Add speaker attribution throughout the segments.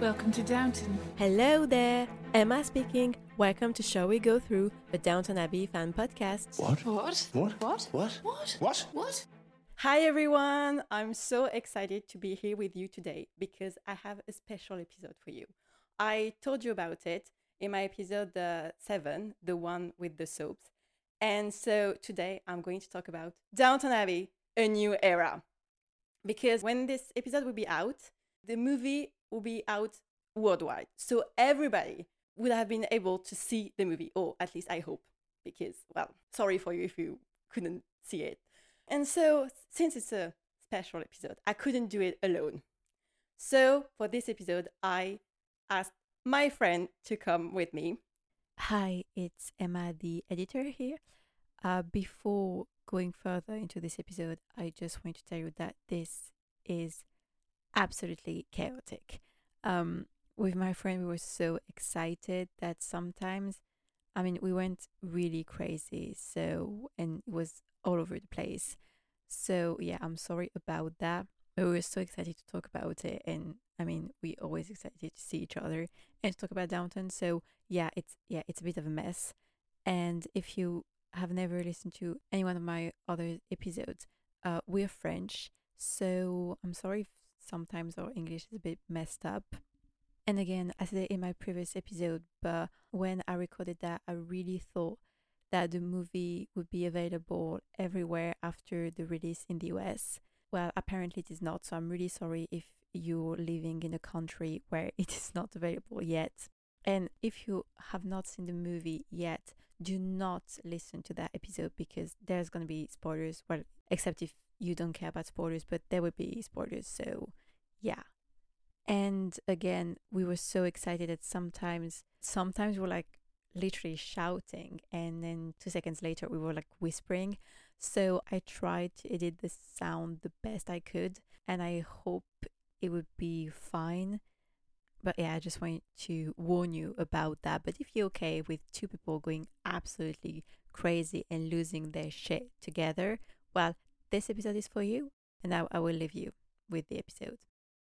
Speaker 1: Welcome to Downton.
Speaker 2: Hello there, Emma speaking. Welcome to Shall We Go Through, the Downton Abbey fan podcast.
Speaker 3: What?
Speaker 1: What?
Speaker 3: What?
Speaker 1: What?
Speaker 3: What?
Speaker 1: What?
Speaker 3: What?
Speaker 1: What?
Speaker 4: Hi everyone! I'm so excited to be here with you today because I have a special episode for you. I told you about it in my episode uh, 7, the one with the soaps. And so today I'm going to talk about Downton Abbey, a new era. Because when this episode will be out, the movie will be out worldwide. So everybody would have been able to see the movie, or at least I hope, because, well, sorry for you if you couldn't see it. And so, since it's a special episode, I couldn't do it alone. So, for this episode, I asked my friend to come with me.
Speaker 2: Hi, it's Emma, the editor here. Uh, before going further into this episode, I just want to tell you that this is absolutely chaotic. Um, with my friend, we were so excited that sometimes, I mean, we went really crazy. So, and it was all over the place. So, yeah, I'm sorry about that. But we were so excited to talk about it. And I mean, we always excited to see each other and to talk about Downton. So, yeah, it's yeah, it's a bit of a mess. And if you have never listened to any one of my other episodes, uh, we're French, so I'm sorry if sometimes our English is a bit messed up. And again, I said it in my previous episode, but when I recorded that, I really thought that the movie would be available everywhere after the release in the US. Well, apparently it is not, so I'm really sorry if you're living in a country where it is not available yet. And if you have not seen the movie yet, do not listen to that episode because there's going to be spoilers. Well, except if you don't care about spoilers, but there will be spoilers. So, yeah. And again, we were so excited that sometimes, sometimes we're like literally shouting, and then two seconds later, we were like whispering. So, I tried to edit the sound the best I could, and I hope it would be fine but yeah, I just wanted to warn you about that. But if you're okay with two people going absolutely crazy and losing their shit together, well, this episode is for you. And now I will leave you with the episode.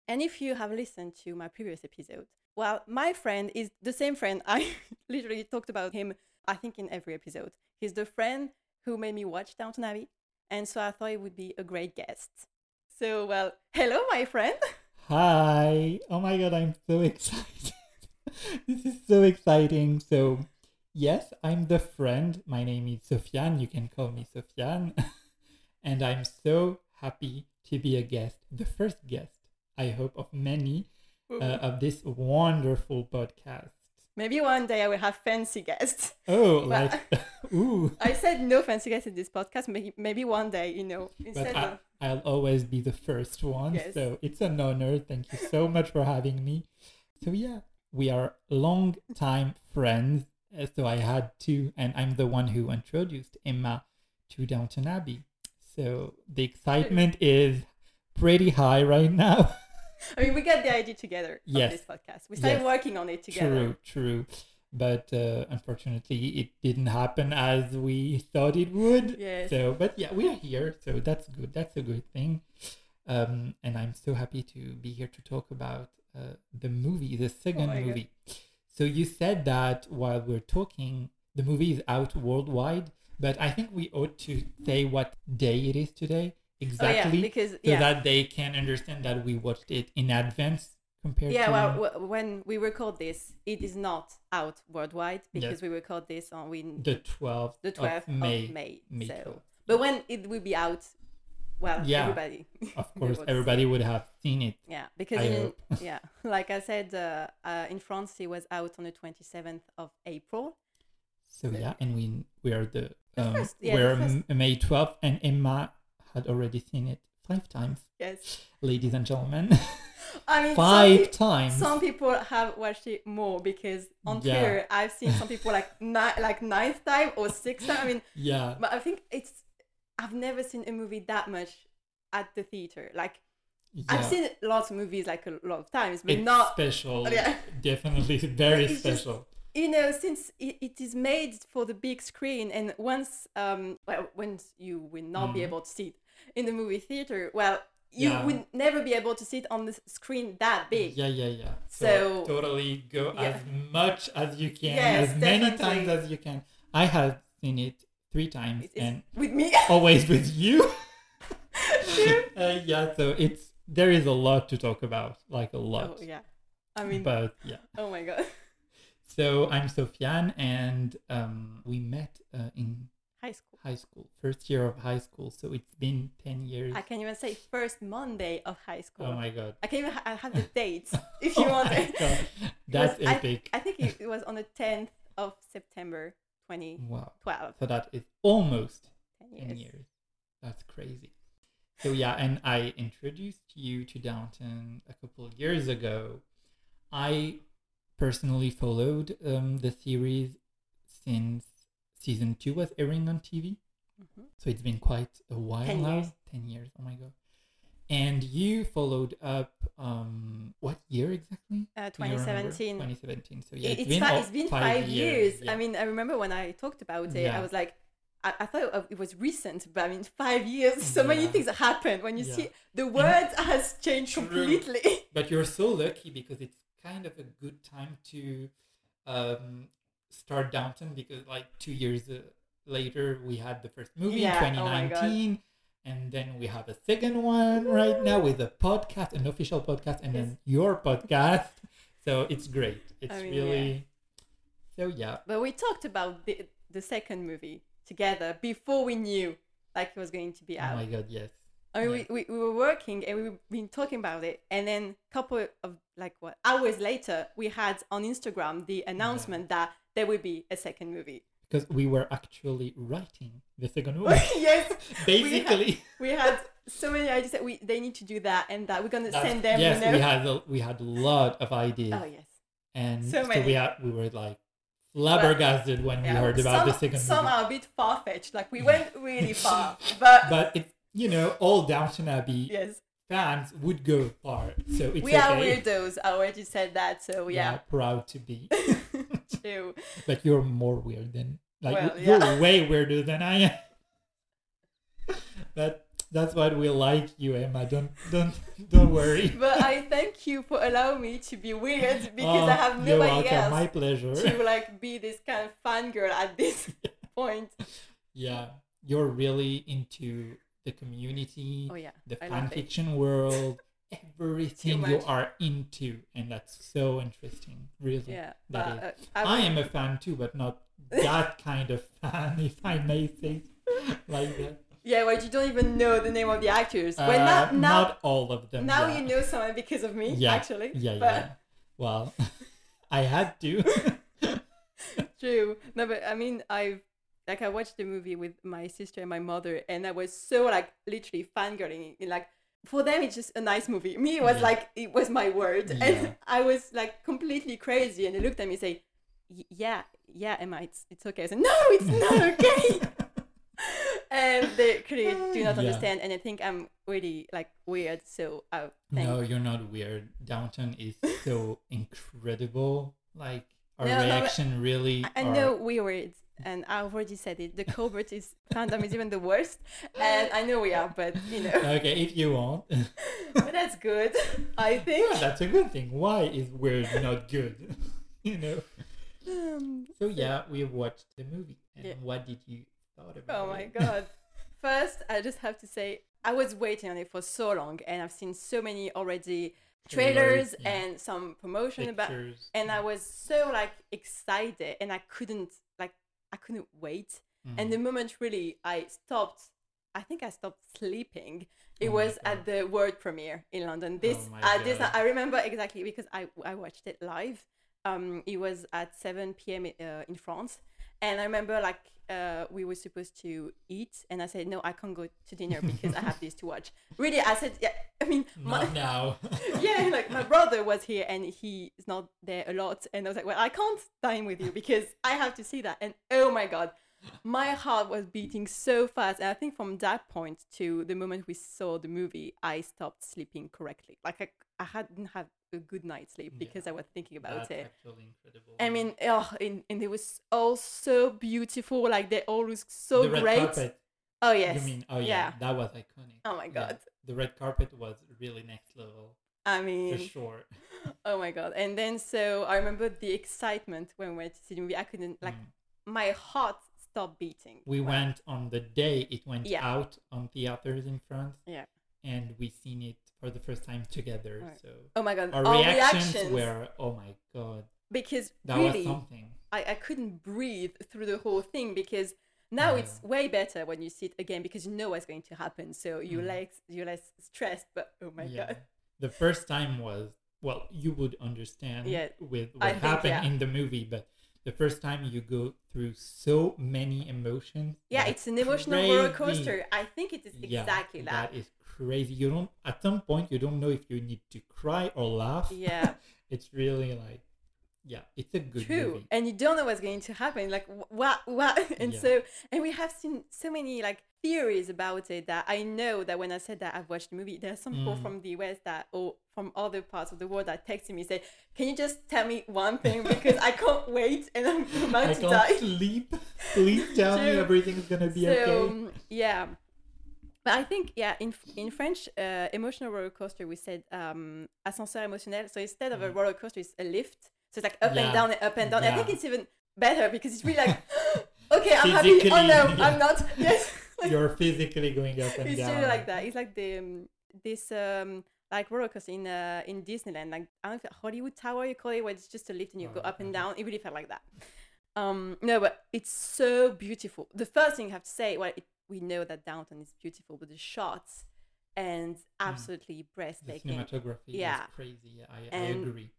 Speaker 4: And if you have listened to my previous episode, well, my friend is the same friend I literally talked about him, I think, in every episode. He's the friend who made me watch Downton Abbey. And so I thought it would be a great guest. So, well, hello, my friend.
Speaker 3: Hi. Oh my god, I'm so excited. this is so exciting. So, yes, I'm the friend. My name is Sofiane. You can call me Sofiane. and I'm so happy to be a guest, the first guest, I hope, of many uh, of this wonderful podcast.
Speaker 4: Maybe one day I will have fancy guests.
Speaker 3: Oh,
Speaker 4: Well-
Speaker 3: like, ooh.
Speaker 4: I said no fancy guests in this podcast. Maybe, maybe one day, you know, instead
Speaker 3: But I,
Speaker 4: of
Speaker 3: I'll always be the first one.
Speaker 4: Yes.
Speaker 3: So it's an honor. Thank you so much for having me. So, yeah, we are long time friends. uh, So I had to, and I'm the one who introduced Emma to Downton Abbey. So the excitement is pretty high right now.
Speaker 4: I mean, we got the idea together
Speaker 3: Yes.
Speaker 4: of this podcast. We started
Speaker 3: Yes.
Speaker 4: working on it together.
Speaker 3: True, true. But uh, unfortunately, it didn't happen as we thought it would.
Speaker 4: Yes.
Speaker 3: So, but yeah, we are here. So that's good. That's a good thing. Um, and I'm so happy to be here to talk about uh, the movie, the second
Speaker 4: Oh my God.
Speaker 3: movie. So you said that while we're talking, the movie is out worldwide. But I think we ought to say what day it is today
Speaker 4: Oh
Speaker 3: exactly,
Speaker 4: yeah, because
Speaker 3: so
Speaker 4: yeah,
Speaker 3: that they can understand that we watched it in advance compared
Speaker 4: yeah.
Speaker 3: to
Speaker 4: Well, w- when we record this, it is not out worldwide because
Speaker 3: Yes.
Speaker 4: we record this on we,
Speaker 3: the 12th,
Speaker 4: the twelfth
Speaker 3: of May.
Speaker 4: May.
Speaker 3: May
Speaker 4: so,
Speaker 3: 12th.
Speaker 4: but when it will be out, well,
Speaker 3: Yeah.
Speaker 4: everybody,
Speaker 3: Of course,
Speaker 4: was-
Speaker 3: everybody would have seen it.
Speaker 4: yeah, because
Speaker 3: I
Speaker 4: in,
Speaker 3: hope.
Speaker 4: yeah, like I said, uh, uh, in France it was out on the twenty seventh of April.
Speaker 3: So yeah, and we we are the, um,
Speaker 4: first- yeah, the
Speaker 3: we're
Speaker 4: first-
Speaker 3: M- May 12th, and Emma had already seen it five times,
Speaker 4: Yes,
Speaker 3: ladies and gentlemen,
Speaker 4: I mean some
Speaker 3: five
Speaker 4: peop-
Speaker 3: times.
Speaker 4: Some people have watched it more because on
Speaker 3: Yeah.
Speaker 4: Twitter I've seen some people like ni- like ninth time or sixth time. I mean,
Speaker 3: Yeah,
Speaker 4: but I think it's I've never seen a movie that much at the theater. Like
Speaker 3: yeah.
Speaker 4: I've seen lots of movies like a lot of times, but
Speaker 3: it's
Speaker 4: not
Speaker 3: special.
Speaker 4: Yeah.
Speaker 3: Definitely very
Speaker 4: It's just-
Speaker 3: special.
Speaker 4: you know since it, it is made for the big screen and once um well once you will not be
Speaker 3: Mhm.
Speaker 4: able to see it in the movie theater well you
Speaker 3: Yeah.
Speaker 4: would never be able to see it on the s- screen that big.
Speaker 3: Yeah, yeah, yeah.
Speaker 4: So-
Speaker 3: totally go
Speaker 4: Yeah.
Speaker 3: as much as you can,
Speaker 4: Yes,
Speaker 3: as many
Speaker 4: definitely.
Speaker 3: times as you can. I have seen it three times
Speaker 4: It's-
Speaker 3: and
Speaker 4: with me,
Speaker 3: always with you. uh, yeah, so it's there is a lot to talk about, like a lot.
Speaker 4: oh yeah, I mean,
Speaker 3: but yeah.
Speaker 4: oh my god,
Speaker 3: So I'm Sofiane, and um, we met uh, in
Speaker 4: high school.
Speaker 3: high school, first year of high school. So it's been ten years.
Speaker 4: I can even say first Monday of high school.
Speaker 3: Oh my god,
Speaker 4: I can even ha- I have the dates if you
Speaker 3: Oh
Speaker 4: want.
Speaker 3: my
Speaker 4: it.
Speaker 3: God.
Speaker 4: Because
Speaker 3: that's
Speaker 4: I-
Speaker 3: epic!
Speaker 4: I think it was on the 10th of September 2012.
Speaker 3: wow. So that is almost 10 Mm, years. That's crazy. So, yeah, and I introduced you to Downton a couple of years ago. I personally followed um, the series since season two was airing on TV.
Speaker 4: Mhm.
Speaker 3: So, it's been quite a while
Speaker 4: 10
Speaker 3: now.
Speaker 4: years.
Speaker 3: 10 years. Oh my God. And you followed up um, what year exactly?
Speaker 4: Uh,
Speaker 3: Do you remember?
Speaker 4: 2017.
Speaker 3: 2017. So, yeah,
Speaker 4: It- it's,
Speaker 3: been,
Speaker 4: fi-
Speaker 3: al-
Speaker 4: it's been
Speaker 3: five,
Speaker 4: five years.
Speaker 3: Yeah.
Speaker 4: I mean, I remember when I talked about it,
Speaker 3: Yeah.
Speaker 4: I was like, I, I thought uh, it was recent, but I mean, five years, so many
Speaker 3: Yeah.
Speaker 4: things happened. When you
Speaker 3: Yeah.
Speaker 4: see the world has changed
Speaker 3: True.
Speaker 4: completely.
Speaker 3: but you're so lucky because it's kind of a good time to um, start Downton because like two years uh, later we had the first movie
Speaker 4: Yeah,
Speaker 3: in
Speaker 4: oh my God.
Speaker 3: 2019 and then we have a second one right now with a podcast an official podcast and then your podcast so it's great it's
Speaker 4: mean, yeah.
Speaker 3: really so yeah
Speaker 4: but we talked about the, the second movie together before we knew like it was going to be
Speaker 3: oh
Speaker 4: out.
Speaker 3: my god yes
Speaker 4: I mean,
Speaker 3: Yeah.
Speaker 4: we, we, we were working and we've been talking about it. And then couple of like what hours later, we had on Instagram the announcement that there will be a second movie.
Speaker 3: because we were actually writing the second movie
Speaker 4: yes,
Speaker 3: basically
Speaker 4: we had so many ideas that we they need to do that and that. We're gonna
Speaker 3: That's-
Speaker 4: send them.
Speaker 3: yes
Speaker 4: you know?
Speaker 3: we had a, we had a lot of ideas
Speaker 4: Oh yes.
Speaker 3: and
Speaker 4: So
Speaker 3: so,
Speaker 4: many.
Speaker 3: we had, we were like flabbergasted when we heard about
Speaker 4: some,
Speaker 3: the second
Speaker 4: some
Speaker 3: movie.
Speaker 4: are a bit far fetched. Like we went really far, but,
Speaker 3: But it, you know, all Downton Abbey
Speaker 4: yes,
Speaker 3: fans would go far, so it's
Speaker 4: we
Speaker 3: okay.
Speaker 4: are weirdos. I already said that, so
Speaker 3: We
Speaker 4: yeah,
Speaker 3: are proud to be,
Speaker 4: true.
Speaker 3: but you're more weird than like
Speaker 4: Well,
Speaker 3: you're
Speaker 4: yeah.
Speaker 3: way weirder than I am. but that's why we like you, Emma. Don't don't don't worry.
Speaker 4: But I thank you for allowing me to be weird because
Speaker 3: Oh,
Speaker 4: I have
Speaker 3: you're
Speaker 4: nobody
Speaker 3: welcome.
Speaker 4: else.
Speaker 3: My pleasure.
Speaker 4: to like be this kind of fangirl at this point.
Speaker 3: yeah, you're really into the community.
Speaker 4: Oh yeah,
Speaker 3: the
Speaker 4: I
Speaker 3: fan
Speaker 4: love it.
Speaker 3: fiction world, everything you
Speaker 4: much.
Speaker 3: are into, and that's so interesting. Really,
Speaker 4: Yeah, but
Speaker 3: that is.
Speaker 4: uh,
Speaker 3: I
Speaker 4: I,
Speaker 3: am a fan too, but not that kind of fan, if I may say, like that.
Speaker 4: yeah, well, you don't even know the name of the actors.
Speaker 3: Uh,
Speaker 4: well, now now
Speaker 3: not all of them.
Speaker 4: now
Speaker 3: yeah.
Speaker 4: you know someone because of me,
Speaker 3: Yeah,
Speaker 4: actually.
Speaker 3: Yeah,
Speaker 4: but
Speaker 3: yeah. Well, I had to.
Speaker 4: true. No, but I mean, I've like I watched the movie with my sister and my mother, and I was so like literally fangirling. it, Like for them, it's just a nice movie. Me, it was
Speaker 3: Yeah.
Speaker 4: like it was my word,
Speaker 3: Yeah.
Speaker 4: and I was like completely crazy. And they looked at me and say, "Y- "Yeah, yeah, Emma, it's it's okay." I said, "No, it's not okay." and they clearly do not
Speaker 3: Yeah.
Speaker 4: understand and i think i'm really like weird so i thank
Speaker 3: no, you're not weird. Downton is so incredible. Like our
Speaker 4: No, no, but
Speaker 3: reaction really.
Speaker 4: I- I
Speaker 3: are-
Speaker 4: know we are weird, and I already said it. The covert is fandom is even the worst, and I know we are, but you know,
Speaker 3: Okay, if you want.
Speaker 4: but that's good. I
Speaker 3: Yeah,
Speaker 4: think.
Speaker 3: that's a good thing. Why is weird not good? you know.
Speaker 4: Um,
Speaker 3: So yeah, we watched the movie. And
Speaker 4: Yeah.
Speaker 3: what did you thought about
Speaker 4: oh my
Speaker 3: it?
Speaker 4: god! First, I just have to say I was waiting on it for so long, and I've seen so many already trailers
Speaker 3: Trailers, yeah.
Speaker 4: and some promotion about,
Speaker 3: Pictures.
Speaker 4: and I was so like excited, and I couldn't like I couldn't wait. And the
Speaker 3: Mm.
Speaker 4: moment really I stopped, I think I stopped sleeping.
Speaker 3: Oh my
Speaker 4: It
Speaker 3: Oh
Speaker 4: was at the world premiere in London. This
Speaker 3: my
Speaker 4: at this
Speaker 3: God.
Speaker 4: I remember exactly because I I watched it live. Um, it was at 7 p.m. i- Uh, in France, and I remember like uh, we were supposed to eat, and I said no, I can't go to dinner because I have this to watch. Really, I said yeah. I mean, my,
Speaker 3: Not now.
Speaker 4: yeah, like my brother was here and he is not there a lot. And I was like, well, I can't dine with you because I have to see that. And oh my God, my heart was beating so fast. And I think from that point to the moment we saw the movie, I stopped sleeping correctly. Like I, I hadn't had a good night's sleep because I was thinking about
Speaker 3: That's
Speaker 4: it.
Speaker 3: actually incredible.
Speaker 4: I mean, oh, and, and it was all so beautiful. Like they all look so
Speaker 3: the red
Speaker 4: great.
Speaker 3: carpet.
Speaker 4: Oh yes.
Speaker 3: You mean? Oh yeah,
Speaker 4: Yeah.
Speaker 3: that was iconic.
Speaker 4: Oh my
Speaker 3: Yeah.
Speaker 4: god.
Speaker 3: the red carpet was really next level
Speaker 4: I
Speaker 3: for
Speaker 4: mean,
Speaker 3: sure.
Speaker 4: oh my god! And then so I remember the excitement when we went to see the movie. I couldn't like
Speaker 3: Mm.
Speaker 4: my heart stopped beating.
Speaker 3: We
Speaker 4: Wow.
Speaker 3: went on the day it went
Speaker 4: Yeah.
Speaker 3: out on theaters in France.
Speaker 4: Yeah.
Speaker 3: And we seen it for the first time together.
Speaker 4: Right.
Speaker 3: So
Speaker 4: Oh my god!
Speaker 3: our, reactions, were, oh my god,
Speaker 4: because
Speaker 3: that was
Speaker 4: really
Speaker 3: something.
Speaker 4: I, I couldn't breathe through the whole thing because now
Speaker 3: Yeah.
Speaker 4: it's way better when you see it again because you know what's going to happen. So you
Speaker 3: Mm.
Speaker 4: less you less stressed. But oh my god,
Speaker 3: The first time was well, you would understand
Speaker 4: Yeah,
Speaker 3: with what
Speaker 4: I think,
Speaker 3: happened
Speaker 4: yeah.
Speaker 3: in the movie, but the first time you go through so many emotions.
Speaker 4: yeah,
Speaker 3: that's
Speaker 4: it's an emotional roller
Speaker 3: crazy.
Speaker 4: coaster. I think it is
Speaker 3: Yeah,
Speaker 4: exactly that.
Speaker 3: That is crazy. You don't at some point you don't know if you need to cry or laugh.
Speaker 4: Yeah.
Speaker 3: it's really like yeah, it's a good
Speaker 4: True,
Speaker 3: movie.
Speaker 4: and you don't know what's going to happen. Like wh- what, what, and
Speaker 3: Yeah.
Speaker 4: so, and we have seen so many like theories about it that I know that when I said that I've watched the movie, there are some people
Speaker 3: Mm.
Speaker 4: from the US that or from other parts of the world that texted me say, "Can you just tell me one thing because I can't wait and I'm about
Speaker 3: I
Speaker 4: to
Speaker 3: can't
Speaker 4: die."
Speaker 3: sleep. Please tell me
Speaker 4: True.
Speaker 3: everything's gonna be okay.
Speaker 4: um, yeah, but I think yeah in in French, uh, emotional roller coaster we said um, ascenseur émotionnel. So instead of a
Speaker 3: Mm.
Speaker 4: roller coaster, it's a lift. So it's like up
Speaker 3: Yeah.
Speaker 4: and down and up and down. I think
Speaker 3: Yeah.
Speaker 4: it's even better because it's really like okay, I'm happy. Oh
Speaker 3: Physically,
Speaker 4: no,
Speaker 3: yeah.
Speaker 4: I'm not. Yes, like,
Speaker 3: You're physically going up and
Speaker 4: it's
Speaker 3: down.
Speaker 4: really like that. It's like the um, this um like roller coaster in uh, in Disneyland, like I don't know, Hollywood Tower you call it, where it's just a lift and you
Speaker 3: Oh,
Speaker 4: go up and
Speaker 3: okay.
Speaker 4: down. It really felt like that.
Speaker 3: Oh.
Speaker 4: Um, no, but it's so beautiful. The first thing I have to say, well, it, we know that downtown is beautiful, but the shots and absolutely
Speaker 3: Mm. The
Speaker 4: breathtaking.
Speaker 3: cinematography
Speaker 4: Yeah.
Speaker 3: is crazy. Yeah, I, I
Speaker 4: And-
Speaker 3: agree.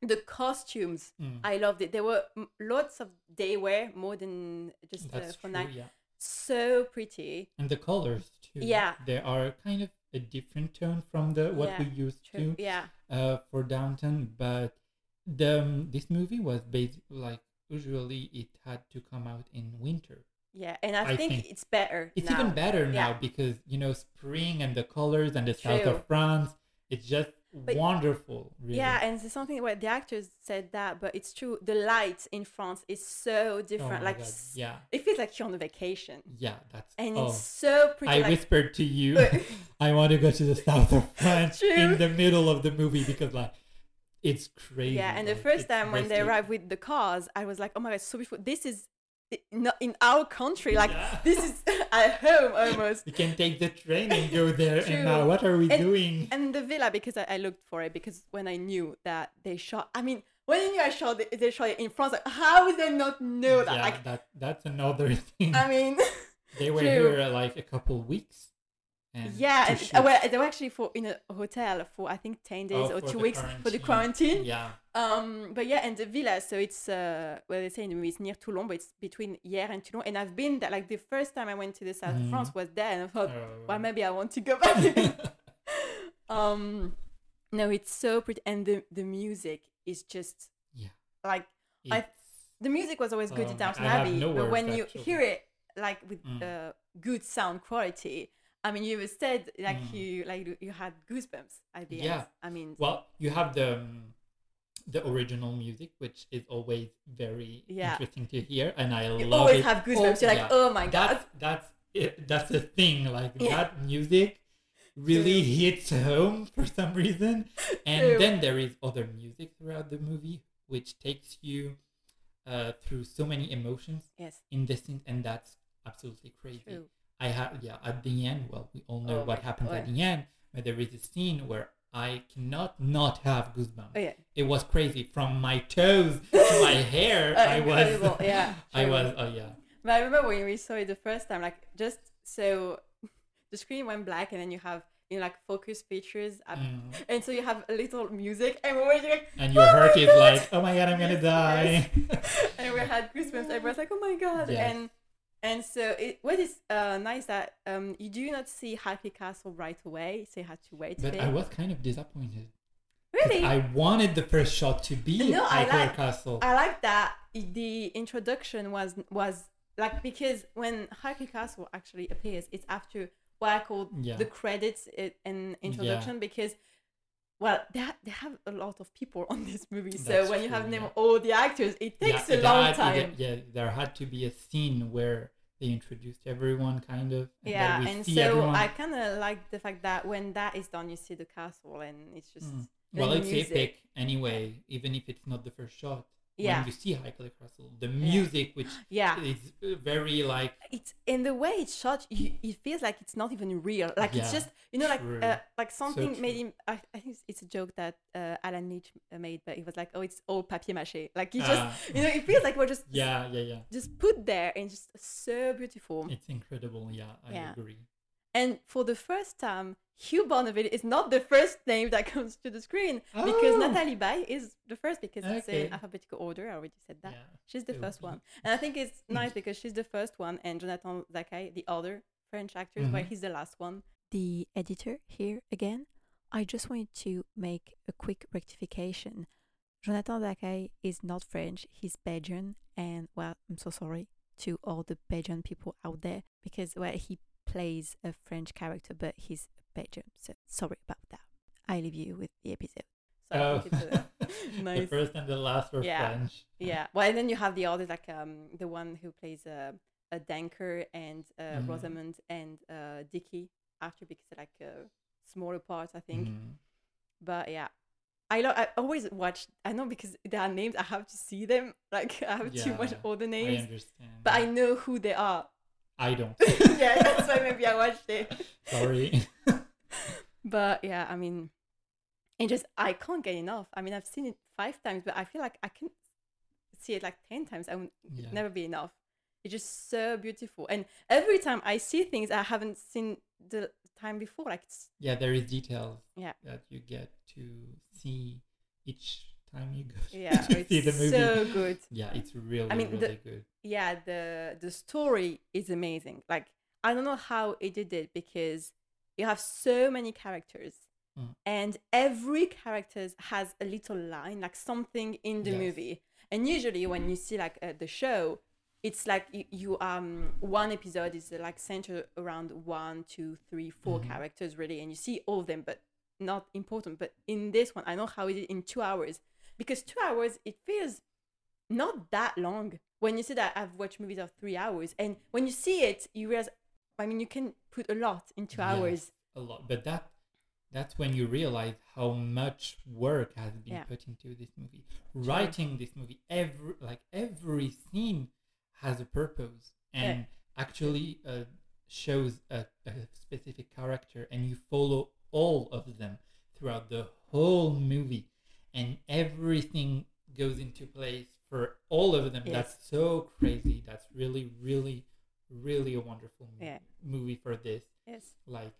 Speaker 4: The costumes,
Speaker 3: Mm.
Speaker 4: I loved it. There were mm, lots of day wear, more than just uh,
Speaker 3: That's
Speaker 4: for
Speaker 3: true,
Speaker 4: night.
Speaker 3: yeah.
Speaker 4: So pretty.
Speaker 3: And the colors too.
Speaker 4: Yeah.
Speaker 3: They are kind of a different tone from the what
Speaker 4: Yeah,
Speaker 3: we used
Speaker 4: True.
Speaker 3: to
Speaker 4: Yeah.
Speaker 3: uh, for Downton, but the um, this movie was based like usually it had to come out in winter.
Speaker 4: Yeah, and I,
Speaker 3: I
Speaker 4: think,
Speaker 3: think-
Speaker 4: it's better.
Speaker 3: It's
Speaker 4: now.
Speaker 3: even better now
Speaker 4: Yeah.
Speaker 3: because you know spring and the colors and the south
Speaker 4: True.
Speaker 3: of France. It's just
Speaker 4: But-
Speaker 3: wonderful. Really.
Speaker 4: Yeah, and it's something where the actors said that, but it's true. The light in France is so
Speaker 3: Oh
Speaker 4: different.
Speaker 3: my
Speaker 4: like
Speaker 3: God,
Speaker 4: s-
Speaker 3: yeah,
Speaker 4: it feels like you're on a vacation,
Speaker 3: yeah. That's
Speaker 4: and
Speaker 3: oh.
Speaker 4: it's so pretty.
Speaker 3: I
Speaker 4: like,
Speaker 3: whispered to you,
Speaker 4: Uh,
Speaker 3: I want to go to the south of France
Speaker 4: True.
Speaker 3: in the middle of the movie because like it's crazy.
Speaker 4: yeah, and the
Speaker 3: like,
Speaker 4: first
Speaker 3: it's
Speaker 4: time when they
Speaker 3: breathtaking.
Speaker 4: arrived with the cars, I was like, oh my god, so beautiful. This is i- not in our country. Like
Speaker 3: Yeah.
Speaker 4: this is at home almost.
Speaker 3: we can take the train and go there.
Speaker 4: True.
Speaker 3: And now what are we
Speaker 4: And-
Speaker 3: doing?
Speaker 4: And the villa because I, I looked for it because when I knew that they shot, I mean. When I knew I shot, it- they shot it in France. Like, how would they not know that?
Speaker 3: yeah,
Speaker 4: Like,
Speaker 3: that that's another thing.
Speaker 4: I mean,
Speaker 3: they were
Speaker 4: true.
Speaker 3: here like a couple weeks. And
Speaker 4: Yeah,
Speaker 3: to
Speaker 4: and,
Speaker 3: shoot.
Speaker 4: uh, well, they were actually for in a hotel for I think ten days
Speaker 3: Oh,
Speaker 4: or
Speaker 3: for
Speaker 4: two
Speaker 3: the
Speaker 4: weeks for the quarantine.
Speaker 3: yeah,
Speaker 4: Um, but yeah, and the villa, so it's uh, well, they say in the movie it's near Toulon, but it's between Hier and Toulon. And I've been there. Like the first time I went to the south of
Speaker 3: Mhm.
Speaker 4: France was there, and I thought,
Speaker 3: Oh.
Speaker 4: well, maybe I want to go back. again. um, no, it's so pretty, and the the music is just
Speaker 3: Yeah.
Speaker 4: like I-
Speaker 3: It's-
Speaker 4: the music was always good
Speaker 3: Oh my-
Speaker 4: in Downton
Speaker 3: I have
Speaker 4: Abbey,
Speaker 3: no
Speaker 4: but
Speaker 3: words,
Speaker 4: when you
Speaker 3: actually.
Speaker 4: hear it like with
Speaker 3: Mm.
Speaker 4: uh, good sound quality, I mean, you said like
Speaker 3: Mm.
Speaker 4: you like you- you had goosebumps at the
Speaker 3: Yeah.
Speaker 4: end. I mean,
Speaker 3: well, you have the um, the original music, which is always very
Speaker 4: Yeah.
Speaker 3: interesting to hear, and I
Speaker 4: you
Speaker 3: love
Speaker 4: always
Speaker 3: it.
Speaker 4: have goosebumps. You're
Speaker 3: yeah.
Speaker 4: like, oh my god,
Speaker 3: that's that's it, that's the thing like
Speaker 4: Yeah.
Speaker 3: that music really
Speaker 4: True.
Speaker 3: hits home for some reason and
Speaker 4: True.
Speaker 3: then there is other music throughout the movie which takes you uh, through so many emotions
Speaker 4: yes,
Speaker 3: in the scene and that's absolutely crazy
Speaker 4: true,
Speaker 3: i have yeah at the end well we all know
Speaker 4: Oh
Speaker 3: what
Speaker 4: my-
Speaker 3: happens at
Speaker 4: oh.
Speaker 3: the end but there is a scene where i cannot not have goosebumps
Speaker 4: oh yeah,
Speaker 3: it was crazy from my toes to my hair
Speaker 4: Uh,
Speaker 3: i was
Speaker 4: incredible, yeah,
Speaker 3: i
Speaker 4: true.
Speaker 3: was oh yeah
Speaker 4: But I remember when we saw it the first time, like just so the screen went black, and then you have you know, like focus pictures, up,
Speaker 3: Mm.
Speaker 4: and so you have a little music, and we're like,
Speaker 3: and your
Speaker 4: Oh my
Speaker 3: heart is
Speaker 4: God.
Speaker 3: like, oh my god, I'm gonna die.
Speaker 4: Yes, and we had goosebumps. Everyone's like, "Oh my god!"
Speaker 3: Yes.
Speaker 4: And and so it, what is uh, nice that um, you do not see Happy Castle right away, so you had to wait a
Speaker 3: but
Speaker 4: bit.
Speaker 3: I was kind of disappointed. 'Cause
Speaker 4: really, I,
Speaker 3: I wanted the first shot to be
Speaker 4: No, I
Speaker 3: at her
Speaker 4: like-
Speaker 3: castle.
Speaker 4: like that the introduction was was like because when Happy Castle actually appears, it's after what I call
Speaker 3: Yeah.
Speaker 4: the credits i- and introduction because. Well, they, ha- they have a lot of people on this movie, so
Speaker 3: That's
Speaker 4: when you
Speaker 3: true,
Speaker 4: have name
Speaker 3: yeah.
Speaker 4: all the actors, it takes
Speaker 3: Yeah,
Speaker 4: a
Speaker 3: there
Speaker 4: long
Speaker 3: had to
Speaker 4: time.
Speaker 3: be- yeah, there had to be a scene where they introduced everyone kind of and that
Speaker 4: yeah,
Speaker 3: we
Speaker 4: and
Speaker 3: see
Speaker 4: so
Speaker 3: everyone-
Speaker 4: I kind of like the fact that when that is done, you see the castle, and it's just
Speaker 3: Mm.
Speaker 4: the
Speaker 3: well it's
Speaker 4: music.
Speaker 3: epic anyway even if it's not the first shot
Speaker 4: Yeah.
Speaker 3: when you see Heikle Castle the music which
Speaker 4: yeah.
Speaker 3: is uh, very like
Speaker 4: It's in the way it's shot, you, it feels like it's not even real. Like it's
Speaker 3: Yeah,
Speaker 4: just you know, like
Speaker 3: true.
Speaker 4: uh, like something
Speaker 3: true.
Speaker 4: made him. I, I think it's a joke that uh, Alan Leach uh, made, but it was like, oh, it's all papier mâché. Like you just
Speaker 3: Ah.
Speaker 4: you know, it feels like we're just
Speaker 3: yeah yeah yeah
Speaker 4: just put there and just so beautiful.
Speaker 3: it's incredible yeah I
Speaker 4: Yeah.
Speaker 3: agree
Speaker 4: And for the first time, Hugh Bonneville is not the first name that comes to the screen because
Speaker 3: Oh.
Speaker 4: Natalie Bay is the first because it's
Speaker 3: Okay.
Speaker 4: in alphabetical order. I already said that.
Speaker 3: yeah
Speaker 4: She's the
Speaker 3: it would
Speaker 4: first
Speaker 3: be-
Speaker 4: one. And I think it's nice because she's the first one and Jonathan Zakai, the other French actor, where
Speaker 3: Mhm.
Speaker 4: he's the last one.
Speaker 2: the editor here again. I just wanted to make a quick rectification. Jonathan Dakai is not French, he's Belgian, and well, I'm so sorry to all the Belgian people out there because, well, he plays a French character, but he's Belgian, so sorry about that. I leave you with the episode.
Speaker 4: So I think it's a,
Speaker 3: the
Speaker 4: Oh. nice-
Speaker 3: first and the last were
Speaker 4: Yeah.
Speaker 3: French.
Speaker 4: yeah. Well, and then you have the other, like um, the one who plays uh, a Danker and uh,
Speaker 3: Mm.
Speaker 4: Rosamund and uh, Dicky after because they're like a smaller part, I think.
Speaker 3: Mm.
Speaker 4: But yeah. I, lo- I always watch, I know because there are names, I have to see them. Like, I have to watch
Speaker 3: Yeah,
Speaker 4: all the
Speaker 3: I
Speaker 4: names,
Speaker 3: understand.
Speaker 4: but I know who they are.
Speaker 3: I don't.
Speaker 4: yeah, that's why maybe I watched it.
Speaker 3: Sorry.
Speaker 4: But yeah, I mean, it just I can't get enough. I mean, I've seen it five times, but I feel like I can see it like ten times. I would
Speaker 3: Yeah.
Speaker 4: never be enough. It's just so beautiful, and every time I see things I haven't seen the time before, like it's
Speaker 3: Yeah, there is details
Speaker 4: Yeah.
Speaker 3: that you get to see each time you go
Speaker 4: yeah,
Speaker 3: to see the
Speaker 4: it's
Speaker 3: movie.
Speaker 4: so good.
Speaker 3: Yeah, it's really,
Speaker 4: mean, the-
Speaker 3: really good.
Speaker 4: yeah the the story is amazing like i don't know how it did it because you have so many characters
Speaker 3: Mm.
Speaker 4: and every character has a little line like something in the
Speaker 3: Yes.
Speaker 4: movie and usually when you see like uh, the show it's like you, you um one episode is uh, like centered around one two three four
Speaker 3: Mhm.
Speaker 4: characters really and you see all of them but not important but in this one i know how it is in two hours because two hours it feels not that long when you see that i've watched movies of three hours and when you see it you realize i mean you can put a lot in two
Speaker 3: Yes,
Speaker 4: hours
Speaker 3: a lot. But that that's when you realize how much work has been
Speaker 4: Yeah.
Speaker 3: put into this movie. Writing this movie, every like every scene has a purpose and actually uh, shows a, a specific character, and you follow all of them throughout the whole movie, and everything goes into place for all of them.
Speaker 4: Yes.
Speaker 3: That's so crazy. That's really, really, really a wonderful mo-
Speaker 4: Yeah.
Speaker 3: movie for this
Speaker 4: yes
Speaker 3: like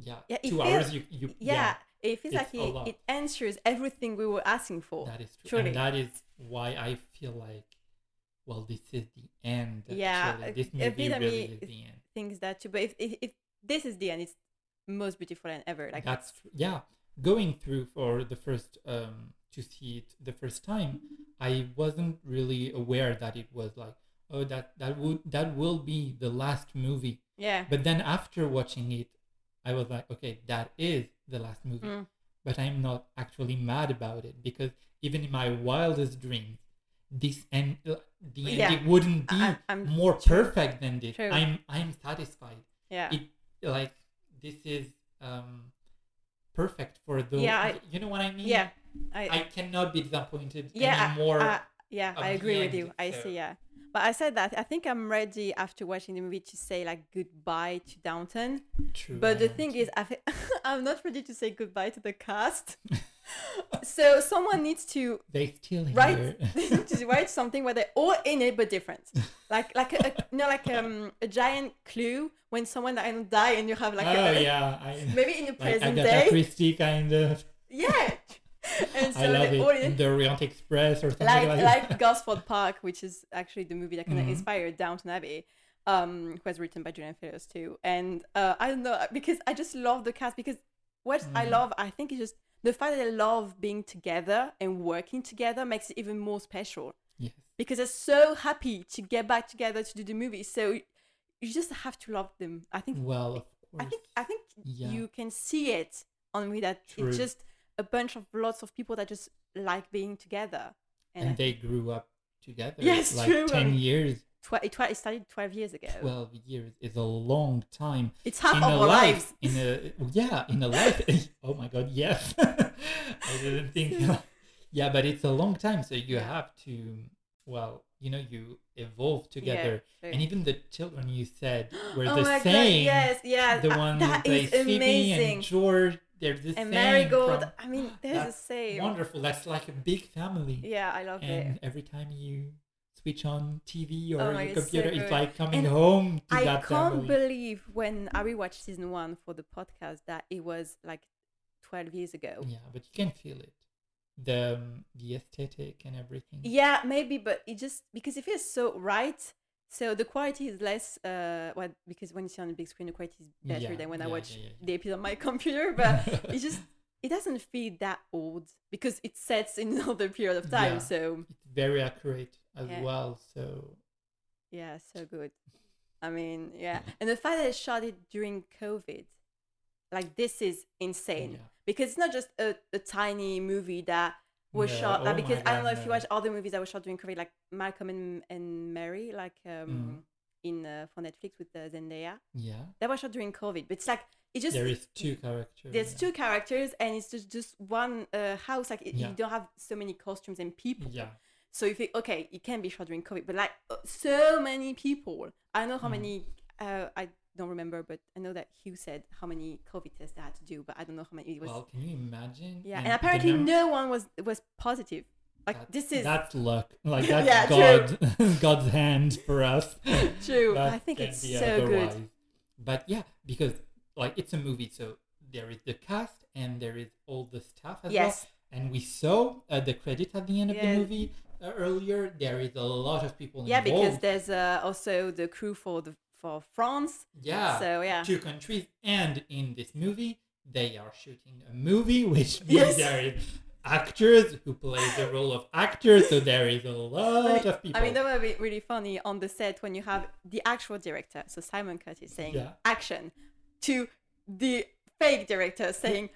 Speaker 3: yeah,
Speaker 4: Yeah, it
Speaker 3: two
Speaker 4: feels-
Speaker 3: hours you, you
Speaker 4: yeah, it feels
Speaker 3: it's
Speaker 4: like
Speaker 3: a
Speaker 4: it,
Speaker 3: lot.
Speaker 4: it answers everything we were asking for
Speaker 3: that is true
Speaker 4: Oh, Truly.
Speaker 3: and that is why i feel like well this is the end
Speaker 4: Yeah,
Speaker 3: actually. this
Speaker 4: a
Speaker 3: movie
Speaker 4: bit, I
Speaker 3: really
Speaker 4: mean,
Speaker 3: is the end
Speaker 4: things that too but if, if, if this is the end it's most beautiful end ever like
Speaker 3: that's true. yeah going through for the first um to see it the first time i wasn't really aware that it was like oh that that would that will be the last movie
Speaker 4: yeah
Speaker 3: but then after watching it i was like okay that is the last movie
Speaker 4: Mm.
Speaker 3: but I'm not actually mad about it because even in my wildest dreams, this end, uh, the
Speaker 4: Yeah.
Speaker 3: ending wouldn't be
Speaker 4: I- I'm-
Speaker 3: more perfect than this.
Speaker 4: True.
Speaker 3: I'm I'm satisfied.
Speaker 4: yeah
Speaker 3: It like this is um perfect for the
Speaker 4: Yeah, I-
Speaker 3: you know what I mean.
Speaker 4: yeah i,
Speaker 3: I cannot be disappointed
Speaker 4: yeah I-
Speaker 3: anymore.
Speaker 4: I- yeah i
Speaker 3: of
Speaker 4: agree with
Speaker 3: the
Speaker 4: you
Speaker 3: end,
Speaker 4: i
Speaker 3: so-
Speaker 4: see yeah but i said that i think i'm ready after watching the movie to say like goodbye to downton
Speaker 3: True.
Speaker 4: But the
Speaker 3: I
Speaker 4: thing
Speaker 3: agree.
Speaker 4: is, I thi- I'm not ready to say goodbye to the cast. so someone needs to
Speaker 3: they still
Speaker 4: write
Speaker 3: here.
Speaker 4: to write something where they're all in it but different, like like a, a- you know like um, a giant clue when someone I don't die and you have like
Speaker 3: oh
Speaker 4: a,
Speaker 3: yeah, I,
Speaker 4: maybe in the
Speaker 3: like
Speaker 4: present
Speaker 3: Agatha
Speaker 4: day,
Speaker 3: Christie kind of.
Speaker 4: yeah. And so
Speaker 3: I love
Speaker 4: they're all in
Speaker 3: it.
Speaker 4: it.
Speaker 3: The Orient Express or something
Speaker 4: like
Speaker 3: like,
Speaker 4: like Gosford Park, which is actually the movie that kind of
Speaker 3: Mhm.
Speaker 4: inspired Downton Abbey, um, who was written by Julian Fellows too. And uh, I don't know because I just love the cast because what I
Speaker 3: Mhm.
Speaker 4: love, I think, is just the fact that I love being together and working together makes it even more special
Speaker 3: Yes.
Speaker 4: because they're so happy to get back together to do the movie. So you just have to love them. I think
Speaker 3: Well, of
Speaker 4: I
Speaker 3: course.
Speaker 4: think I think
Speaker 3: Yeah.
Speaker 4: you can see it on me that
Speaker 3: True.
Speaker 4: it's just a bunch of lots of people that just like being together.
Speaker 3: and they grew up together
Speaker 4: Yes,
Speaker 3: like
Speaker 4: true.
Speaker 3: 10 years
Speaker 4: Tw- it, tw- it started 12 years ago.
Speaker 3: 12 years is a long time.
Speaker 4: It's half of our lives.
Speaker 3: In a, yeah, in a life. oh my God, yes. I didn't think. yeah, but it's a long time. So you have to, well, you know, you evolve together.
Speaker 4: true.
Speaker 3: and even the children you said were
Speaker 4: oh
Speaker 3: the
Speaker 4: my
Speaker 3: same.
Speaker 4: God, yes, yes.
Speaker 3: The
Speaker 4: Ah,
Speaker 3: one
Speaker 4: that
Speaker 3: by
Speaker 4: is
Speaker 3: Phoebe
Speaker 4: amazing.
Speaker 3: and George, they're the same.
Speaker 4: and Marigold.
Speaker 3: from-
Speaker 4: I mean, there's the
Speaker 3: That's
Speaker 4: same.
Speaker 3: Wonderful. That's like a big family.
Speaker 4: Yeah, I love
Speaker 3: and
Speaker 4: it.
Speaker 3: every time you switch on TV or
Speaker 4: Oh my
Speaker 3: your
Speaker 4: God, it's so
Speaker 3: computer, it's
Speaker 4: good.
Speaker 3: like coming
Speaker 4: And
Speaker 3: home to
Speaker 4: I
Speaker 3: that
Speaker 4: can't
Speaker 3: family.
Speaker 4: believe when I rewatched season one for the podcast that it was like 12 years ago.
Speaker 3: Yeah, but you can feel it. The um, the aesthetic and everything.
Speaker 4: Yeah, maybe, but it just because it feels so right. So the quality is less, uh, well, because when you see on the big screen, the quality is better
Speaker 3: Yeah,
Speaker 4: than when I
Speaker 3: yeah,
Speaker 4: watch
Speaker 3: yeah, yeah, yeah.
Speaker 4: the episode on my computer. But it just it doesn't feel that old because it sets in another period of time.
Speaker 3: Yeah.
Speaker 4: So
Speaker 3: it's very accurate as
Speaker 4: Yeah.
Speaker 3: well. So
Speaker 4: yeah, so good. I mean, yeah, and the fact that they shot it during COVID, like this is insane
Speaker 3: Yeah.
Speaker 4: because it's not just a, a tiny movie that was
Speaker 3: No,
Speaker 4: shot like,
Speaker 3: oh my
Speaker 4: uh, because I don't know
Speaker 3: God,
Speaker 4: if you
Speaker 3: no.
Speaker 4: watch other movies that were shot during COVID, like Malcolm and, and Mary, like um, in uh, for Netflix with uh, Zendaya.
Speaker 3: Mm, yeah,
Speaker 4: That was shot during COVID, but it's like it just
Speaker 3: there is two characters.
Speaker 4: there's
Speaker 3: yeah.
Speaker 4: two characters and it's just just one uh, house. Like it,
Speaker 3: Yeah.
Speaker 4: you don't have so many costumes and people.
Speaker 3: Yeah,
Speaker 4: So you think okay, it can be shot during COVID, but like uh, so many people. I don't know how
Speaker 3: Mhm.
Speaker 4: many. Uh, I don't remember, but I know that Hugh said how many COVID tests they had to do, but I don't know how many it was.
Speaker 3: well, can you imagine?
Speaker 4: Yeah, and,
Speaker 3: the
Speaker 4: apparently
Speaker 3: num-
Speaker 4: no one was was positive. Like
Speaker 3: that-
Speaker 4: this is
Speaker 3: that's luck. Like that's
Speaker 4: Yeah,
Speaker 3: God,
Speaker 4: true.
Speaker 3: God's hand for us.
Speaker 4: true.
Speaker 3: That
Speaker 4: I think
Speaker 3: can
Speaker 4: it's
Speaker 3: be
Speaker 4: so good.
Speaker 3: otherwise. But yeah, because like it's a movie, so there is the cast and there is all the stuff as well.
Speaker 4: Yes,
Speaker 3: And we saw uh, the credit at the end of
Speaker 4: Yes.
Speaker 3: the movie uh, earlier. There is a lot of people
Speaker 4: yeah, because
Speaker 3: involved.
Speaker 4: there's uh, also the crew for the for France.
Speaker 3: yeah,
Speaker 4: So yeah,
Speaker 3: two countries, and in this movie they are shooting a movie, which means
Speaker 4: Yes.
Speaker 3: there is actors who play the role of actors. So there is a lot
Speaker 4: I mean,
Speaker 3: of people.
Speaker 4: I mean that would be really funny on the set when you have the actual director, so Simon Curtis saying
Speaker 3: Yeah.
Speaker 4: action, to the fake director saying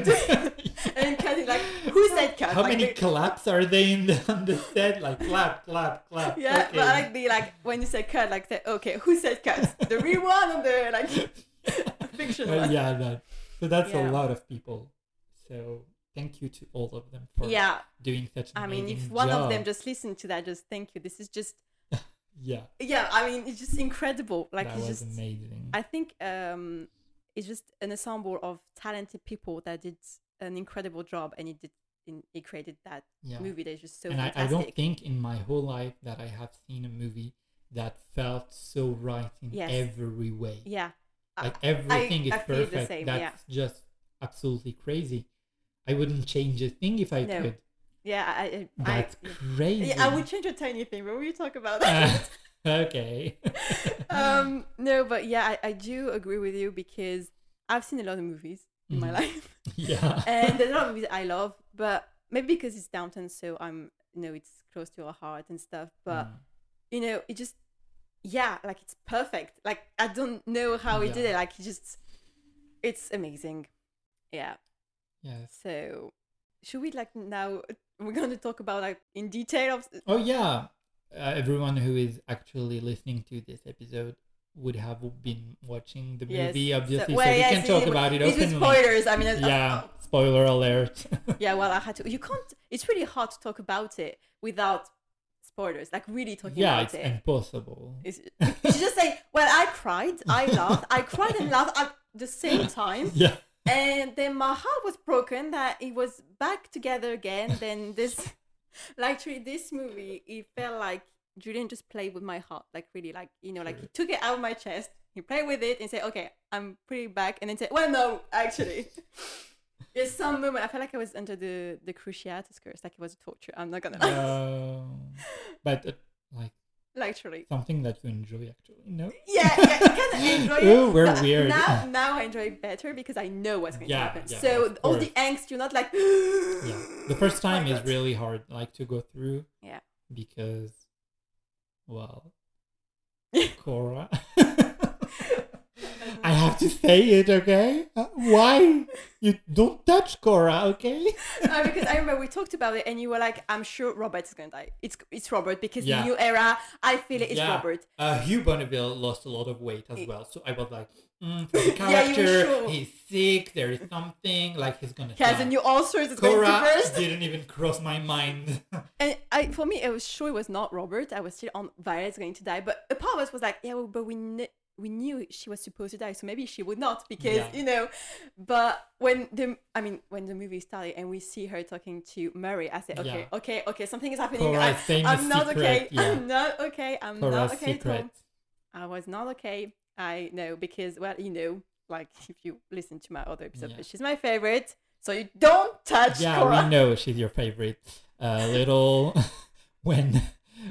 Speaker 3: Action.
Speaker 4: and Curtis like who said cut?
Speaker 3: How
Speaker 4: Like,
Speaker 3: many
Speaker 4: the-
Speaker 3: claps are they in the, on the set? Like clap, clap, clap.
Speaker 4: yeah,
Speaker 3: okay.
Speaker 4: but like be like when you say cut, like say okay, who said cut? The real one or the like fictional
Speaker 3: Well,
Speaker 4: one?
Speaker 3: Uh, yeah, that, so that's a
Speaker 4: Yeah.
Speaker 3: lot of people. So thank you to all of them for
Speaker 4: yeah
Speaker 3: doing such. An
Speaker 4: i mean if
Speaker 3: amazing
Speaker 4: one
Speaker 3: job.
Speaker 4: of them just listened to that just thank you this is just
Speaker 3: yeah,
Speaker 4: yeah i mean it's just incredible like
Speaker 3: that
Speaker 4: it's
Speaker 3: was
Speaker 4: just
Speaker 3: amazing.
Speaker 4: i think um it's just an ensemble of talented people that did an incredible job and it did in, it created that
Speaker 3: yeah.
Speaker 4: movie that is just so
Speaker 3: and I,
Speaker 4: fantastic
Speaker 3: I don't think in my whole life that I have seen a movie that felt so right in
Speaker 4: Yes.
Speaker 3: every way.
Speaker 4: yeah I-
Speaker 3: Like everything is
Speaker 4: I feel the
Speaker 3: perfect.
Speaker 4: same,
Speaker 3: That's
Speaker 4: yeah.
Speaker 3: just absolutely crazy. I wouldn't change a thing if I
Speaker 4: No.
Speaker 3: could.
Speaker 4: yeah i I- I,
Speaker 3: That's
Speaker 4: yeah.
Speaker 3: crazy.
Speaker 4: yeah, I would change a tiny thing, but we'll talk about
Speaker 3: Uh,
Speaker 4: that.
Speaker 3: okay.
Speaker 4: um, no, but yeah, I, I do agree with you because I've seen a lot of movies in my
Speaker 3: Mhm.
Speaker 4: life.
Speaker 3: yeah.
Speaker 4: and there's a lot of movies I love, but maybe because it's downtown, so I'm you know it's close to our heart and stuff. But
Speaker 3: Mm.
Speaker 4: you know, it just yeah, like it's perfect. Like I don't know how he did
Speaker 3: Yeah.
Speaker 4: it. Like he just, it's amazing. Yeah.
Speaker 3: yes.
Speaker 4: So should we like now? We're going to talk about like in detail of
Speaker 3: Oh yeah. Uh, everyone who is actually listening to this episode would have been watching the
Speaker 4: yes.
Speaker 3: movie, obviously, so,
Speaker 4: well,
Speaker 3: we
Speaker 4: yes,
Speaker 3: can talk about it
Speaker 4: It's with
Speaker 3: openly.
Speaker 4: spoilers. I mean, uh,
Speaker 3: Yeah. Spoiler alert.
Speaker 4: yeah. Well, I had to. You can't. It's really hard to talk about it without spoilers. Like really talking
Speaker 3: yeah,
Speaker 4: about
Speaker 3: it's
Speaker 4: it.
Speaker 3: impossible.
Speaker 4: It's, it's just like, well, I cried, I laughed, I cried and laughed at the same time,
Speaker 3: yeah.
Speaker 4: and then my heart was broken that it was back together again. Then this, like, actually, this movie, it felt like Julian just played with my heart, like really, like you know, like he took it out of my chest, he played with it, and said, "Okay, I'm pretty back," and then said, "Well, no, actually." There's some moment I felt like I was under the the cruciatus curse, like it was torture. I'm not gonna lie,
Speaker 3: Um, but uh, like
Speaker 4: literally.
Speaker 3: something that you enjoy actually. No.
Speaker 4: yeah, yeah, you kind of enjoy it.
Speaker 3: Ooh, we're
Speaker 4: but
Speaker 3: weird.
Speaker 4: Now, now I enjoy it better because I know what's going
Speaker 3: Yeah,
Speaker 4: to happen.
Speaker 3: yeah,
Speaker 4: so
Speaker 3: of
Speaker 4: all the
Speaker 3: course.
Speaker 4: angst, you're not like.
Speaker 3: Yeah.
Speaker 4: yeah,
Speaker 3: The first time is really hard like to go through.
Speaker 4: Yeah.
Speaker 3: Because well
Speaker 4: I
Speaker 3: Cora. I have to say it, okay? Uh, Why? You don't touch Cora, okay?
Speaker 4: Uh, because I remember we talked about it, and you were like, "I'm sure Robert is gonna die. It's it's Robert because
Speaker 3: Yeah.
Speaker 4: the new era. I feel it. It's
Speaker 3: Yeah.
Speaker 4: Robert.
Speaker 3: Uh, Hugh Bonneville lost a lot of weight as well, so I was like, mm, for the
Speaker 4: Yeah, you were
Speaker 3: character,
Speaker 4: sure.
Speaker 3: he's sick, there is something, like he's gonna
Speaker 4: He has
Speaker 3: die.
Speaker 4: a new ulcers. It's going to
Speaker 3: Cora
Speaker 4: burst.
Speaker 3: didn't even cross my mind.
Speaker 4: And I, for me, I was sure it was not Robert. I was still on Violet's going to die, but a part of us was like, yeah, well, but we kn- we knew she was supposed to die, so maybe she would not because
Speaker 3: Yeah.
Speaker 4: you know. But when the, I mean, when the movie started and we see her talking to Murray, I said, okay,
Speaker 3: Yeah.
Speaker 4: okay, okay, something is happening.
Speaker 3: Cora's
Speaker 4: I,
Speaker 3: famous
Speaker 4: I'm not
Speaker 3: secret.
Speaker 4: okay.
Speaker 3: Yeah.
Speaker 4: I'm not okay. I'm
Speaker 3: Cora's
Speaker 4: not okay. at all."
Speaker 3: secret.
Speaker 4: I was not okay. I know because well, you know, like if you listen to my other episode,
Speaker 3: Yeah.
Speaker 4: but she's my favorite. So you don't touch
Speaker 3: yeah,
Speaker 4: Cora.
Speaker 3: we know she's your favorite. Uh, little when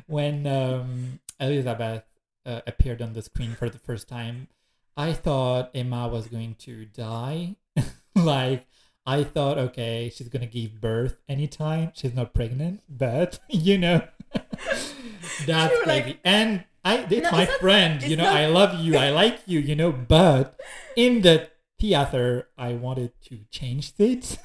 Speaker 3: when um, Elizabeth uh, appeared on the screen for the first time, I thought Emma was going to die. like I thought, okay, she's gonna give birth anytime. She's not pregnant, but you know, that's
Speaker 4: You were like-
Speaker 3: crazy. and I, it's
Speaker 4: No,
Speaker 3: my
Speaker 4: it's not-
Speaker 3: friend.
Speaker 4: it's
Speaker 3: You know,
Speaker 4: not-
Speaker 3: I love you. I like you. You know, but in the theater, I wanted to change seats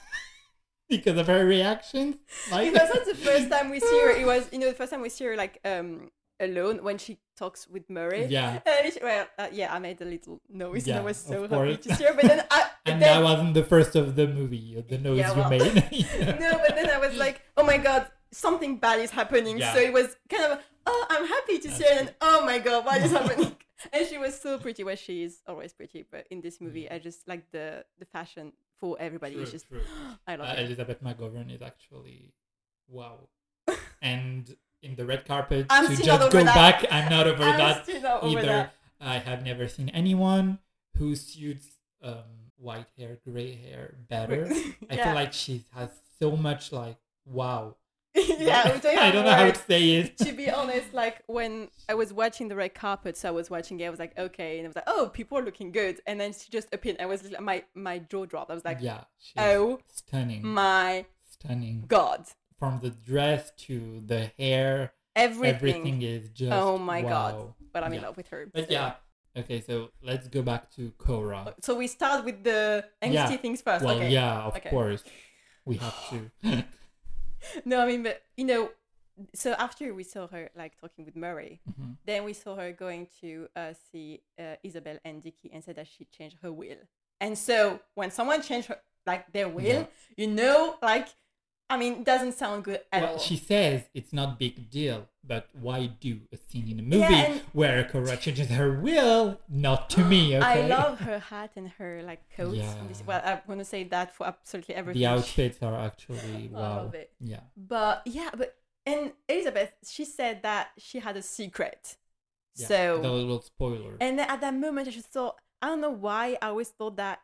Speaker 3: because of her reaction. Like,
Speaker 4: it was not the first time we see her. It was you know the first time we see her like um alone when she talks with Murray.
Speaker 3: Yeah.
Speaker 4: And she- well, uh, yeah, I made a little noise and
Speaker 3: Yeah,
Speaker 4: I was so
Speaker 3: of
Speaker 4: happy
Speaker 3: course.
Speaker 4: to see her. But then I
Speaker 3: and that
Speaker 4: then,
Speaker 3: wasn't the first of the movie. The noise
Speaker 4: Yeah, well-
Speaker 3: you made. Yeah.
Speaker 4: no, but then I was like, oh my god, something bad is happening.
Speaker 3: Yeah.
Speaker 4: So it was kind of oh, I'm happy to see her, and oh my god, what is happening? And she was so pretty. Well, she is always pretty, but in this movie, I just like the the fashion for everybody.
Speaker 3: Mm. True,
Speaker 4: is just
Speaker 3: true.
Speaker 4: I love
Speaker 3: Uh,
Speaker 4: it.
Speaker 3: Elizabeth McGovern is actually wow, and in the red carpet
Speaker 4: I'm
Speaker 3: to
Speaker 4: still
Speaker 3: just
Speaker 4: not
Speaker 3: go
Speaker 4: over that.
Speaker 3: back. I'm not over
Speaker 4: I'm
Speaker 3: that
Speaker 4: still not over
Speaker 3: either.
Speaker 4: that.
Speaker 3: I have never seen anyone who suits um, white hair, gray hair better. I
Speaker 4: Yeah.
Speaker 3: feel like she has so much like wow.
Speaker 4: yeah, we don't
Speaker 3: I
Speaker 4: have
Speaker 3: don't know how
Speaker 4: words.
Speaker 3: to say it.
Speaker 4: to be honest, like when I was watching the red carpet, so I was watching it, I was like, okay, and I was like, oh, people are looking good, and then she just appeared. I was my my jaw dropped. I was like,
Speaker 3: yeah, she's
Speaker 4: oh
Speaker 3: stunning,
Speaker 4: my
Speaker 3: stunning.
Speaker 4: god,
Speaker 3: From the dress to the hair,
Speaker 4: everything.
Speaker 3: everything is just
Speaker 4: oh my god,
Speaker 3: wow.
Speaker 4: but I'm in
Speaker 3: Yeah.
Speaker 4: love with her.
Speaker 3: But
Speaker 4: so-
Speaker 3: yeah, okay, so let's go back to Cora.
Speaker 4: So we start with the angsty
Speaker 3: Yeah.
Speaker 4: things first.
Speaker 3: Well,
Speaker 4: okay.
Speaker 3: yeah, of
Speaker 4: okay.
Speaker 3: course, we have to.
Speaker 4: No, I mean, but you know, so after we saw her like talking with Murray,
Speaker 3: Mhm.
Speaker 4: then we saw her going to uh, see uh, Isabel and Dicky and said that she changed her will. And so when someone changed her like their will,
Speaker 3: Yeah.
Speaker 4: you know, like I mean, it doesn't sound good at
Speaker 3: Well,
Speaker 4: all.
Speaker 3: she says it's not big deal, but why do a scene in a movie
Speaker 4: Yeah, and-
Speaker 3: where Cora changes her will? Not to me, okay?
Speaker 4: I love her hat and her like coats. and this-
Speaker 3: Yeah.
Speaker 4: well, I'm gonna say that for absolutely everything.
Speaker 3: the
Speaker 4: she-
Speaker 3: outfits are actually
Speaker 4: I
Speaker 3: wow.
Speaker 4: love it.
Speaker 3: Yeah,
Speaker 4: But yeah, but and Elizabeth, she said that she had a secret.
Speaker 3: yeah.
Speaker 4: So
Speaker 3: the little spoiler.
Speaker 4: And then at that moment, I just thought, I don't know why I always thought that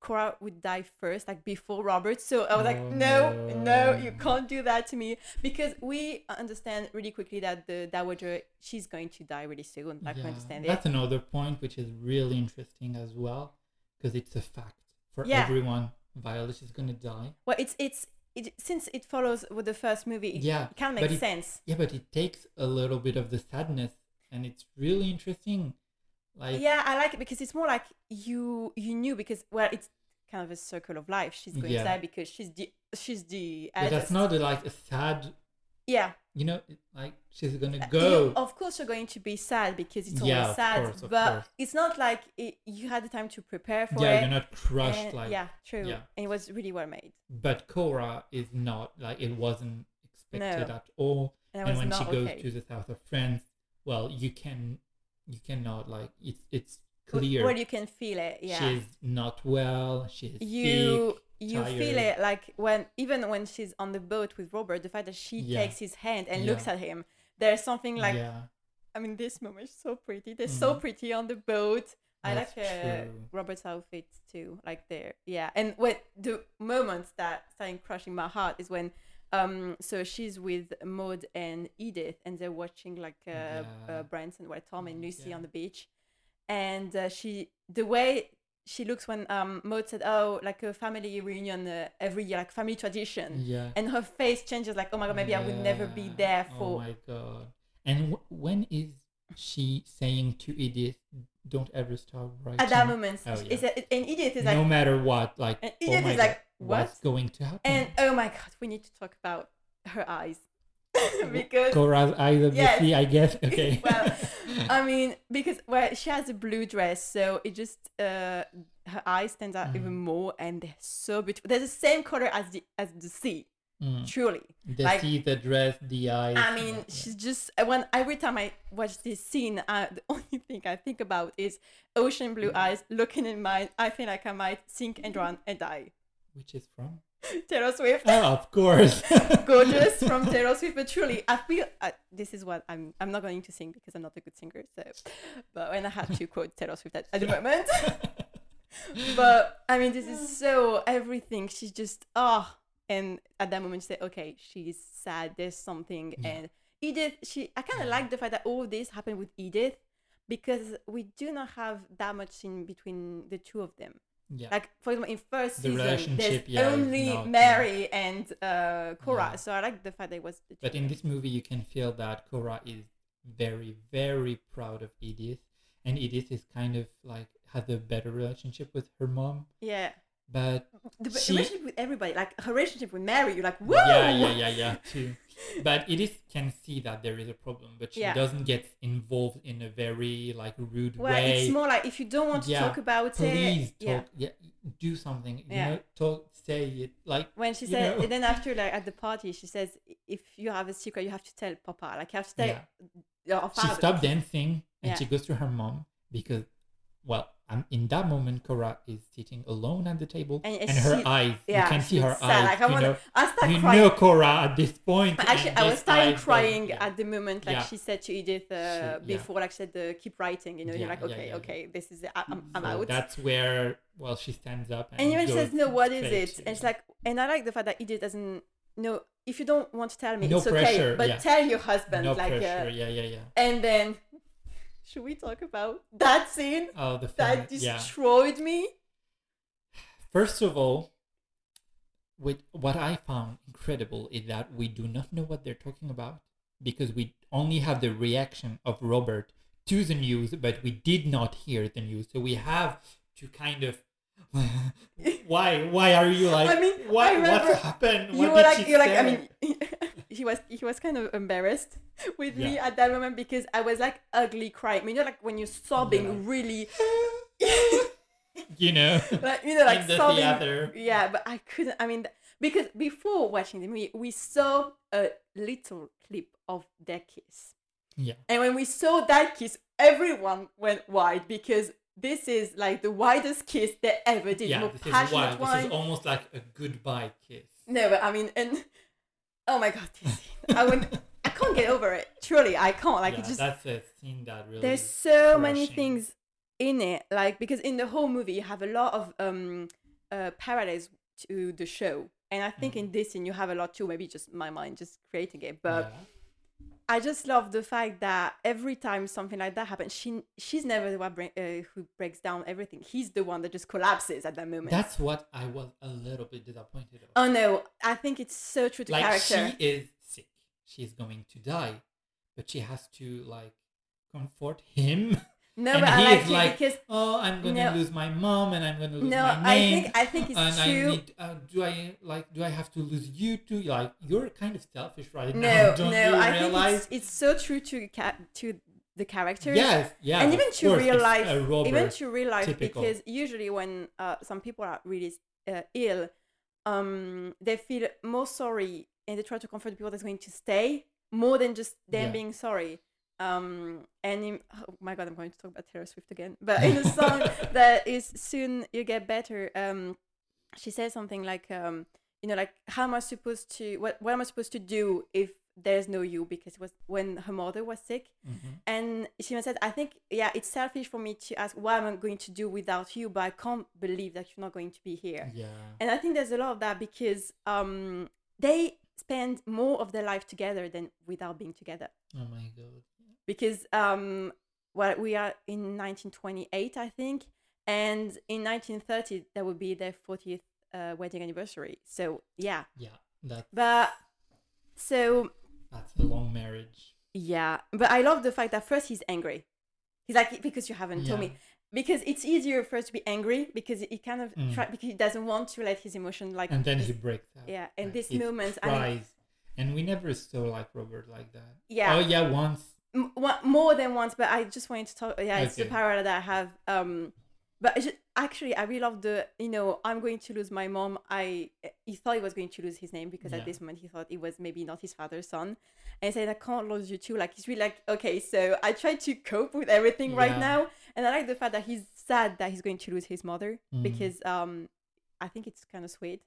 Speaker 4: Cora would die first, like before Robert. So I was like,
Speaker 3: Oh,
Speaker 4: no, no, you
Speaker 3: no.
Speaker 4: can't do that to me. Because we understand really quickly that the Dowager, she's going to die really soon. Like, we
Speaker 3: Yeah,
Speaker 4: understand it.
Speaker 3: That's another point which is really interesting as well because it's a fact for
Speaker 4: Yeah.
Speaker 3: everyone. Violet is gonna die.
Speaker 4: Well, it's, it's, it, since it follows with the first movie, it,
Speaker 3: Yeah,
Speaker 4: it kind of
Speaker 3: but
Speaker 4: makes
Speaker 3: it-
Speaker 4: sense.
Speaker 3: Yeah, but it takes a little bit of the sadness, and it's really interesting. Like
Speaker 4: yeah, I like it because it's more like you, you knew because, well, it's kind of a circle of life. She's going
Speaker 3: Yeah.
Speaker 4: to die because she's the, she's the
Speaker 3: but that's
Speaker 4: eldest.
Speaker 3: not a, like a sad.
Speaker 4: yeah.
Speaker 3: You know, it- like she's gonna
Speaker 4: Uh, you-
Speaker 3: go.
Speaker 4: of course, you're going to be sad because it's
Speaker 3: Yeah,
Speaker 4: always
Speaker 3: of
Speaker 4: sad,
Speaker 3: course, of
Speaker 4: but
Speaker 3: course.
Speaker 4: it's not like it, you had the time to prepare for
Speaker 3: yeah,
Speaker 4: it.
Speaker 3: you're not crushed.
Speaker 4: and-
Speaker 3: like
Speaker 4: yeah, true.
Speaker 3: yeah.
Speaker 4: And it was really well made.
Speaker 3: but Cora is not like it wasn't expected
Speaker 4: No.
Speaker 3: at all.
Speaker 4: And I
Speaker 3: and
Speaker 4: was
Speaker 3: when she
Speaker 4: not
Speaker 3: goes
Speaker 4: okay.
Speaker 3: to the south of France, well, you can, you cannot like it's it's
Speaker 4: W-
Speaker 3: clear
Speaker 4: Well, you can feel it. Yeah.
Speaker 3: she's not well. She's
Speaker 4: you
Speaker 3: sick.
Speaker 4: you feel
Speaker 3: tired.
Speaker 4: it like when even when she's on the boat with Robert, the fact that she
Speaker 3: Yeah.
Speaker 4: takes his hand and
Speaker 3: Yeah.
Speaker 4: looks at him, there's something like
Speaker 3: yeah,
Speaker 4: I mean, this moment is so pretty. They're so pretty on the boat. I
Speaker 3: Mm-hmm. That's
Speaker 4: like uh,
Speaker 3: true.
Speaker 4: Robert's outfit too. Like there, yeah. And when the moment that started crushing my heart is when, um, so she's with Maud and Edith, and they're watching like uh,
Speaker 3: Yeah. Mm,
Speaker 4: uh Branson, where Tom and Lucy
Speaker 3: Yeah.
Speaker 4: on the beach, and uh, she the way she looks when um Maud said, "Oh, like a family reunion uh, every year, like family tradition,"
Speaker 3: yeah.
Speaker 4: and her face changes, like, "Oh my god, maybe I would never be
Speaker 3: Yeah.
Speaker 4: there
Speaker 3: Oh
Speaker 4: for."
Speaker 3: my god! And w- when is she saying to Edith, don't ever stop writing.
Speaker 4: at that moment.
Speaker 3: Oh, yeah.
Speaker 4: it's a, an idiot is like,
Speaker 3: no matter what, like
Speaker 4: an
Speaker 3: oh
Speaker 4: idiot
Speaker 3: my
Speaker 4: is
Speaker 3: God,
Speaker 4: like, what?
Speaker 3: what's going to happen?
Speaker 4: And oh my god, we need to talk about her eyes because
Speaker 3: Cora's eyes obviously, I guess. Okay.
Speaker 4: well, I mean, because well, she has a blue dress, so it just uh, her eyes stand out even
Speaker 3: Mm.
Speaker 4: more, and they're so beautiful. They're the same color as the as the sea,
Speaker 3: Mm.
Speaker 4: truly.
Speaker 3: The
Speaker 4: like-
Speaker 3: see the dress, the eyes.
Speaker 4: I mean,
Speaker 3: yeah,
Speaker 4: she's just uh, when every time I watch this scene, uh, the only thing I think about is ocean
Speaker 3: Mm.
Speaker 4: blue eyes looking in mine. I feel like I might sink and drown and die.
Speaker 3: yeah. which is from?
Speaker 4: Taylor Swift.
Speaker 3: Oh, of course.
Speaker 4: gorgeous from Taylor Swift, but truly, I feel I, this is what I'm. I'm not going to sing because I'm not a good singer. So, but when I had to quote Taylor Swift at, at the moment, but I mean, this is so everything. She's just ah, and at that moment, you say, okay, she's sad. There's something,
Speaker 3: Yeah.
Speaker 4: and Edith. She, I kind of like the fact that all this happened with Edith because we do not have that much scene between the two of them.
Speaker 3: Yeah.
Speaker 4: Like for example, in first
Speaker 3: The
Speaker 4: season, there's
Speaker 3: relationship, yeah, is
Speaker 4: only
Speaker 3: not-
Speaker 4: Mary and uh, Cora.
Speaker 3: Yeah.
Speaker 4: So I like the fact that it was. the
Speaker 3: But
Speaker 4: two.
Speaker 3: in this movie, you can feel that Cora is very, very proud of Edith, and Edith is kind of like has a better relationship with her mom.
Speaker 4: yeah,
Speaker 3: But
Speaker 4: the the
Speaker 3: She-
Speaker 4: relationship with everybody, like her relationship with Mary, you're like, woo!
Speaker 3: yeah, yeah, yeah, yeah, too. But Edith can see that there is a problem, but she
Speaker 4: Yeah.
Speaker 3: doesn't get involved in a very like rude
Speaker 4: Well,
Speaker 3: way.
Speaker 4: it's more like if you don't want to
Speaker 3: Yeah,
Speaker 4: talk about
Speaker 3: Please
Speaker 4: it, yeah.
Speaker 3: talk. Yeah. do something. You
Speaker 4: Yeah.
Speaker 3: know, talk. Say it. Like
Speaker 4: When she
Speaker 3: you
Speaker 4: said,
Speaker 3: know.
Speaker 4: and then after, like at the party, she says, if you have a secret, you have to tell Papa. Like you have to tell
Speaker 3: Yeah.
Speaker 4: your
Speaker 3: she
Speaker 4: father.
Speaker 3: stopped dancing and
Speaker 4: Yeah.
Speaker 3: she goes to her mom because, well, um, in that moment, Cora is sitting alone at the table
Speaker 4: And-
Speaker 3: and,
Speaker 4: and
Speaker 3: her
Speaker 4: she-
Speaker 3: eyes.
Speaker 4: Yeah,
Speaker 3: you can see
Speaker 4: she's
Speaker 3: her
Speaker 4: sad.
Speaker 3: eyes.
Speaker 4: Like I
Speaker 3: you
Speaker 4: was,
Speaker 3: know,
Speaker 4: I start
Speaker 3: you
Speaker 4: crying.
Speaker 3: know Cora at this point.
Speaker 4: But actually,
Speaker 3: and
Speaker 4: I was
Speaker 3: this
Speaker 4: starting
Speaker 3: eyes, so,
Speaker 4: crying
Speaker 3: yeah.
Speaker 4: at the moment, like
Speaker 3: Yeah.
Speaker 4: she said to Edith uh,
Speaker 3: She- yeah.
Speaker 4: before, like she said, uh, keep writing. You know, you're
Speaker 3: Yeah,
Speaker 4: like,
Speaker 3: yeah,
Speaker 4: okay,
Speaker 3: yeah, yeah.
Speaker 4: okay, this is, it. I, am I'm
Speaker 3: So
Speaker 4: out.
Speaker 3: That's where well she stands up and,
Speaker 4: and even she
Speaker 3: goes
Speaker 4: says, no, what is
Speaker 3: straight
Speaker 4: it?
Speaker 3: to-
Speaker 4: And it's like, and I like the fact that Edith doesn't know. If you don't want to tell me,
Speaker 3: No
Speaker 4: it's okay,
Speaker 3: pressure,
Speaker 4: but
Speaker 3: yeah.
Speaker 4: tell your husband.
Speaker 3: no
Speaker 4: like,
Speaker 3: pressure.
Speaker 4: uh,
Speaker 3: yeah, yeah, yeah.
Speaker 4: and then, should we talk about that scene
Speaker 3: Oh, the film.
Speaker 4: that
Speaker 3: Yeah.
Speaker 4: destroyed me?
Speaker 3: First of all, with what I found incredible is that we do not know what they're talking about because we only have the reaction of Robert to the news, but we did not hear the news. So we have to kind of. why? Why are you like?
Speaker 4: I mean,
Speaker 3: why?
Speaker 4: I remember
Speaker 3: what happened?
Speaker 4: you
Speaker 3: What
Speaker 4: were
Speaker 3: did
Speaker 4: like,
Speaker 3: she
Speaker 4: you're like,
Speaker 3: say?
Speaker 4: I mean, he was, he was kind of embarrassed with me
Speaker 3: Yeah.
Speaker 4: at that moment because I was like ugly crying. I mean, you know, like when you're sobbing really,
Speaker 3: you know,
Speaker 4: like you know, like
Speaker 3: in the
Speaker 4: sobbing.
Speaker 3: theater.
Speaker 4: Yeah, but I couldn't. I mean, th- because before watching the movie, we saw a little clip of their kiss,
Speaker 3: Yeah.
Speaker 4: and when we saw that kiss, everyone went wide because this is like the widest kiss they ever did.
Speaker 3: yeah,
Speaker 4: more
Speaker 3: this is
Speaker 4: passionate
Speaker 3: wild. This
Speaker 4: one.
Speaker 3: is almost like a goodbye kiss.
Speaker 4: No, but I mean, and oh my god, this scene. I would I can't get over it. Truly, I can't. Like,
Speaker 3: yeah,
Speaker 4: it just
Speaker 3: that's a scene that really.
Speaker 4: there's so many
Speaker 3: crushing.
Speaker 4: things in it. Like, because in the whole movie, you have a lot of um uh, parallels to the show, and I think
Speaker 3: Mm-hmm.
Speaker 4: in this scene you have a lot too. Maybe just my mind just creating it, but
Speaker 3: Yeah.
Speaker 4: I just love the fact that every time something like that happens, she she's never the one bring, uh, who breaks down everything. He's the one that just collapses at that moment.
Speaker 3: That's what I was a little bit disappointed of.
Speaker 4: oh no, I think it's so true to
Speaker 3: like
Speaker 4: character.
Speaker 3: she is sick. She's going to die, but she has to like comfort him.
Speaker 4: No,
Speaker 3: and
Speaker 4: but I
Speaker 3: he
Speaker 4: like
Speaker 3: is
Speaker 4: it
Speaker 3: like,
Speaker 4: because
Speaker 3: "Oh, I'm gonna
Speaker 4: No.
Speaker 3: lose my mom, and I'm gonna lose
Speaker 4: No,
Speaker 3: my
Speaker 4: I
Speaker 3: name."
Speaker 4: think- I think it's
Speaker 3: and
Speaker 4: too-
Speaker 3: I need, uh, do I like? Do I have to lose you too? Like you're kind of selfish right
Speaker 4: no,
Speaker 3: now.
Speaker 4: no,
Speaker 3: "Oh, Don't you
Speaker 4: I
Speaker 3: realize?
Speaker 4: think it's, it's so true to ca- to the character.
Speaker 3: yes, yeah.
Speaker 4: and even
Speaker 3: of
Speaker 4: to
Speaker 3: course, it's
Speaker 4: real life,
Speaker 3: a Robert.
Speaker 4: even to real life,
Speaker 3: typical.
Speaker 4: because usually when uh, some people are really uh, ill, um, they feel more sorry and they try to comfort the people that's going to stay more than just them
Speaker 3: Yeah.
Speaker 4: being sorry. Um, and in, oh my god, I'm going to talk about Taylor Swift again, but in a song that is soon you get better. Um, she says something like, um, you know, like how am I supposed to what what am I supposed to do if there's no you? Because it was when her mother was sick,
Speaker 3: Mhm.
Speaker 4: and she even said, I think, yeah, it's selfish for me to ask what am I going to do without you, but I can't believe that you're not going to be here.
Speaker 3: Yeah.
Speaker 4: And I think there's a lot of that because um, they spend more of their life together than without being together.
Speaker 3: Oh my god.
Speaker 4: Because, um, well, we are in 1928, I think, and in 1930, that would be their 40th uh, wedding anniversary. So, yeah.
Speaker 3: Yeah. That
Speaker 4: But so
Speaker 3: that's a long marriage.
Speaker 4: Yeah, but I love the fact that first he's angry. He's like, because you haven't told
Speaker 3: Yeah.
Speaker 4: me. Because it's easier for us to be angry because he kind of
Speaker 3: Mm.
Speaker 4: try because he doesn't want to let his emotion like
Speaker 3: and then
Speaker 4: this-
Speaker 3: he breaks out.
Speaker 4: yeah. And
Speaker 3: Like,
Speaker 4: this
Speaker 3: he
Speaker 4: moment, I mean,
Speaker 3: cries. and we never saw like Robert like that.
Speaker 4: Yeah.
Speaker 3: Oh yeah, once.
Speaker 4: m- one- more than once, but I just wanted to talk. Yeah, it's the
Speaker 3: Okay.
Speaker 4: parallel that I have. Um, but it's ju- actually, I really love the you know I'm going to lose my mom. I he thought he was going to lose his name because
Speaker 3: Yeah.
Speaker 4: at this moment he thought it was maybe not his father's son, and he said I can't lose you too. Like he's really like okay, so I try to cope with everything right
Speaker 3: Yeah.
Speaker 4: now, and I like the fact that he's sad that he's going to lose his mother
Speaker 3: Mm.
Speaker 4: because um I think it's kind of sweet.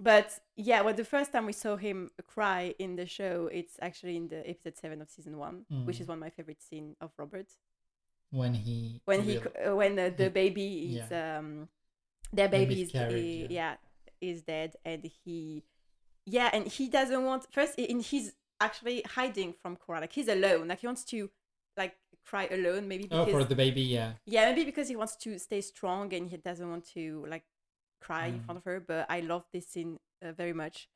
Speaker 4: But yeah, well, the first time we saw him cry in the show, it's actually in the episode seven of season one, which
Speaker 3: Mm.
Speaker 4: is one of my favorite scene of Robert
Speaker 3: when he
Speaker 4: when he
Speaker 3: will-
Speaker 4: c- uh, when uh, the
Speaker 3: Oh, He-
Speaker 4: baby is um their baby is
Speaker 3: miscarriage,
Speaker 4: i-
Speaker 3: yeah.
Speaker 4: uh, yeah. is dead and he yeah and he doesn't want first i- and he's actually hiding from Cora like he's alone like he wants to like cry alone maybe
Speaker 3: oh
Speaker 4: because
Speaker 3: for the baby yeah
Speaker 4: yeah, maybe because he wants to stay strong and he doesn't want to like cry in
Speaker 3: Mm.
Speaker 4: front of her. But I love this scene uh, very much.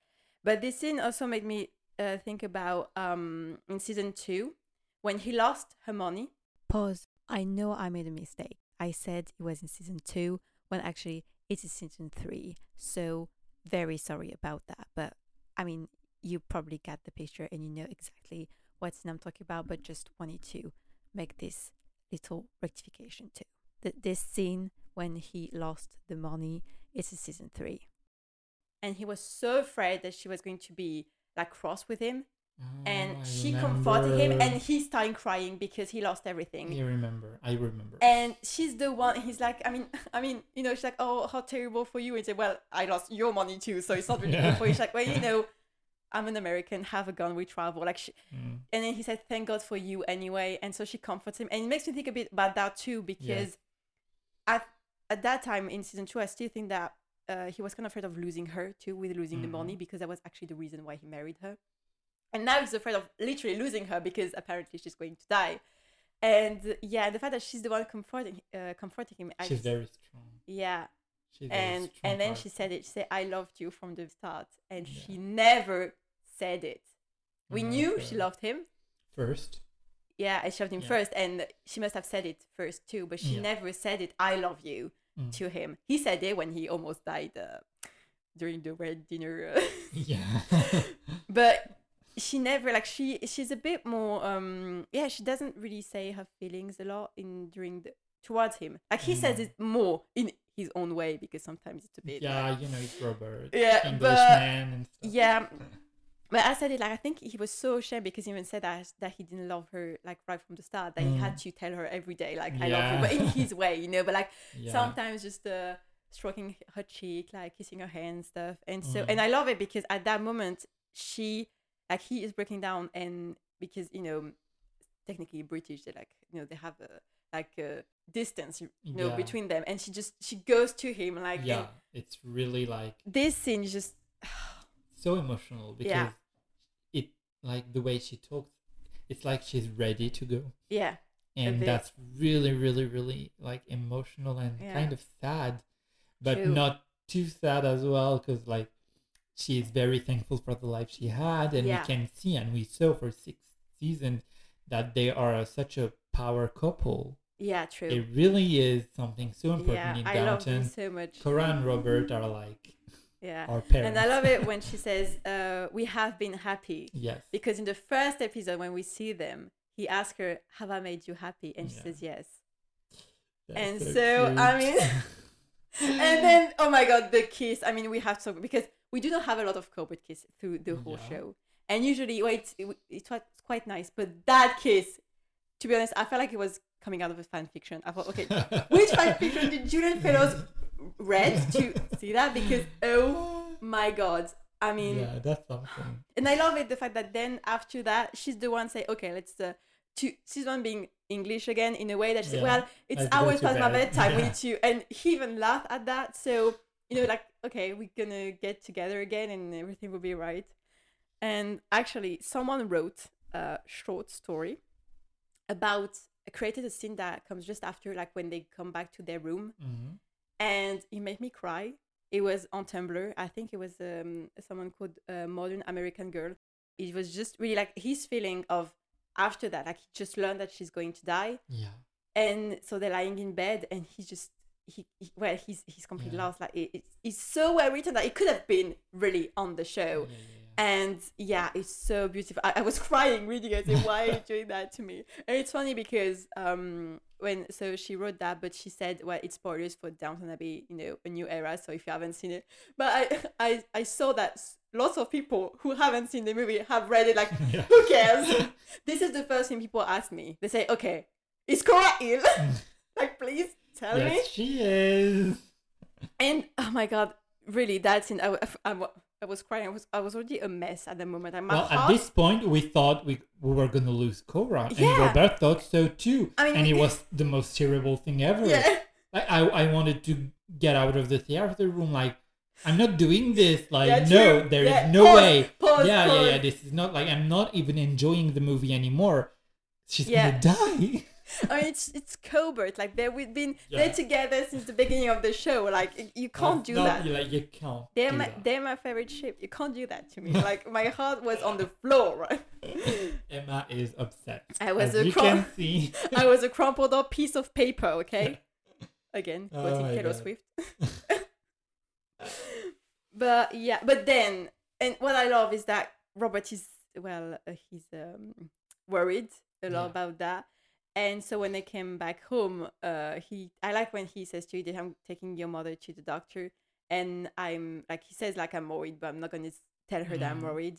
Speaker 4: But this scene also made me uh, think about um, in season two when he lost her money.
Speaker 2: Pause. I know I made a mistake. I said it was in season two when actually it is season three. So very sorry about that. But I mean, you probably got the picture and you know exactly what scene I'm talking about. But just wanted to make this little rectification too. That this scene when he lost the money is in season three.
Speaker 4: And he was so afraid that she was going to be like cross with him. And
Speaker 3: Oh, I
Speaker 4: she comforted him
Speaker 3: remember.
Speaker 4: and he's starting crying because he lost everything.
Speaker 3: you remember I remember
Speaker 4: And she's the one. He's like, I mean, I mean, you know, she's like, oh, how terrible for you. And say, well, I lost your money too, so it's not really
Speaker 3: Yeah.
Speaker 4: good for you. She's like, well, you know, I'm an American. Have a gun. We travel. Like, she,
Speaker 3: Mm.
Speaker 4: and then he said, thank God for you anyway. And so she comforts him, and it makes me think a bit about that too, because at at that time in season two, I still think that uh, he was kind of afraid of losing her too, with losing the
Speaker 3: Mm-hmm.
Speaker 4: money, because that was actually the reason why he married her. And now he's afraid of literally losing her because apparently she's going to die. And yeah, the fact that she's the one comforting uh, comforting him. I
Speaker 3: she's
Speaker 4: just-
Speaker 3: very strong
Speaker 4: yeah,
Speaker 3: she's very
Speaker 4: and
Speaker 3: strong
Speaker 4: and then
Speaker 3: heart.
Speaker 4: she said it. She said, "I loved you from the start," and
Speaker 3: Yeah.
Speaker 4: she never said it. We
Speaker 3: No,
Speaker 4: knew
Speaker 3: Mm, okay.
Speaker 4: she loved him.
Speaker 3: first
Speaker 4: Yeah, I shoved him
Speaker 3: Yeah.
Speaker 4: first, and she must have said it first too. But she
Speaker 3: Yeah.
Speaker 4: never said it. I love you
Speaker 3: Mm.
Speaker 4: to him. He said it when he almost died uh, during the red dinner. uh,
Speaker 3: yeah
Speaker 4: but she never like she she's a bit more um yeah she doesn't really say her feelings a lot in during the towards him like he says
Speaker 3: No.
Speaker 4: it more in his own way because sometimes it's a bit like-
Speaker 3: Mm. yeah you know it's Robert
Speaker 4: Yeah,
Speaker 3: Englishman
Speaker 4: Uh, but-
Speaker 3: and stuff.
Speaker 4: yeah but i said it like i think he was so ashamed because he even said that that he didn't love her like right from the start that he had to tell her every day like i
Speaker 3: Mm.
Speaker 4: love
Speaker 3: Yeah.
Speaker 4: you but in his way you know but like
Speaker 3: yeah
Speaker 4: sometimes just uh, stroking her cheek, like kissing her hand and stuff. And
Speaker 3: Mm.
Speaker 4: so, and I love it because at that moment, she, like, he is breaking down, and because you know, technically British, they like, you know, they have a like a distance, you know,
Speaker 3: Yeah.
Speaker 4: between them, and she just she goes to him like, and
Speaker 3: yeah it's really like
Speaker 4: this scene is just,
Speaker 3: so emotional because
Speaker 4: Yeah.
Speaker 3: it like the way she talks it's like she's ready to go
Speaker 4: yeah,
Speaker 3: and
Speaker 4: bit.
Speaker 3: that's really really really like emotional and
Speaker 4: Yeah.
Speaker 3: kind of sad but
Speaker 4: True.
Speaker 3: not too sad as well because like she is very thankful for the life she had and
Speaker 4: Yeah.
Speaker 3: we can see and we saw for six seasons that they are such a power couple
Speaker 4: yeah, true,
Speaker 3: it really is something so important
Speaker 4: yeah.
Speaker 3: in
Speaker 4: I love
Speaker 3: Downton
Speaker 4: them so much,
Speaker 3: Cora and Robert are like
Speaker 4: yeah.
Speaker 3: our parents
Speaker 4: And I love it when she says, uh, "We have been happy."
Speaker 3: yes
Speaker 4: Because in the first episode, when we see them, he asks her, Have I made you happy? And she
Speaker 3: Yeah.
Speaker 4: says, Yes.
Speaker 3: That's
Speaker 4: and so, I
Speaker 3: cute.
Speaker 4: mean, and then, oh my God, the kiss. I mean, we have to, because we do not have a lot of corporate kiss through the whole
Speaker 3: Yeah.
Speaker 4: show. And usually, well, it's, it, it's quite- it's quite nice, but that kiss, to be honest, I felt like it was coming out of a fan fiction. I thought, okay, which fan fiction did Julian Fellows read to see that? Because, oh my God. I mean,
Speaker 3: yeah that's something
Speaker 4: and I love it the fact that then after that she's the one say okay let's uh, to she's the one being English again in a way that she
Speaker 3: Yeah.
Speaker 4: said well it's
Speaker 3: Let's go
Speaker 4: hours
Speaker 3: to
Speaker 4: past my
Speaker 3: bed."
Speaker 4: bedtime we
Speaker 3: Yeah.
Speaker 4: need to and he even laughed at that so you know like okay we're gonna get together again and everything will be right and actually someone wrote a short story about created a scene that comes just after like when they come back to their room
Speaker 3: Mhm.
Speaker 4: and it made me cry. It was on Tumblr. I think it was um, someone called uh, Modern American Girl. It was just really like his feeling of after that, like he just learned that she's going to die,
Speaker 3: yeah
Speaker 4: and so they're lying in bed and he just he, he well he's he's completely lost like it, it's, it's so well written that it could have been really on the show
Speaker 3: yeah,
Speaker 4: and yeah it's so beautiful i, I was crying reading it and why are you doing that to me and it's funny because um when so she wrote that but she said well it's spoilers for downton abbey you know a new era so if you haven't seen it but i i, I saw that s- lots of people who haven't seen the movie have read it like
Speaker 3: Yeah.
Speaker 4: who cares this is the first thing people ask me they say okay is cora ill like please tell me
Speaker 3: Yes, she is.
Speaker 4: and oh my god, really, that's in. I, wa- I, wa- I was crying. I was I was already a mess at the moment. And my
Speaker 3: well, at
Speaker 4: heart.
Speaker 3: this point, we thought we, we were going to lose Cora, and
Speaker 4: Yeah.
Speaker 3: Robert thought so too.
Speaker 4: I mean,
Speaker 3: and it
Speaker 4: we-
Speaker 3: was the most terrible thing ever.
Speaker 4: yeah,
Speaker 3: Like, I, I wanted to get out of the theater room, like, I'm not doing this. Like,
Speaker 4: Yeah,
Speaker 3: no, there
Speaker 4: true.
Speaker 3: is
Speaker 4: Yeah,
Speaker 3: no
Speaker 4: pause,
Speaker 3: way.
Speaker 4: pause,
Speaker 3: yeah, yeah, yeah.
Speaker 4: pause.
Speaker 3: This is not like I'm not even enjoying the movie anymore. She's
Speaker 4: Yeah.
Speaker 3: gonna die.
Speaker 4: I mean, it's it's Cobert. Like they we've been
Speaker 3: Yeah.
Speaker 4: they're together since the beginning of the show. Like y- you can't do
Speaker 3: No,
Speaker 4: that.
Speaker 3: You, like, you can't.
Speaker 4: They're
Speaker 3: do
Speaker 4: my
Speaker 3: that.
Speaker 4: they're my favorite ship. You can't do that to me. Like my heart was on the floor. Right?
Speaker 3: Emma is upset.
Speaker 4: I was
Speaker 3: as
Speaker 4: a
Speaker 3: you
Speaker 4: crom-
Speaker 3: can see.
Speaker 4: I was a crumpled up piece of paper. Okay, again,
Speaker 3: Oh
Speaker 4: quoting
Speaker 3: my
Speaker 4: Taylor
Speaker 3: God.
Speaker 4: Swift. but yeah, but then, and what I love is that Robert is well, uh, he's um, worried a lot
Speaker 3: Yeah.
Speaker 4: about that. And so when they came back home, uh, he I like when he says to you that I'm taking your mother to the doctor, and I'm like he says like I'm worried, but I'm not gonna s- tell her that I'm
Speaker 3: Mhm.
Speaker 4: worried.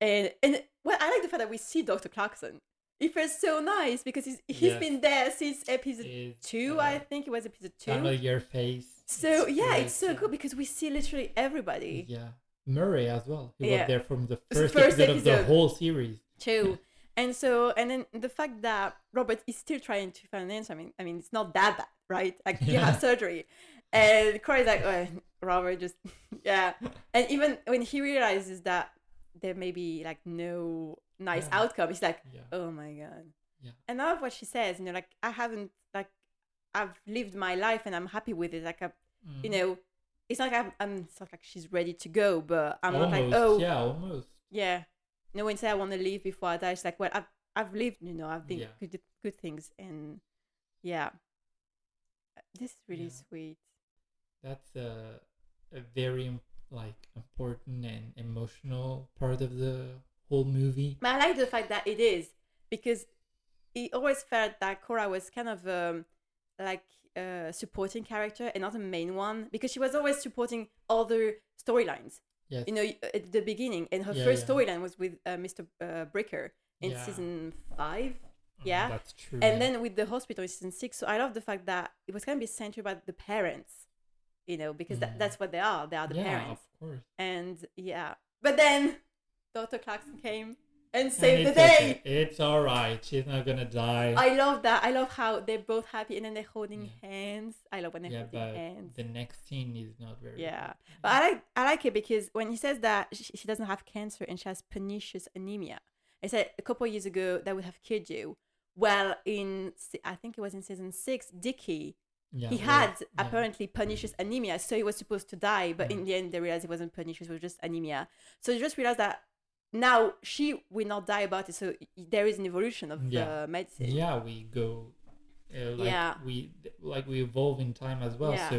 Speaker 4: And and well, I like the fact that we see Doctor Clarkson. It feels so nice because he's he's
Speaker 3: Yes.
Speaker 4: been there since episode
Speaker 3: It's,
Speaker 4: two,
Speaker 3: uh,
Speaker 4: I think it was episode two.
Speaker 3: Familiar face.
Speaker 4: So yeah,
Speaker 3: great,
Speaker 4: it's so
Speaker 3: yeah.
Speaker 4: cool because we see literally everybody
Speaker 3: Yeah. Murray as well. He
Speaker 4: Yeah.
Speaker 3: was there from the
Speaker 4: It's the
Speaker 3: first,
Speaker 4: first
Speaker 3: episode, of the
Speaker 4: episode.
Speaker 3: whole series.
Speaker 4: too. And so and then the fact that Robert is still trying to find an answer. I mean, I mean, it's not that bad, right? Like you have
Speaker 3: Yeah.
Speaker 4: surgery, and Corey's like, oh, Robert just yeah. And even when he realizes that there may be like no nice
Speaker 3: Yeah.
Speaker 4: outcome, he's like,
Speaker 3: Yeah.
Speaker 4: oh my god.
Speaker 3: Yeah.
Speaker 4: And I love what she says. You know, like I haven't like I've lived my life and I'm happy with it. Like I, you
Speaker 3: Mm.
Speaker 4: know, it's not like I'm, I'm it's not like she's ready to go, but I'm
Speaker 3: almost,
Speaker 4: not like oh
Speaker 3: Yeah, almost.
Speaker 4: yeah. No one said I want to leave before I die. It's like, well, I've I've lived, you know, I've done
Speaker 3: Yeah.
Speaker 4: good good things, and yeah, this is really
Speaker 3: Yeah.
Speaker 4: sweet.
Speaker 3: That's a, a very im- like important and emotional part of the whole movie.
Speaker 4: But I like the fact that it is because it always felt that Cora was kind of um, like a supporting character and not a main one because she was always supporting other storylines.
Speaker 3: Yes.
Speaker 4: You know, at the beginning, and her
Speaker 3: Yeah,
Speaker 4: first
Speaker 3: yeah.
Speaker 4: storyline was with uh, Mr. Uh, Bricker in
Speaker 3: Yeah.
Speaker 4: season five.
Speaker 3: Mm,
Speaker 4: yeah.
Speaker 3: That's true.
Speaker 4: and
Speaker 3: yeah.
Speaker 4: then with the hospital in season six so i love the fact that it was going to be centered about the parents you know because that,
Speaker 3: Mm.
Speaker 4: that's what they are they are the
Speaker 3: yeah,
Speaker 4: parents
Speaker 3: of course.
Speaker 4: and yeah but then dr clarkson came and
Speaker 3: And
Speaker 4: saved the
Speaker 3: it's okay.
Speaker 4: day
Speaker 3: It's all right. She's not gonna die.
Speaker 4: i love that i love how they're both happy and then they're holding
Speaker 3: Yeah.
Speaker 4: hands i love when they're
Speaker 3: yeah,
Speaker 4: holding
Speaker 3: but
Speaker 4: hands
Speaker 3: the next scene is not very.
Speaker 4: yeah
Speaker 3: good.
Speaker 4: but i like i like it because when he says that she, she doesn't have cancer and she has pernicious anemia i said a couple of years ago that would have killed you well in se- i think it was in season six dickie
Speaker 3: Yeah,
Speaker 4: he
Speaker 3: well,
Speaker 4: had
Speaker 3: yeah. Mm.
Speaker 4: apparently pernicious anemia, so he was supposed to die, but in the end they realized it wasn't pernicious, it was just anemia. So you just realized that now she will not die about it, so y- there is an evolution of
Speaker 3: Yeah.
Speaker 4: the medicine.
Speaker 3: yeah we go uh, like
Speaker 4: Yeah.
Speaker 3: we like we evolve in time as well
Speaker 4: Yeah.
Speaker 3: so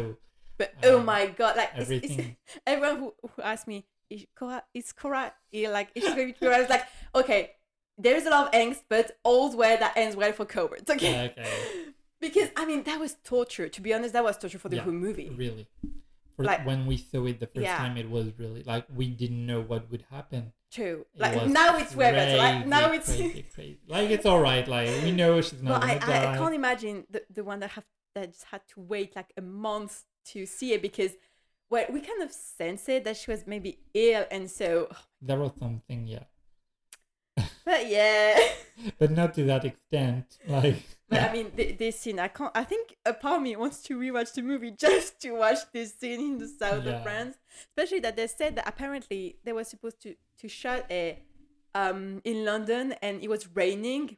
Speaker 4: But oh
Speaker 3: Um,
Speaker 4: my god, like it's, it's,
Speaker 3: everything-
Speaker 4: everyone who, who asked me, is Cora, is Cora ill? Like, is she going to be I was like, okay, there is a lot of angst, but all's well that ends well for Cobert, okay?
Speaker 3: yeah, okay
Speaker 4: Because I mean, that was torture. To be honest, that was torture for the
Speaker 3: uh, Yeah.
Speaker 4: whole movie.
Speaker 3: really For-
Speaker 4: Like-
Speaker 3: when we saw it the first
Speaker 4: Yeah.
Speaker 3: time it was really like we didn't know what would happen
Speaker 4: True.
Speaker 3: It
Speaker 4: Like
Speaker 3: was
Speaker 4: now it's way better. Like
Speaker 3: crazy,
Speaker 4: now it's.
Speaker 3: crazy, crazy. like it's all right like we know she's
Speaker 4: Well,
Speaker 3: not
Speaker 4: I,
Speaker 3: gonna
Speaker 4: I,
Speaker 3: die
Speaker 4: I can't imagine the, the one that have that just had to wait like a month to see it because well we kind of sensed it that she was maybe ill and so
Speaker 3: there was something yeah
Speaker 4: but yeah
Speaker 3: but not to that extent like
Speaker 4: but I mean th- this scene I can't I think a part of me wants to rewatch the movie just to watch this scene in the south
Speaker 3: Yeah.
Speaker 4: of France especially that they said that apparently they were supposed to to shot a um in London and it was raining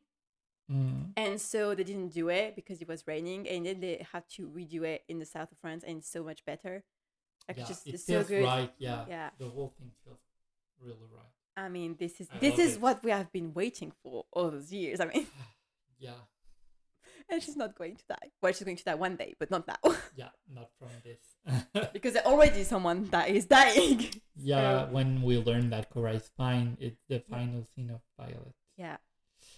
Speaker 3: mm,
Speaker 4: And so they didn't do it because it was raining, and then they had to redo it in the south of France, and it's so much better.
Speaker 3: yeah,
Speaker 4: Like it's just
Speaker 3: it
Speaker 4: it's so
Speaker 3: feels
Speaker 4: good.
Speaker 3: right yeah
Speaker 4: Yeah.
Speaker 3: the whole thing feels really right
Speaker 4: I mean, this is
Speaker 3: I
Speaker 4: this
Speaker 3: love
Speaker 4: is
Speaker 3: it.
Speaker 4: what we have been waiting for all those years. I mean,
Speaker 3: yeah
Speaker 4: and she's not going to die. Well, she's going to die one day, but not now.
Speaker 3: Yeah, not from this.
Speaker 4: because already someone that is dying.
Speaker 3: yeah,
Speaker 4: So-
Speaker 3: when we learn that Korai's fine, it's the final scene of Violet.
Speaker 4: Yeah.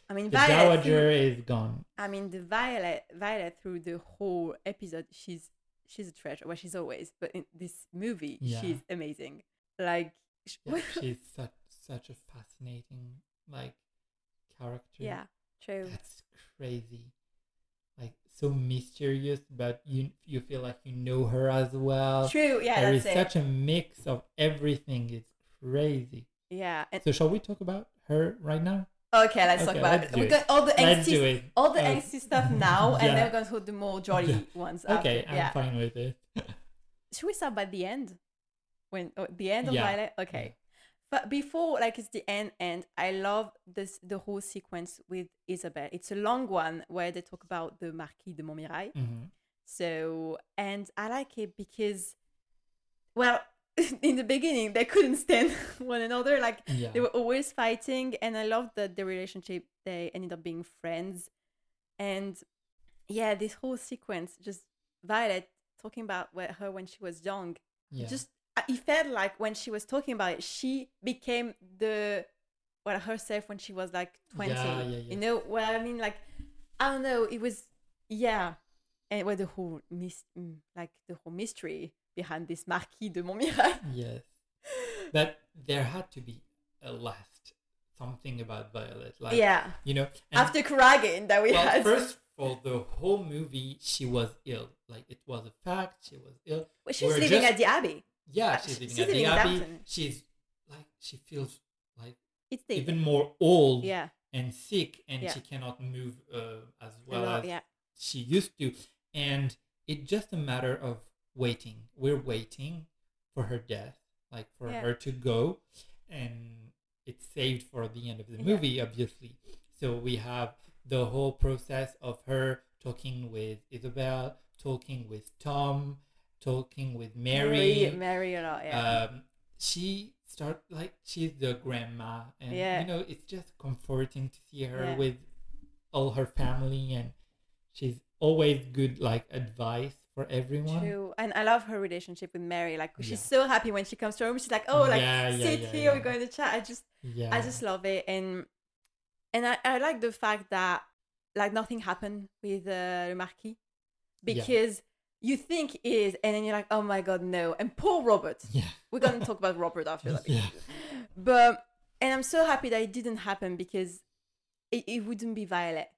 Speaker 4: I mean,
Speaker 3: The
Speaker 4: Violet.
Speaker 3: Dowager
Speaker 4: through-
Speaker 3: is gone.
Speaker 4: I mean, the Violet, Violet through the whole episode, she's she's a treasure. Well, she's always, but in this movie,
Speaker 3: Yeah.
Speaker 4: she's amazing. Like, sh-
Speaker 3: Yeah, she's such such a fascinating like character.
Speaker 4: yeah, true.
Speaker 3: That's crazy. Like so mysterious, but you you feel like you know her as well.
Speaker 4: True. Yeah,
Speaker 3: Uh, there is
Speaker 4: that's it.
Speaker 3: such a mix of everything. It's crazy.
Speaker 4: Yeah. And,
Speaker 3: So shall we talk about her right now?
Speaker 4: okay, let's talk
Speaker 3: Okay,
Speaker 4: about
Speaker 3: let's
Speaker 4: it.
Speaker 3: do
Speaker 4: We
Speaker 3: it.
Speaker 4: got all the
Speaker 3: Let's do
Speaker 4: angsty,
Speaker 3: it.
Speaker 4: all the
Speaker 3: Uh,
Speaker 4: angsty stuff now, and
Speaker 3: yeah.
Speaker 4: then we're going to do the more jolly
Speaker 3: Yeah.
Speaker 4: ones.
Speaker 3: Okay,
Speaker 4: after.
Speaker 3: I'm
Speaker 4: Uh, Yeah.
Speaker 3: fine with it.
Speaker 4: Should we start by the end? When oh, the end of
Speaker 3: Yeah.
Speaker 4: Violet? Okay. But before, like, it's the end, and I love this the whole sequence with Isabel. It's a long one where they talk about the Marquis de Montmirail.
Speaker 3: hmm
Speaker 4: So, and I like it because, well, in the beginning they couldn't stand one another. Like
Speaker 3: Yeah.
Speaker 4: they were always fighting, and I love that the relationship they ended up being friends. And yeah, this whole sequence, just Violet talking about wh- her when she was young,
Speaker 3: yeah.
Speaker 4: just I- it felt like when she was talking about it, she became the well herself when she was like twenty.
Speaker 3: Yeah, yeah, yeah.
Speaker 4: You know what I mean? Like I don't know. It was yeah, and with the whole mis- mm, like the whole mystery behind this Marquis de Montmirail.
Speaker 3: Yes. But there had to be a last something about Violet. Like
Speaker 4: yeah,
Speaker 3: you know and-
Speaker 4: after Kuragin that we
Speaker 3: well,
Speaker 4: had.
Speaker 3: first for the whole movie she was ill. Like it was a fact, she was ill.
Speaker 4: well, she's
Speaker 3: we're
Speaker 4: living
Speaker 3: just-
Speaker 4: at the Abbey.
Speaker 3: Yeah,
Speaker 4: Uh,
Speaker 3: she's
Speaker 4: sh-
Speaker 3: living
Speaker 4: she's
Speaker 3: at the
Speaker 4: living in
Speaker 3: Abbey.
Speaker 4: Downton.
Speaker 3: She's like she feels like
Speaker 4: It's the
Speaker 3: even more old
Speaker 4: yeah,
Speaker 3: and sick and
Speaker 4: Yeah.
Speaker 3: she cannot move uh, as
Speaker 4: a
Speaker 3: well
Speaker 4: lot,
Speaker 3: as
Speaker 4: yeah,
Speaker 3: she used to. And it's just a matter of waiting. We're waiting for her death, like for
Speaker 4: Yeah.
Speaker 3: her to go. And it's saved for the end of the
Speaker 4: Yeah.
Speaker 3: movie, obviously. So we have the whole process of her talking with Isabel, talking with Tom, talking with Mary.
Speaker 4: Mary, Mary a lot, yeah.
Speaker 3: Um, she start like she's the grandma, and
Speaker 4: Yeah.
Speaker 3: you know it's just comforting to see her
Speaker 4: Yeah.
Speaker 3: with all her family, and she's always good like advice for everyone.
Speaker 4: True, and I love her relationship with Mary. Like she's
Speaker 3: uh, Yeah.
Speaker 4: so happy when she comes to her room. She's like, "Oh, like
Speaker 3: Yeah, yeah,
Speaker 4: sit
Speaker 3: yeah,
Speaker 4: here,
Speaker 3: yeah.
Speaker 4: we're going to chat." I just,
Speaker 3: Yeah,
Speaker 4: I just love it, and and I, I like the fact that like nothing happened with uh, Le Marquis
Speaker 3: Yeah.
Speaker 4: because you think it is, and then you're like, "Oh my god, no!" And poor Robert.
Speaker 3: yeah,
Speaker 4: We're gonna talk about Robert after that,
Speaker 3: yeah,
Speaker 4: but and I'm so happy that it didn't happen because it, it wouldn't be Violet,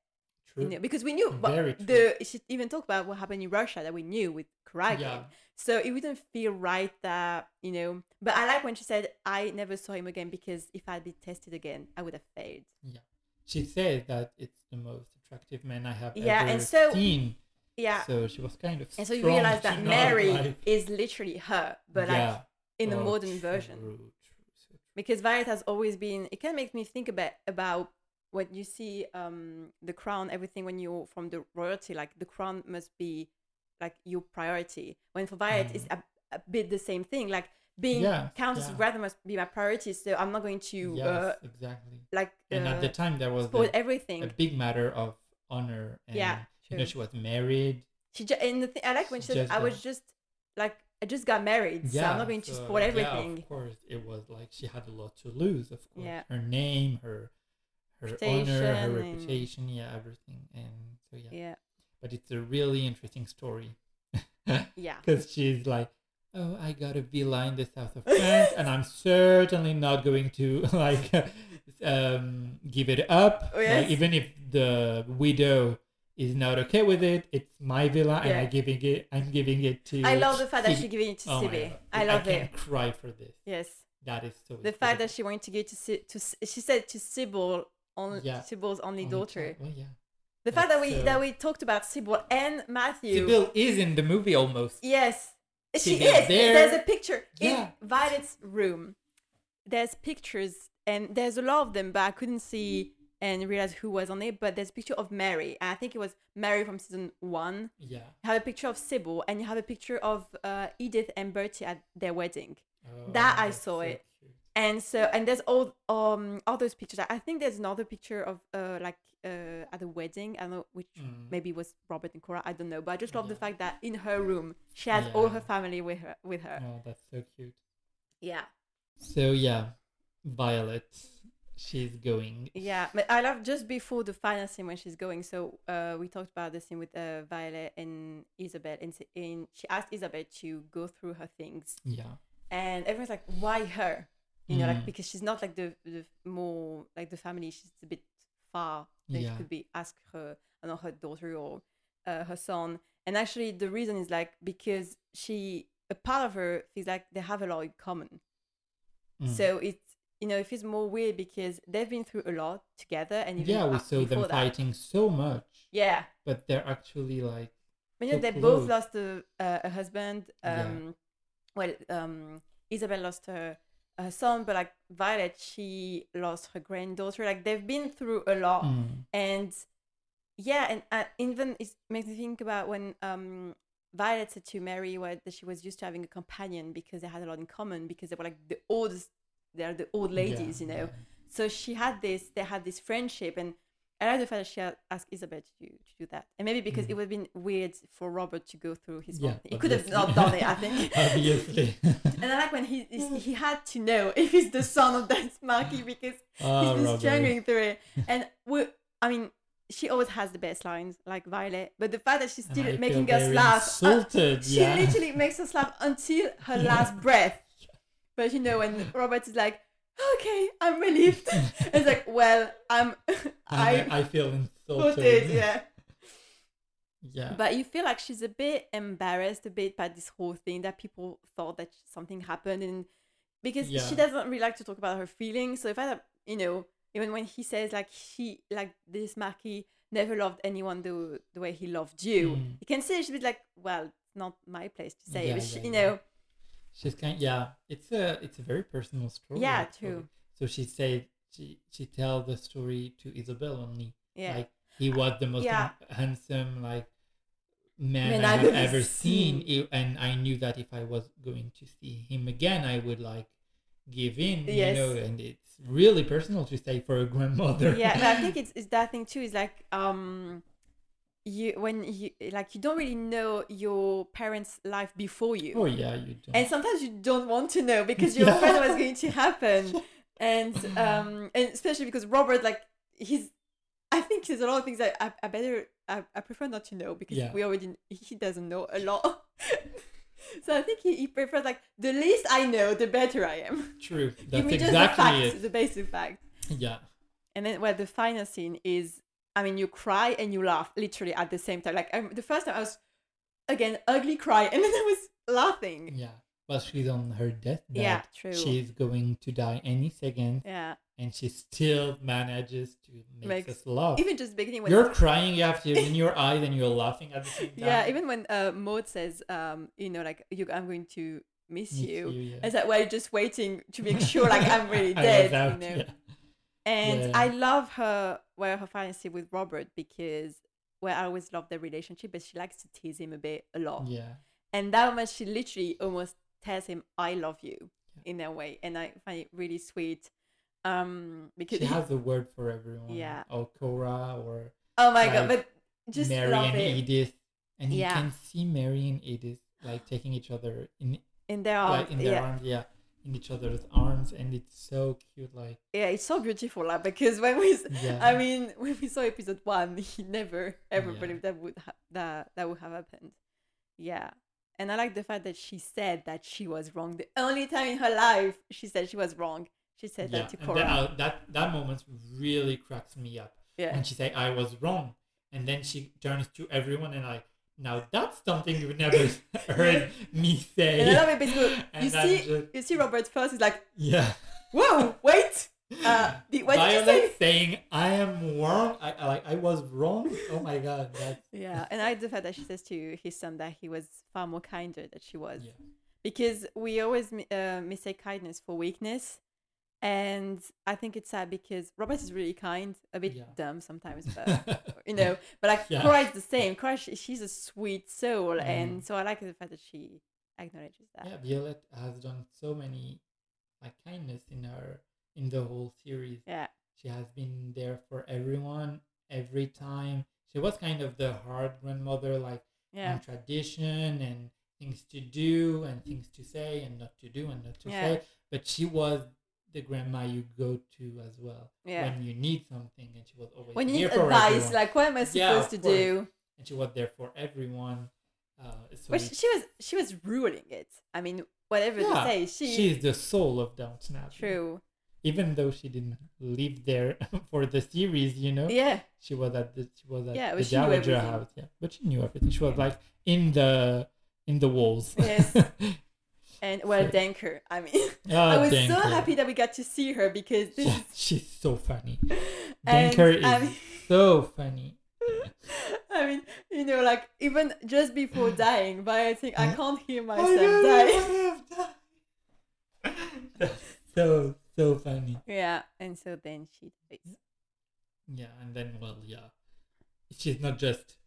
Speaker 3: true.
Speaker 4: you know, because we knew
Speaker 3: Uh, Very
Speaker 4: but
Speaker 3: true.
Speaker 4: the she even talked about what happened in Russia that we knew with Kuragin.
Speaker 3: Yeah.
Speaker 4: So it wouldn't feel right that, you know. But I like when she said, I never saw him again because if I'd been tested again, I would have failed.
Speaker 3: She said that it's the most attractive man I have
Speaker 4: Yeah,
Speaker 3: ever
Speaker 4: and so-
Speaker 3: seen.
Speaker 4: Yeah.
Speaker 3: So she was kind of.
Speaker 4: and so you
Speaker 3: strong
Speaker 4: realize
Speaker 3: to
Speaker 4: that
Speaker 3: not,
Speaker 4: Mary
Speaker 3: like-
Speaker 4: is literally her, but like
Speaker 3: Yeah.
Speaker 4: in the
Speaker 3: Oh,
Speaker 4: modern
Speaker 3: true,
Speaker 4: version.
Speaker 3: true, so
Speaker 4: Because Violet has always been, it kind of makes me think about, about what you see um, the crown, everything when you're from the royalty, like the crown must be like your priority. When for Violet, it's a, a bit the same thing. Like being
Speaker 3: Mm. Yeah,
Speaker 4: Countess
Speaker 3: yeah.
Speaker 4: of Rather must be my priority, so I'm not going to
Speaker 3: yes,
Speaker 4: uh,
Speaker 3: exactly.
Speaker 4: like
Speaker 3: And
Speaker 4: uh,
Speaker 3: at the time, there was
Speaker 4: spoil
Speaker 3: the-
Speaker 4: everything.
Speaker 3: a big matter of honor. And,
Speaker 4: Yeah,
Speaker 3: You know,
Speaker 4: true.
Speaker 3: she was married.
Speaker 4: she ju- and the thing I like when she
Speaker 3: She
Speaker 4: said,
Speaker 3: just
Speaker 4: "I was
Speaker 3: got-
Speaker 4: just like I just got married, so I'm not going to
Speaker 3: so,
Speaker 4: spoil
Speaker 3: Yeah,
Speaker 4: everything."
Speaker 3: of course, it was like she had a lot to lose. Of course,
Speaker 4: Yeah.
Speaker 3: her name, her her honor, her
Speaker 4: Reputation and-
Speaker 3: reputation, yeah, everything. And so yeah.
Speaker 4: Yeah,
Speaker 3: but it's a really interesting story
Speaker 4: yeah,
Speaker 3: because she's like. Oh, I got a villa in the south of France, and I'm certainly not going to like um, give it up. Like,
Speaker 4: Oh, Yes.
Speaker 3: even if the widow is not okay with it, it's my villa, and
Speaker 4: Yeah.
Speaker 3: I'm giving it. I'm giving it to.
Speaker 4: I love the fact that
Speaker 3: Phoebe.
Speaker 4: she giving it to
Speaker 3: Oh my
Speaker 4: Sibi.
Speaker 3: God.
Speaker 4: I love
Speaker 3: can
Speaker 4: it.
Speaker 3: cry for this.
Speaker 4: Yes,
Speaker 3: That is so.
Speaker 4: the fact that she wanted to give to Si- to Si- she said to Sybil, only
Speaker 3: Yeah.
Speaker 4: Sybil's only
Speaker 3: incredible.
Speaker 4: daughter.
Speaker 3: Oh Well, yeah.
Speaker 4: The fact that we
Speaker 3: That's, uh,
Speaker 4: that we talked about Sybil and Matthew.
Speaker 3: Sibyl is in the movie almost.
Speaker 4: Yes, she
Speaker 3: Sibyl
Speaker 4: is.
Speaker 3: there.
Speaker 4: There's a picture
Speaker 3: Yeah.
Speaker 4: in Violet's room. There's pictures, and there's a lot of them, but I couldn't see and realize who was on it. But there's a picture of Mary. and I think it was Mary from season one.
Speaker 3: Yeah.
Speaker 4: You have a picture of Sybil, and you have a picture of uh, Edith and Bertie at their wedding.
Speaker 3: Oh,
Speaker 4: That I
Speaker 3: that's
Speaker 4: saw
Speaker 3: so
Speaker 4: it.
Speaker 3: cute.
Speaker 4: and so and there's all um all those pictures i think there's another picture of uh like uh at a wedding i don't know which
Speaker 3: Mm.
Speaker 4: maybe was robert and cora i don't know but i just love the
Speaker 3: Yeah.
Speaker 4: fact that in her room she has all
Speaker 3: Yeah.
Speaker 4: her family with her with her
Speaker 3: Oh, that's so cute.
Speaker 4: yeah
Speaker 3: So yeah, Violet, she's going.
Speaker 4: yeah but i love just before the final scene when she's going so uh we talked about the scene with uh violet and isabel and, s- and she asked isabel to go through her things
Speaker 3: Yeah.
Speaker 4: and everyone's like why her you know like
Speaker 3: Mm.
Speaker 4: because she's not like the, the more like the family she's a bit far that
Speaker 3: Yeah.
Speaker 4: she could be ask her I don't know her daughter or uh, her son and actually the reason is like because she a part of her feels like they have a lot in common
Speaker 3: Mm.
Speaker 4: so it's you know it feels more weird because they've been through a lot together and even
Speaker 3: yeah, we
Speaker 4: a-
Speaker 3: saw them
Speaker 4: before that.
Speaker 3: fighting so much,
Speaker 4: yeah
Speaker 3: but they're actually like
Speaker 4: But you know,
Speaker 3: So
Speaker 4: they
Speaker 3: close.
Speaker 4: both lost a, uh, a husband.
Speaker 3: Yeah.
Speaker 4: Um, Well, um, Isabel lost her, her son, but like Violet, she lost her granddaughter. Like they've been through a lot,
Speaker 3: mm,
Speaker 4: and yeah, and uh, even it makes me think about when um, Violet said to Mary what, that she was used to having a companion because they had a lot in common because they were like the oldest. They're the old ladies,
Speaker 3: yeah,
Speaker 4: you know.
Speaker 3: yeah.
Speaker 4: So she had this, they had this friendship, and I like the fact that she had asked Isabel to do, to do that, and maybe because it would have been weird for Robert to go through his
Speaker 3: Mm.
Speaker 4: own
Speaker 3: Yeah,
Speaker 4: thing. He could have
Speaker 3: obviously.
Speaker 4: not done it, I think.
Speaker 3: obviously.
Speaker 4: and I like when he is- he had to know if he's the son of that Smarky because
Speaker 3: Ah,
Speaker 4: he's been
Speaker 3: Robert.
Speaker 4: struggling through it. And we, I mean, she always has the best lines, like Violet, but the fact that she's
Speaker 3: And
Speaker 4: still
Speaker 3: I feel
Speaker 4: making us
Speaker 3: very
Speaker 4: laugh. uh,
Speaker 3: Insulted,
Speaker 4: she
Speaker 3: yeah.
Speaker 4: literally makes us laugh until her
Speaker 3: Yeah.
Speaker 4: last breath. But you know, when Robert is like, okay, I'm relieved. it's like, well, I'm,
Speaker 3: I,
Speaker 4: I
Speaker 3: I feel insulted.
Speaker 4: put it, yeah.
Speaker 3: Yeah.
Speaker 4: But you feel like she's a bit embarrassed a bit by this whole thing that people thought that something happened and because
Speaker 3: Yeah.
Speaker 4: she doesn't really like to talk about her feelings. So if I, don't- you know, even when he says like he, like this Marquis never loved anyone the, the way he loved you,
Speaker 3: Mm.
Speaker 4: you can see she's a bit like, well, it's not my place to say,
Speaker 3: Yeah,
Speaker 4: but she,
Speaker 3: yeah,
Speaker 4: you
Speaker 3: yeah.
Speaker 4: know,
Speaker 3: She's kind. Yeah, it's a it's a very personal story.
Speaker 4: Yeah,
Speaker 3: actually.
Speaker 4: true.
Speaker 3: So she said she she tell the story to Isabel only.
Speaker 4: yeah.
Speaker 3: Like he was the most
Speaker 4: Yeah.
Speaker 3: han- handsome like man,
Speaker 4: Man
Speaker 3: I
Speaker 4: I've
Speaker 3: have
Speaker 4: ever
Speaker 3: ever seen. I- and I knew that if I was going to see him again, I would like give in.
Speaker 4: Yes.
Speaker 3: You know, and it's really personal to say for a grandmother.
Speaker 4: yeah but i think it's, it's that thing too is like um you when you like you don't really know your parents life before you
Speaker 3: oh yeah, you don't.
Speaker 4: and sometimes you don't want to know because you're
Speaker 3: Yeah.
Speaker 4: afraid what's going to happen and um and especially because robert like he's i think there's a lot of things that i, I better I, I prefer not to know because
Speaker 3: Yeah.
Speaker 4: we already he doesn't know a lot so i think he, he prefers like the least i know the better i am
Speaker 3: True.
Speaker 4: give
Speaker 3: That's
Speaker 4: me just the
Speaker 3: exactly
Speaker 4: facts
Speaker 3: it.
Speaker 4: the basic facts
Speaker 3: Yeah.
Speaker 4: and then where the final scene is, I mean, you cry and you laugh literally at the same time. Like I, the first time I was, again, ugly cry, and then I was laughing.
Speaker 3: Yeah. Well, she's on her deathbed.
Speaker 4: yeah, true.
Speaker 3: She's going to die any second,
Speaker 4: yeah,
Speaker 3: and she still manages to make
Speaker 4: Makes-
Speaker 3: us laugh.
Speaker 4: even just beginning when
Speaker 3: You're crying after in your eyes, and you're laughing at the same time.
Speaker 4: yeah, even when uh, Maud says, um, you know, like you, I'm going to miss,
Speaker 3: Miss
Speaker 4: you.
Speaker 3: you, yeah.
Speaker 4: It's like we're just waiting to make sure, like I'm really
Speaker 3: I
Speaker 4: dead,
Speaker 3: was out,
Speaker 4: you know.
Speaker 3: yeah.
Speaker 4: And
Speaker 3: Yeah.
Speaker 4: I love her where her final scene with Robert because where I always love their relationship, but she likes to tease him a bit, a lot.
Speaker 3: Yeah.
Speaker 4: And that moment, she literally almost tells him, "I love you," in a way, and I find it really sweet. Um, because
Speaker 3: She has a word for everyone.
Speaker 4: Yeah.
Speaker 3: Or Cora or
Speaker 4: oh my
Speaker 3: like,
Speaker 4: god, but just
Speaker 3: Mary
Speaker 4: love
Speaker 3: and
Speaker 4: it.
Speaker 3: Edith. And
Speaker 4: Yeah.
Speaker 3: you can see Mary and Edith like taking each other in
Speaker 4: in their arms,
Speaker 3: like in their
Speaker 4: Oh, yeah,
Speaker 3: arms, yeah. In each other's arms and it's so cute, like
Speaker 4: yeah, it's so beautiful, like, because when we, s-
Speaker 3: yeah.
Speaker 4: I mean, when we saw episode one, he never ever
Speaker 3: Yeah.
Speaker 4: believed that would ha- that that would have happened. Yeah, and I like the fact that she said that she was wrong. The only time in her life she said she was wrong, she said
Speaker 3: yeah.
Speaker 4: that to
Speaker 3: and
Speaker 4: Cora.
Speaker 3: that, uh, that that moment really cracks me up.
Speaker 4: yeah,
Speaker 3: And she say I was wrong. And then she turns to everyone and like now that's something you've never heard me say.
Speaker 4: And I love it because
Speaker 3: And
Speaker 4: you
Speaker 3: I'm
Speaker 4: see,
Speaker 3: just-
Speaker 4: you see Robert first is like,
Speaker 3: Yeah.
Speaker 4: whoa, wait, uh, the- what did
Speaker 3: Violet
Speaker 4: you say?
Speaker 3: saying I am wrong. I I- like I was wrong. Oh my god, that's
Speaker 4: Yeah, and I like the fact that she says to his son that he was far more kinder than she was,
Speaker 3: yeah.
Speaker 4: because we always mi- uh, mistake kindness for weakness, and I think it's sad because Robert is really kind, a bit
Speaker 3: Yeah.
Speaker 4: dumb sometimes, but you know, but like
Speaker 3: Yeah.
Speaker 4: Cora is the same. Cora, she, she's a sweet soul,
Speaker 3: Mm.
Speaker 4: and so I like the fact that she acknowledges that.
Speaker 3: yeah, Violet has done so many like kindness in her in the whole series.
Speaker 4: Yeah.
Speaker 3: She has been there for everyone every time. She was kind of the hard grandmother, like
Speaker 4: Yeah.
Speaker 3: on tradition and things to do and things to say and not to do and not to
Speaker 4: Yeah.
Speaker 3: say. But she was the grandma you go to as well
Speaker 4: Yeah.
Speaker 3: when you need something, and she was always
Speaker 4: When you
Speaker 3: here
Speaker 4: need
Speaker 3: for
Speaker 4: advice,
Speaker 3: everyone.
Speaker 4: like what am I
Speaker 3: Yeah,
Speaker 4: supposed to
Speaker 3: of course.
Speaker 4: do?
Speaker 3: and she was there for everyone. Uh, so
Speaker 4: But
Speaker 3: it-
Speaker 4: she, she was she was ruling it. I mean, whatever
Speaker 3: Yeah,
Speaker 4: they say, she
Speaker 3: she is the soul of Downton Abbey.
Speaker 4: true.
Speaker 3: Even though she didn't live there for the series, you know,
Speaker 4: Yeah.
Speaker 3: she was at the she was at
Speaker 4: Yeah, but
Speaker 3: the
Speaker 4: she knew
Speaker 3: Dowager
Speaker 4: everything.
Speaker 3: House. Yeah, but she knew everything. She was like in the in the walls. Oh,
Speaker 4: Yes. And well,
Speaker 3: So-
Speaker 4: thank her. I mean,
Speaker 3: Uh,
Speaker 4: I was so happy that we got to see her because this
Speaker 3: Yeah,
Speaker 4: is
Speaker 3: she's so funny.
Speaker 4: And,
Speaker 3: Denker is
Speaker 4: um,
Speaker 3: so funny.
Speaker 4: I mean, you know, like even just before dying, but I think I can't hear
Speaker 3: I
Speaker 4: myself
Speaker 3: don't
Speaker 4: die.
Speaker 3: know what I've done. That's so so funny.
Speaker 4: Yeah, and so then she dies.
Speaker 3: Yeah, and then well, yeah, she's not just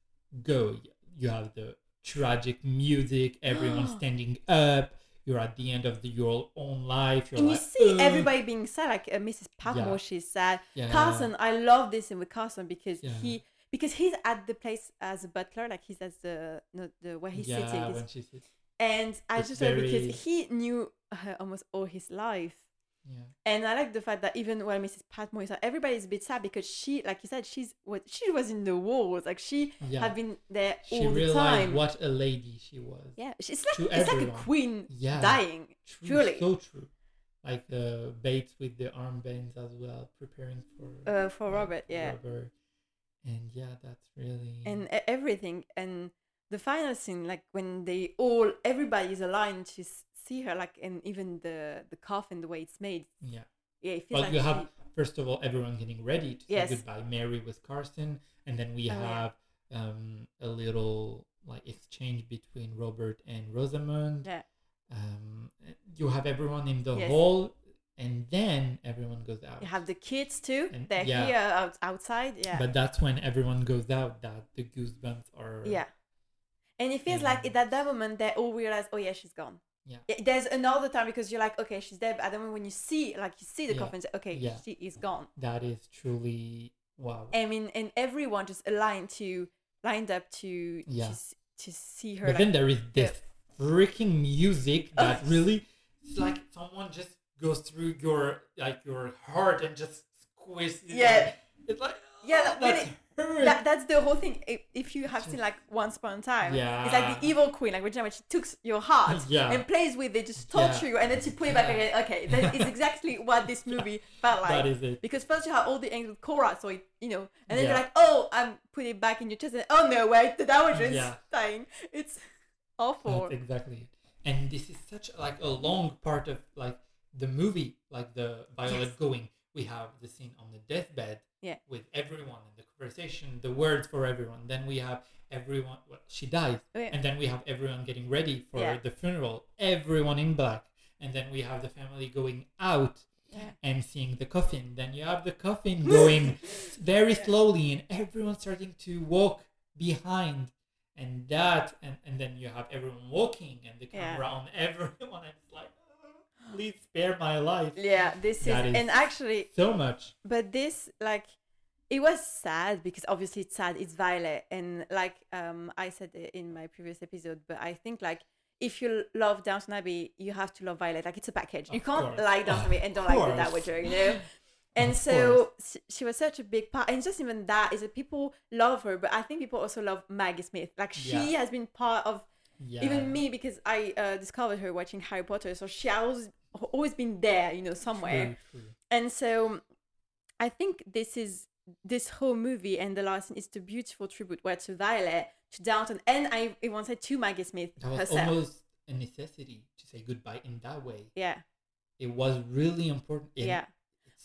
Speaker 3: go. You have the tragic music, everyone standing up. You're at the end of the, your own life. You're
Speaker 4: and
Speaker 3: like,
Speaker 4: you see
Speaker 3: "Ugh."
Speaker 4: everybody being sad, like uh, Mrs. Patmore,
Speaker 3: Yeah.
Speaker 4: she's sad.
Speaker 3: Yeah.
Speaker 4: Carson, I love this scene with Carson because
Speaker 3: Yeah.
Speaker 4: he because he's at the place as a butler, like he's as the no, the where he's
Speaker 3: yeah,
Speaker 4: sitting.
Speaker 3: when
Speaker 4: He's,
Speaker 3: she sits.
Speaker 4: and I
Speaker 3: it's
Speaker 4: just love it
Speaker 3: very-
Speaker 4: because he knew her almost all his life.
Speaker 3: Yeah,
Speaker 4: And I like the fact that even while Mrs. Patmore is everybody's a bit sad because she, like you said, she's what she was in the wars. Like she
Speaker 3: Yeah.
Speaker 4: had been there
Speaker 3: she
Speaker 4: all the
Speaker 3: realized
Speaker 4: time.
Speaker 3: what a lady she was.
Speaker 4: yeah, she's like
Speaker 3: to
Speaker 4: it's like a
Speaker 3: everyone.
Speaker 4: queen
Speaker 3: Yeah.
Speaker 4: dying.
Speaker 3: True,
Speaker 4: Truly.
Speaker 3: so true. Like uh, Bates with the armbands as well, preparing for
Speaker 4: Uh, for
Speaker 3: like,
Speaker 4: Robert, yeah.
Speaker 3: Robert. And yeah, that's really
Speaker 4: and e- everything and the final scene like when they all everybody is aligned to s- see her like and even the the coffin the way it's made
Speaker 3: yeah.
Speaker 4: yeah it feels
Speaker 3: Well,
Speaker 4: like
Speaker 3: you have
Speaker 4: she-
Speaker 3: first of all everyone getting ready to say
Speaker 4: Yes.
Speaker 3: goodbye, Mary with Carson, and then we
Speaker 4: Oh, yeah.
Speaker 3: have um, a little like exchange between Robert and Rosamund.
Speaker 4: Yeah.
Speaker 3: Um, you have everyone in the
Speaker 4: Yes.
Speaker 3: hall, and then everyone goes out.
Speaker 4: you have the kids too
Speaker 3: And-
Speaker 4: they're
Speaker 3: yeah.
Speaker 4: here out, outside yeah
Speaker 3: But that's when everyone goes out. That the goosebumps are.
Speaker 4: yeah and it feels like
Speaker 3: And-
Speaker 4: at that moment they all realize oh yeah she's gone
Speaker 3: Yeah.
Speaker 4: Yeah, there's another time because you're like okay she's dead but at the moment when you see like you see the
Speaker 3: Yeah.
Speaker 4: coffin say, okay
Speaker 3: Yeah.
Speaker 4: she is gone
Speaker 3: That is truly wow.
Speaker 4: i mean and everyone just aligned to lined up to
Speaker 3: Yeah.
Speaker 4: to, s- to see her
Speaker 3: But
Speaker 4: like,
Speaker 3: then there is this freaking music that really it's like someone just goes through your like your heart and just squeezes it.
Speaker 4: Yeah.
Speaker 3: It's like "Oh,
Speaker 4: Yeah, that
Speaker 3: that's
Speaker 4: really-
Speaker 3: hurt.
Speaker 4: that, that's the whole thing. If, if you have seen like Once Upon a Time, it's like the
Speaker 3: Yeah.
Speaker 4: evil queen, like Regina, when she took your heart
Speaker 3: Yeah.
Speaker 4: and plays with it, just torture
Speaker 3: Yeah.
Speaker 4: you, and then she put it back
Speaker 3: Yeah.
Speaker 4: again. Okay, that is exactly what this movie felt like.
Speaker 3: that is it.
Speaker 4: because first you have all the angles with Cora, so it, you know, and then you're
Speaker 3: Yeah.
Speaker 4: like, oh, I'm putting it back in your chest, and oh no, wait, that was just
Speaker 3: Yeah.
Speaker 4: dying. It's awful.
Speaker 3: That's exactly it. And this is such like a long part of like the movie, like the Violet going. We have the scene on the deathbed
Speaker 4: Yeah.
Speaker 3: with everyone and the conversation, the words for everyone. Then we have everyone well, she dies.
Speaker 4: Oh, Yeah.
Speaker 3: And then we have everyone getting ready for
Speaker 4: Yeah.
Speaker 3: the funeral, everyone in black. And then we have the family going out
Speaker 4: Yeah.
Speaker 3: and seeing the coffin. Then you have the coffin going very slowly and everyone starting to walk behind. And that, and, and then you have everyone walking and the
Speaker 4: Yeah.
Speaker 3: camera on everyone. And it's like, "Oh, please spare my life.
Speaker 4: yeah, this is,
Speaker 3: That is-
Speaker 4: and actually,
Speaker 3: So much.
Speaker 4: but this like it was sad because obviously it's sad it's violet and like um i said i- in my previous episode but i think like if you l- love Downton Abbey, you have to love Violet. Like it's a package. You
Speaker 3: Of
Speaker 4: can't
Speaker 3: course.
Speaker 4: like
Speaker 3: Of
Speaker 4: Downton Abbey and don't like the
Speaker 3: course.
Speaker 4: Dowager, you know. And
Speaker 3: Of
Speaker 4: so s she was such a big part, and just even that is that people love her, but I think people also love Maggie Smith. Like she
Speaker 3: Yeah.
Speaker 4: has been part of
Speaker 3: Yeah.
Speaker 4: even me because I uh, discovered her watching Harry Potter, so she has always been there, you know, somewhere
Speaker 3: True, true.
Speaker 4: and so i think this is this whole movie and the last scene is the beautiful tribute where to violet to downton and i even said to maggie smith
Speaker 3: That was
Speaker 4: herself
Speaker 3: almost a necessity to say goodbye in that way.
Speaker 4: yeah
Speaker 3: It was really important. and
Speaker 4: yeah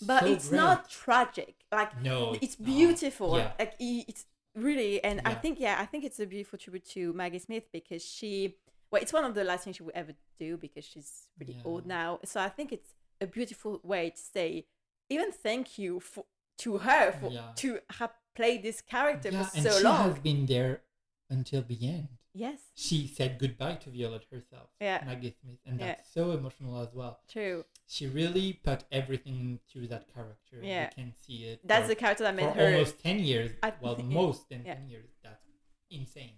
Speaker 4: but
Speaker 3: so
Speaker 4: it's
Speaker 3: great.
Speaker 4: not tragic like
Speaker 3: No,
Speaker 4: it's,
Speaker 3: it's not.
Speaker 4: beautiful
Speaker 3: Yeah.
Speaker 4: like i- it's really and i
Speaker 3: Yeah.
Speaker 4: think yeah i think it's a beautiful tribute to maggie smith because she well it's one of the last things she would ever do because she's really
Speaker 3: Yeah.
Speaker 4: old now so i think it's a beautiful way to say even thank you for to her for
Speaker 3: Yeah.
Speaker 4: to have played this character
Speaker 3: Yeah,
Speaker 4: for
Speaker 3: and
Speaker 4: so
Speaker 3: she
Speaker 4: long
Speaker 3: has been there until the end.
Speaker 4: Yes,
Speaker 3: She said goodbye to Violet herself,
Speaker 4: Yeah.
Speaker 3: Maggie Smith, and
Speaker 4: Yeah.
Speaker 3: that's so emotional as well.
Speaker 4: true.
Speaker 3: She really put everything into that character. and
Speaker 4: Yeah.
Speaker 3: You can see it.
Speaker 4: That's
Speaker 3: for,
Speaker 4: the character that made
Speaker 3: for
Speaker 4: her.
Speaker 3: almost 10 years.
Speaker 4: I
Speaker 3: well,
Speaker 4: think-
Speaker 3: most than
Speaker 4: yeah.
Speaker 3: 10 years. That's insane.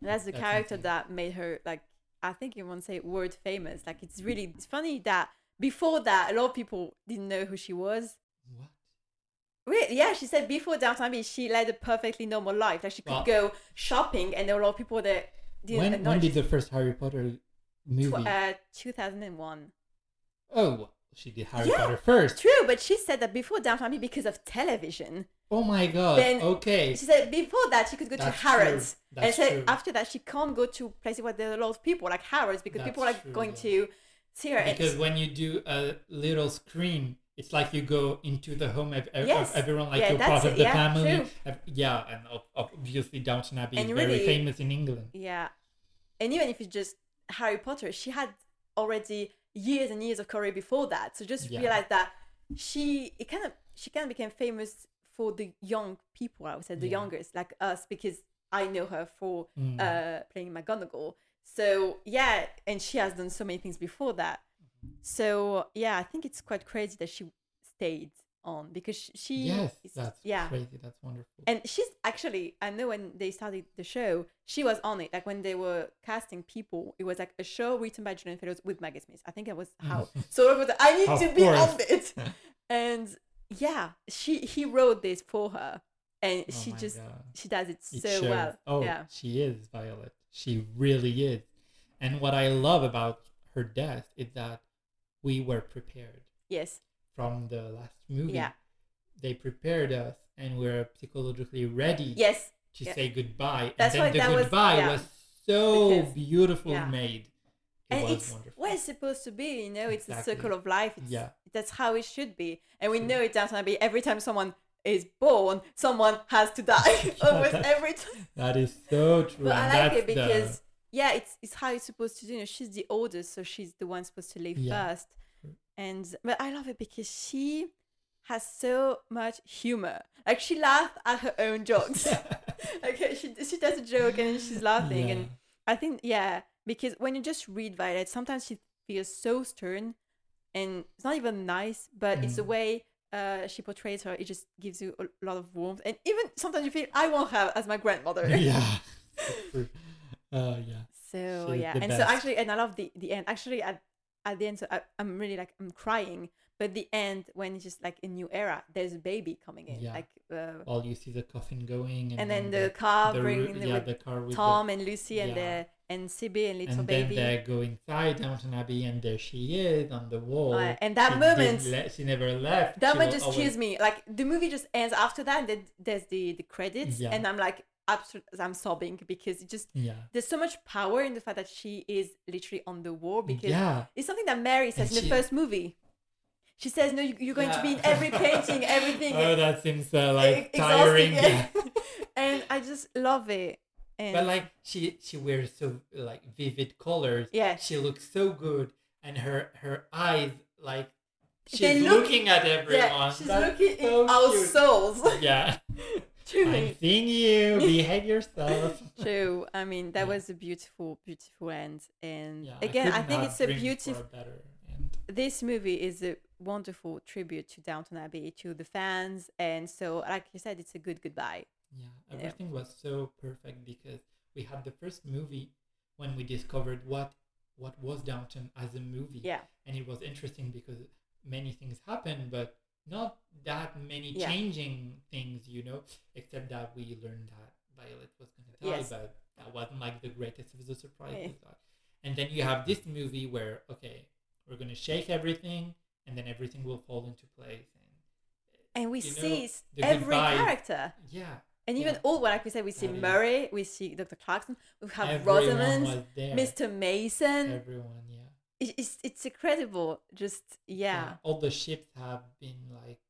Speaker 4: That's the
Speaker 3: That's
Speaker 4: character
Speaker 3: insane.
Speaker 4: that made her like I think you want to say world famous. Like it's really it's funny that before that a lot of people didn't know who she was.
Speaker 3: What?
Speaker 4: Wait, yeah, she said before Downton Abbey she led a perfectly normal life. Like she could
Speaker 3: Well-
Speaker 4: go shopping and there were a lot of people that didn't
Speaker 3: when when
Speaker 4: acknowledge-
Speaker 3: did the first Harry Potter movie?
Speaker 4: Tw- uh, 2001.
Speaker 3: oh, well, she did Harry
Speaker 4: Yeah.
Speaker 3: Potter first.
Speaker 4: True, but she said that before Downton Abbey because of television.
Speaker 3: Oh my god.
Speaker 4: Then
Speaker 3: okay.
Speaker 4: She said before that she could go
Speaker 3: That's
Speaker 4: to
Speaker 3: true.
Speaker 4: Harrods. And
Speaker 3: That's
Speaker 4: said
Speaker 3: true.
Speaker 4: after that she can't go to places where there are a lot of people like Harrods because people are
Speaker 3: That's
Speaker 4: like
Speaker 3: true,
Speaker 4: going
Speaker 3: yeah.
Speaker 4: to see her. and-
Speaker 3: because when you do a little screen it's like you go into the home of, of-
Speaker 4: Yes.
Speaker 3: of everyone like
Speaker 4: Yeah,
Speaker 3: you're
Speaker 4: that's
Speaker 3: part
Speaker 4: it.
Speaker 3: of the
Speaker 4: Yeah,
Speaker 3: family
Speaker 4: true.
Speaker 3: Ev- yeah and ob- obviously Downton Abbey
Speaker 4: And
Speaker 3: is very
Speaker 4: really-
Speaker 3: famous in England
Speaker 4: Yeah. And even if it's just Harry Potter, she had already years and years of career before that. So just
Speaker 3: Yeah.
Speaker 4: realize that she it kind of she kind of became famous for the young people, I would say, the
Speaker 3: Yeah.
Speaker 4: youngest, like us, because I know her for
Speaker 3: Mm.
Speaker 4: uh playing McGonagall. So yeah, and she has done so many things before that. So yeah, I think it's quite crazy that she stayed on because sh- she
Speaker 3: yes
Speaker 4: is-
Speaker 3: that's
Speaker 4: yeah
Speaker 3: crazy that's wonderful
Speaker 4: and she's actually i know when they started the show she was on it like when they were casting people it was like a show written by julian fellows with maggie smith i think it was how so it was, i need
Speaker 3: Of
Speaker 4: to be on
Speaker 3: course.
Speaker 4: it and yeah she he wrote this for her and
Speaker 3: Oh
Speaker 4: she
Speaker 3: my
Speaker 4: just
Speaker 3: God.
Speaker 4: she does it so
Speaker 3: It shows.
Speaker 4: well
Speaker 3: oh
Speaker 4: yeah
Speaker 3: she is Violet she really is and what I love about her death is that we were prepared
Speaker 4: yes
Speaker 3: from the last movie
Speaker 4: Yeah.
Speaker 3: they prepared us and we're psychologically ready
Speaker 4: yes
Speaker 3: to
Speaker 4: Yeah.
Speaker 3: say goodbye.
Speaker 4: That's
Speaker 3: and
Speaker 4: why
Speaker 3: then the
Speaker 4: that was-
Speaker 3: goodbye was,
Speaker 4: yeah.
Speaker 3: so
Speaker 4: Because-
Speaker 3: beautifully
Speaker 4: yeah.
Speaker 3: made. It
Speaker 4: and
Speaker 3: was
Speaker 4: it's
Speaker 3: wonderful.
Speaker 4: where it's supposed to be you know it's
Speaker 3: Exactly.
Speaker 4: a circle of life it's,
Speaker 3: Yeah.
Speaker 4: that's how it should be and we
Speaker 3: True.
Speaker 4: know it downton abbey every time someone is born someone has to die almost
Speaker 3: that's-
Speaker 4: every time
Speaker 3: That is so true.
Speaker 4: But
Speaker 3: and
Speaker 4: I like
Speaker 3: that's
Speaker 4: it
Speaker 3: the-
Speaker 4: because yeah, it's it's how it's supposed to do. You know, she's the oldest, so she's the one supposed to leave
Speaker 3: Yeah.
Speaker 4: first. And but I love it because she has so much humor. Like she laughs at her own jokes. okay, she she does a joke and she's laughing.
Speaker 3: Yeah.
Speaker 4: And I think yeah, because when you just read Violet, sometimes she feels so stern, and it's not even nice. But it's the
Speaker 3: Mm.
Speaker 4: way. Uh, she portrays her. It just gives you a lot of warmth, and even sometimes you feel I want her as my grandmother.
Speaker 3: yeah. So true. Uh, yeah.
Speaker 4: So
Speaker 3: She's
Speaker 4: yeah,
Speaker 3: the
Speaker 4: and so
Speaker 3: best.
Speaker 4: actually, and I love the the end. Actually, at at the end, so I, I'm really like I'm crying. But the end, when it's just like a new era, there's a baby coming in,
Speaker 3: Yeah.
Speaker 4: like, uh,
Speaker 3: While you see the coffin going, and,
Speaker 4: and then
Speaker 3: the,
Speaker 4: the car
Speaker 3: the,
Speaker 4: bringing the,
Speaker 3: yeah,
Speaker 4: with
Speaker 3: the car with the-
Speaker 4: Tom and Lucy and
Speaker 3: yeah.
Speaker 4: the and Sibby and little
Speaker 3: and then
Speaker 4: baby.
Speaker 3: they go inside Downton Abbey, and there she is on the wall.
Speaker 4: Uh, and that
Speaker 3: she
Speaker 4: moment-
Speaker 3: didn't le- she never left.
Speaker 4: that
Speaker 3: She oh,
Speaker 4: one
Speaker 3: will
Speaker 4: just
Speaker 3: always-
Speaker 4: kills me. Like the movie just ends after that. And then there's the the credits,
Speaker 3: Yeah.
Speaker 4: and I'm like absolutely, I'm sobbing because it just
Speaker 3: Yeah.
Speaker 4: there's so much power in the fact that she is literally on the wall because
Speaker 3: Mm, yeah.
Speaker 4: It's something that Mary says
Speaker 3: And
Speaker 4: in the
Speaker 3: she-
Speaker 4: first movie. She says, "No, you, you're going to be in
Speaker 3: Yeah.
Speaker 4: every painting, everything."
Speaker 3: Oh, that seems uh,
Speaker 4: E-
Speaker 3: like tiring.
Speaker 4: exhausting, yeah. and I just love it. And
Speaker 3: but like she she wears so like vivid colors.
Speaker 4: Yeah.
Speaker 3: She looks so good, and her her eyes like she's
Speaker 4: They look-
Speaker 3: looking at everyone.
Speaker 4: yeah, she's
Speaker 3: That's
Speaker 4: looking
Speaker 3: so
Speaker 4: in our
Speaker 3: cute.
Speaker 4: souls.
Speaker 3: Yeah, I'm
Speaker 4: Truly,
Speaker 3: seeing you. Behave yourself.
Speaker 4: true. I mean, that
Speaker 3: Yeah.
Speaker 4: was a beautiful, beautiful end. And
Speaker 3: Yeah,
Speaker 4: again, I
Speaker 3: couldn't
Speaker 4: think
Speaker 3: have
Speaker 4: it's a
Speaker 3: dreamed for
Speaker 4: beautiful.
Speaker 3: better end.
Speaker 4: this movie is a wonderful tribute to Downton Abbey, to the fans, and so, like you said, it's a good goodbye.
Speaker 3: Yeah, everything was so perfect because we had the first movie when we discovered what what was Downton as a movie.
Speaker 4: Yeah,
Speaker 3: and it was interesting because many things happened, but not that many
Speaker 4: Yeah.
Speaker 3: changing things, you know, except that we learned that Violet was going to die,
Speaker 4: Yes. Eh.
Speaker 3: but that wasn't like the greatest of the surprises. And then you have this movie where, okay, we're going to shake everything and then everything will fall into place.
Speaker 4: and we
Speaker 3: You know,
Speaker 4: see
Speaker 3: the
Speaker 4: every
Speaker 3: goodbye-
Speaker 4: character.
Speaker 3: And yeah,
Speaker 4: And even
Speaker 3: Yeah.
Speaker 4: all, well, like we said, we see
Speaker 3: That is-
Speaker 4: Murray, we see Dr. Clarkson, we have
Speaker 3: everyone
Speaker 4: Rosamund,
Speaker 3: was there.
Speaker 4: Mr. Mason.
Speaker 3: Everyone, yeah.
Speaker 4: It- It's, it's incredible. Just, yeah.
Speaker 3: And all the ships have been like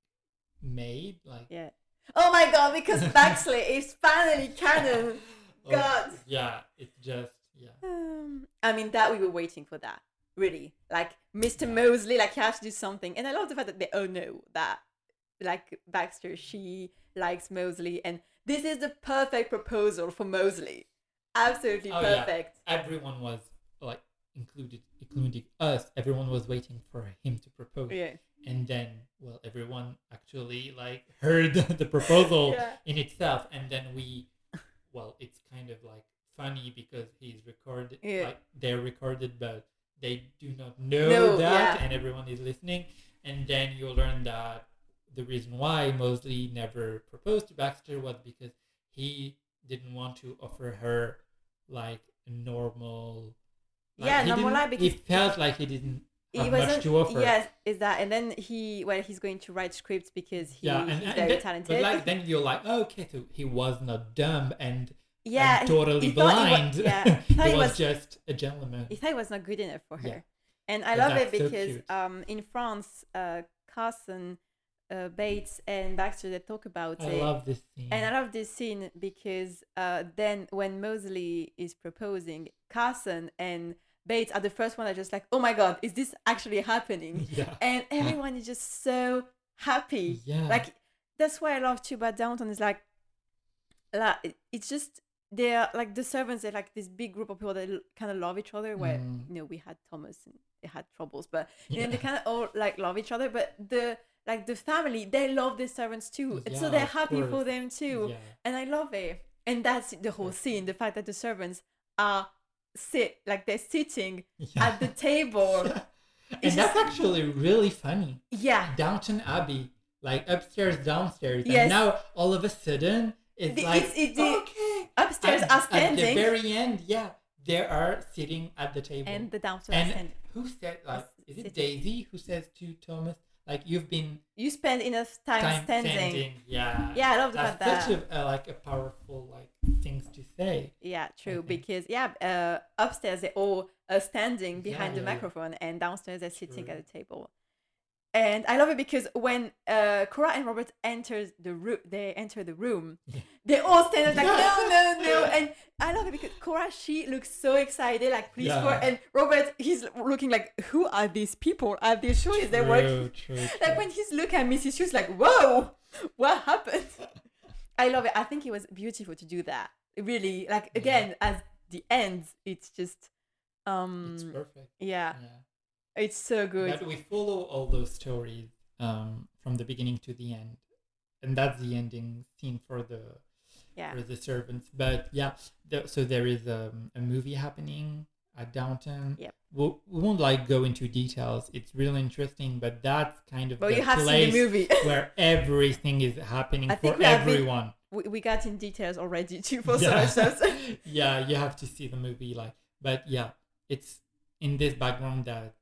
Speaker 3: made, like
Speaker 4: Yeah. Oh my God, because Baxley is finally canon.
Speaker 3: Oh,
Speaker 4: God.
Speaker 3: yeah, it's just yeah.
Speaker 4: Um, I mean, that we were waiting for that, really. Like, Mr. Mosley, like, he has to do something. And I love the fact that they all know that, like, Baxter, she likes Mosley. And this is the perfect proposal for Mosley.
Speaker 2: absolutely
Speaker 3: Oh, yeah.
Speaker 2: perfect.
Speaker 3: Everyone was like included, including us. Everyone was waiting for him to propose,
Speaker 4: Yeah.
Speaker 3: and then well, everyone actually like heard the proposal
Speaker 4: Yeah.
Speaker 3: in itself, and then we, well, it's kind of like funny because he's recorded,
Speaker 4: Yeah.
Speaker 3: like they're recorded, but they do not know
Speaker 2: No,
Speaker 3: that,
Speaker 2: yeah.
Speaker 3: and everyone is listening, and then you learn that the reason why Mosley never proposed to Baxter was because he didn't want to offer her like a normal. Like,
Speaker 4: Yeah,
Speaker 3: he
Speaker 4: normal
Speaker 3: didn't-
Speaker 4: life
Speaker 3: He
Speaker 4: because-
Speaker 3: felt like he didn't
Speaker 4: he
Speaker 3: have much
Speaker 4: wasn't.
Speaker 3: to offer.
Speaker 4: Yes, is that and then he well he's going to write scripts because he,
Speaker 3: yeah, and,
Speaker 4: he's
Speaker 3: and
Speaker 4: very
Speaker 3: then-
Speaker 4: talented.
Speaker 3: But like then you're like, oh, okay, so he was not dumb and,
Speaker 4: yeah,
Speaker 3: and
Speaker 4: he-
Speaker 3: totally
Speaker 4: he thought he wa-
Speaker 3: blind.
Speaker 4: yeah,
Speaker 3: he,
Speaker 4: thought
Speaker 3: was,
Speaker 4: he was
Speaker 3: just a gentleman.
Speaker 4: He thought it was not good enough for her.
Speaker 3: Yeah.
Speaker 4: And I
Speaker 3: But
Speaker 4: love it
Speaker 3: that's so
Speaker 4: because
Speaker 3: cute.
Speaker 4: um, in France, uh, Carson, uh, Bates, and Baxter they talk about
Speaker 3: I
Speaker 4: it.
Speaker 3: love this scene.
Speaker 4: and I love this scene because uh, then when Mosley is proposing, Carson and Bates are the first one that just like, oh my god, is this actually happening?
Speaker 3: yeah,
Speaker 4: and everyone is just so happy.
Speaker 3: yeah,
Speaker 4: Like that's why I love too about Downton is like, like it's just they're like the servants. They're like this big group of people that kind of love each other. Where
Speaker 3: Mm.
Speaker 4: you know we had Thomas and they had troubles, but you know
Speaker 3: Yeah.
Speaker 4: they kind of all like love each other. But the like the family they love their servants too, and
Speaker 3: Yeah,
Speaker 4: so they're
Speaker 3: of
Speaker 4: happy for
Speaker 3: course.
Speaker 4: them too.
Speaker 3: yeah.
Speaker 4: And I love it. And that's the whole scene. The fact that the servants are sit like they're sitting
Speaker 3: yeah.
Speaker 4: at the table.
Speaker 3: Yeah. And
Speaker 4: It's
Speaker 3: that's
Speaker 4: just-
Speaker 3: actually really funny.
Speaker 4: yeah.
Speaker 3: Downton Abbey, like upstairs, downstairs,
Speaker 4: Yes.
Speaker 3: and now all of a sudden it's
Speaker 4: The-
Speaker 3: like
Speaker 4: it's- it- the-
Speaker 3: okay.
Speaker 4: Upstairs
Speaker 3: At-
Speaker 4: are
Speaker 3: At the
Speaker 4: standing
Speaker 3: very end, yeah, they are sitting at the table.
Speaker 4: and the downstairs are
Speaker 3: And
Speaker 4: standing.
Speaker 3: who said like is it
Speaker 4: Sitting.
Speaker 3: Daisy who says to Thomas like you've been
Speaker 4: you spend enough time,
Speaker 3: time
Speaker 4: standing.
Speaker 3: Yeah,
Speaker 4: Yeah, I love
Speaker 3: that's
Speaker 4: about that.
Speaker 3: such a, a like a powerful like things to say.
Speaker 4: yeah, true.
Speaker 3: think.
Speaker 4: Because yeah, uh, upstairs they all are standing behind
Speaker 3: Yeah,
Speaker 4: the
Speaker 3: yeah, yeah.
Speaker 4: microphone, and downstairs they're sitting
Speaker 3: True.
Speaker 4: at a table. And I love it because when uh, Cora and Robert enters the room, they enter the room.
Speaker 3: Yeah.
Speaker 4: They all stand up like no,
Speaker 3: Yeah.
Speaker 4: no, no. And I love it because Cora she looks so excited, like please,
Speaker 3: Yeah.
Speaker 4: Cora. And Robert he's looking like, who are these people? Are they sure is they working?
Speaker 3: True, true, true.
Speaker 4: like when he's looking at Mrs. Hughes, like, whoa, what happened? I love it. I think it was beautiful to do that. Really, like
Speaker 3: Yeah.
Speaker 4: again, as the end, it's just, um,
Speaker 3: it's perfect.
Speaker 4: yeah,
Speaker 3: yeah.
Speaker 4: it's so good.
Speaker 3: But we follow all those stories um, from the beginning to the end, and that's the ending scene for the
Speaker 4: Yeah.
Speaker 3: for the servants. But yeah, the, so there is um, a movie happening at Downton.
Speaker 4: Yep.
Speaker 3: We'll, we won't like go into details. It's really interesting, but that's kind of
Speaker 4: But
Speaker 3: the
Speaker 4: you have
Speaker 3: place
Speaker 4: seen the movie.
Speaker 3: where everything is happening
Speaker 4: I
Speaker 3: for
Speaker 4: think we have been-
Speaker 3: everyone.
Speaker 4: we, we got in details already too for so
Speaker 3: Yeah.
Speaker 4: much stuff.
Speaker 3: yeah, you have to see the movie. Like, but yeah, it's in this background that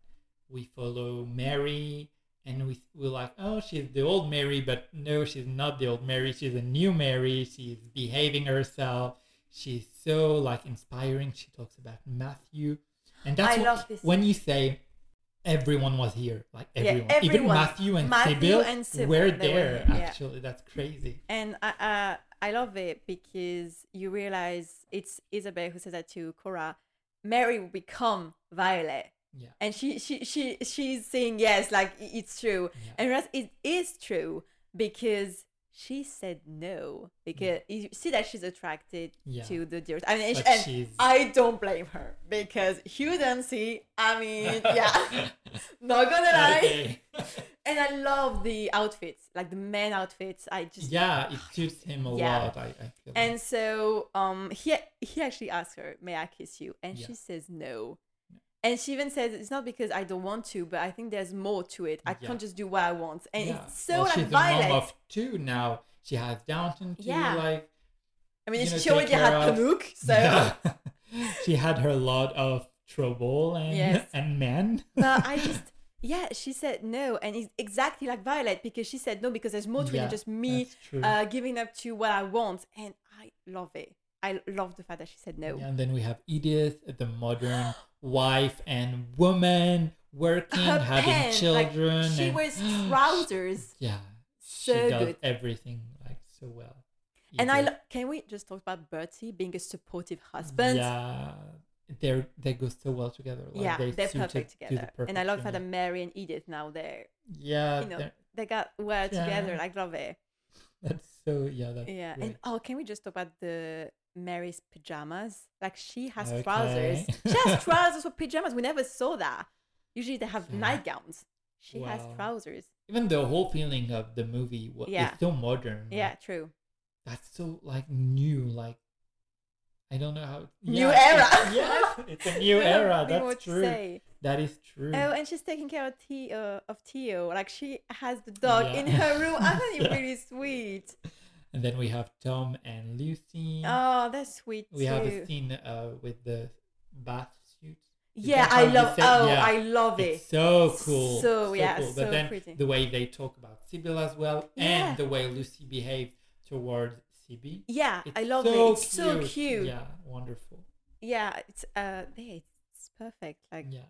Speaker 3: we follow Mary, and we we're like, oh, she's the old Mary, but no, she's not the old Mary. She's a new Mary. She's behaving herself. She's so like inspiring. She talks about Matthew, and that's
Speaker 4: I
Speaker 3: what-
Speaker 4: love this.
Speaker 3: when you say. Everyone was here, like
Speaker 4: Yeah,
Speaker 3: everyone, even
Speaker 4: everyone.
Speaker 3: Matthew and
Speaker 4: Matthew
Speaker 3: Sybil
Speaker 4: and Sybil,
Speaker 3: were
Speaker 4: they were
Speaker 3: there.
Speaker 4: here, yeah.
Speaker 3: Actually, that's crazy.
Speaker 4: And I, uh, I I love it because you realize it's Isabel who says that to Cora. Mary will become Violet.
Speaker 3: Yeah.
Speaker 4: And she she she she's saying yes, like i- it's true.
Speaker 3: Yeah.
Speaker 4: And whereas it is true because she said no because you see that she's attracted
Speaker 3: Yeah.
Speaker 4: to the dearest. I mean, and,
Speaker 3: But
Speaker 4: she- and
Speaker 3: she's-
Speaker 4: I don't blame her because you don't see. I mean, yeah, not gonna lie.
Speaker 3: Okay.
Speaker 4: And I love the outfits, like the men outfits. I just
Speaker 3: yeah it suits him a
Speaker 4: Yeah.
Speaker 3: lot i, I feel
Speaker 4: And so um, he he actually asks her, "May I kiss you?" And
Speaker 3: Yeah.
Speaker 4: she says no. And she even says, "It's not because I don't want to, but I think there's more to it. I
Speaker 3: Yeah.
Speaker 4: can't just do what I want." And
Speaker 3: Yeah.
Speaker 4: it's so
Speaker 3: Well,
Speaker 4: like
Speaker 3: she's a
Speaker 4: violent.
Speaker 3: mom of two now she has downton too
Speaker 4: Yeah.
Speaker 3: like
Speaker 4: I mean,
Speaker 3: you know,
Speaker 4: she
Speaker 3: take
Speaker 4: already
Speaker 3: care
Speaker 4: had
Speaker 3: of-
Speaker 4: Pamuk, so
Speaker 3: she had her lot of trouble and
Speaker 4: Yes.
Speaker 3: and men
Speaker 4: but I just yeah, she said no, and it's exactly like Violet because she said no because there's more to it
Speaker 3: Yeah,
Speaker 4: than just me
Speaker 3: that's true.
Speaker 4: uh, giving up to what I want, and I love it. I love the fact that she said no.
Speaker 3: and then we have edith the modern wife and woman working
Speaker 4: Her
Speaker 3: having
Speaker 4: pants, like,
Speaker 3: children
Speaker 4: she
Speaker 3: and-
Speaker 4: wears trousers.
Speaker 3: yeah
Speaker 4: so
Speaker 3: she does
Speaker 4: good.
Speaker 3: everything like so well
Speaker 4: And I
Speaker 3: Edith.
Speaker 4: lo- can we just talk about Bertie being a supportive husband?
Speaker 3: Yeah, they're they go so well together. Like,
Speaker 4: Yeah,
Speaker 3: they
Speaker 4: they're
Speaker 3: suit it
Speaker 4: perfect
Speaker 3: to the
Speaker 4: together. and I love how that
Speaker 3: perfection.
Speaker 4: Mary and Edith now they're
Speaker 3: Yeah,
Speaker 4: you know
Speaker 3: they're-
Speaker 4: they got well
Speaker 3: Yeah.
Speaker 4: together. Like love it.
Speaker 3: that's so yeah. That's
Speaker 4: Yeah.
Speaker 3: Great.
Speaker 4: And oh, can we just talk about the Mary's pajamas. Like she has trousers. She has trousers for pajamas. We never saw that. Usually they have
Speaker 3: Yeah.
Speaker 4: nightgowns. She has
Speaker 3: Wow.
Speaker 4: trousers.
Speaker 3: Even the whole feeling of the movie was
Speaker 4: Yeah.
Speaker 3: it's so modern. like,
Speaker 4: Yeah, true.
Speaker 3: that's so like new. Like I don't know how
Speaker 4: New
Speaker 3: it's-
Speaker 4: era.
Speaker 3: yes, it's a new
Speaker 4: I don't
Speaker 3: era.
Speaker 4: really know what
Speaker 3: That's
Speaker 4: to
Speaker 3: true.
Speaker 4: say.
Speaker 3: That is true.
Speaker 4: Oh, and she's taking care of Theo. Of Theo, like she has the dog
Speaker 3: Yeah.
Speaker 4: in her room. I thought it
Speaker 3: Yeah.
Speaker 4: really sweet.
Speaker 3: and then we have Tom and Lucy.
Speaker 4: Oh, that's sweet
Speaker 3: we have
Speaker 4: too.
Speaker 3: a scene uh, with the bath suit. Is
Speaker 4: yeah,
Speaker 3: that
Speaker 4: I
Speaker 3: how you
Speaker 4: love.
Speaker 3: say-
Speaker 4: Oh,
Speaker 3: yeah.
Speaker 4: I love it.
Speaker 3: It's so cool.
Speaker 4: So, yeah,
Speaker 3: cool. But
Speaker 4: so
Speaker 3: then
Speaker 4: pretty.
Speaker 3: the way they talk about Sybil as well,
Speaker 4: Yeah.
Speaker 3: and the way Lucy behaves towards Sybil.
Speaker 4: Yeah,
Speaker 3: It's
Speaker 4: I love
Speaker 3: so
Speaker 4: it. It's so cute. Yeah,
Speaker 3: Yeah, wonderful.
Speaker 4: it's uh, yeah, it's perfect. Like
Speaker 3: Yeah,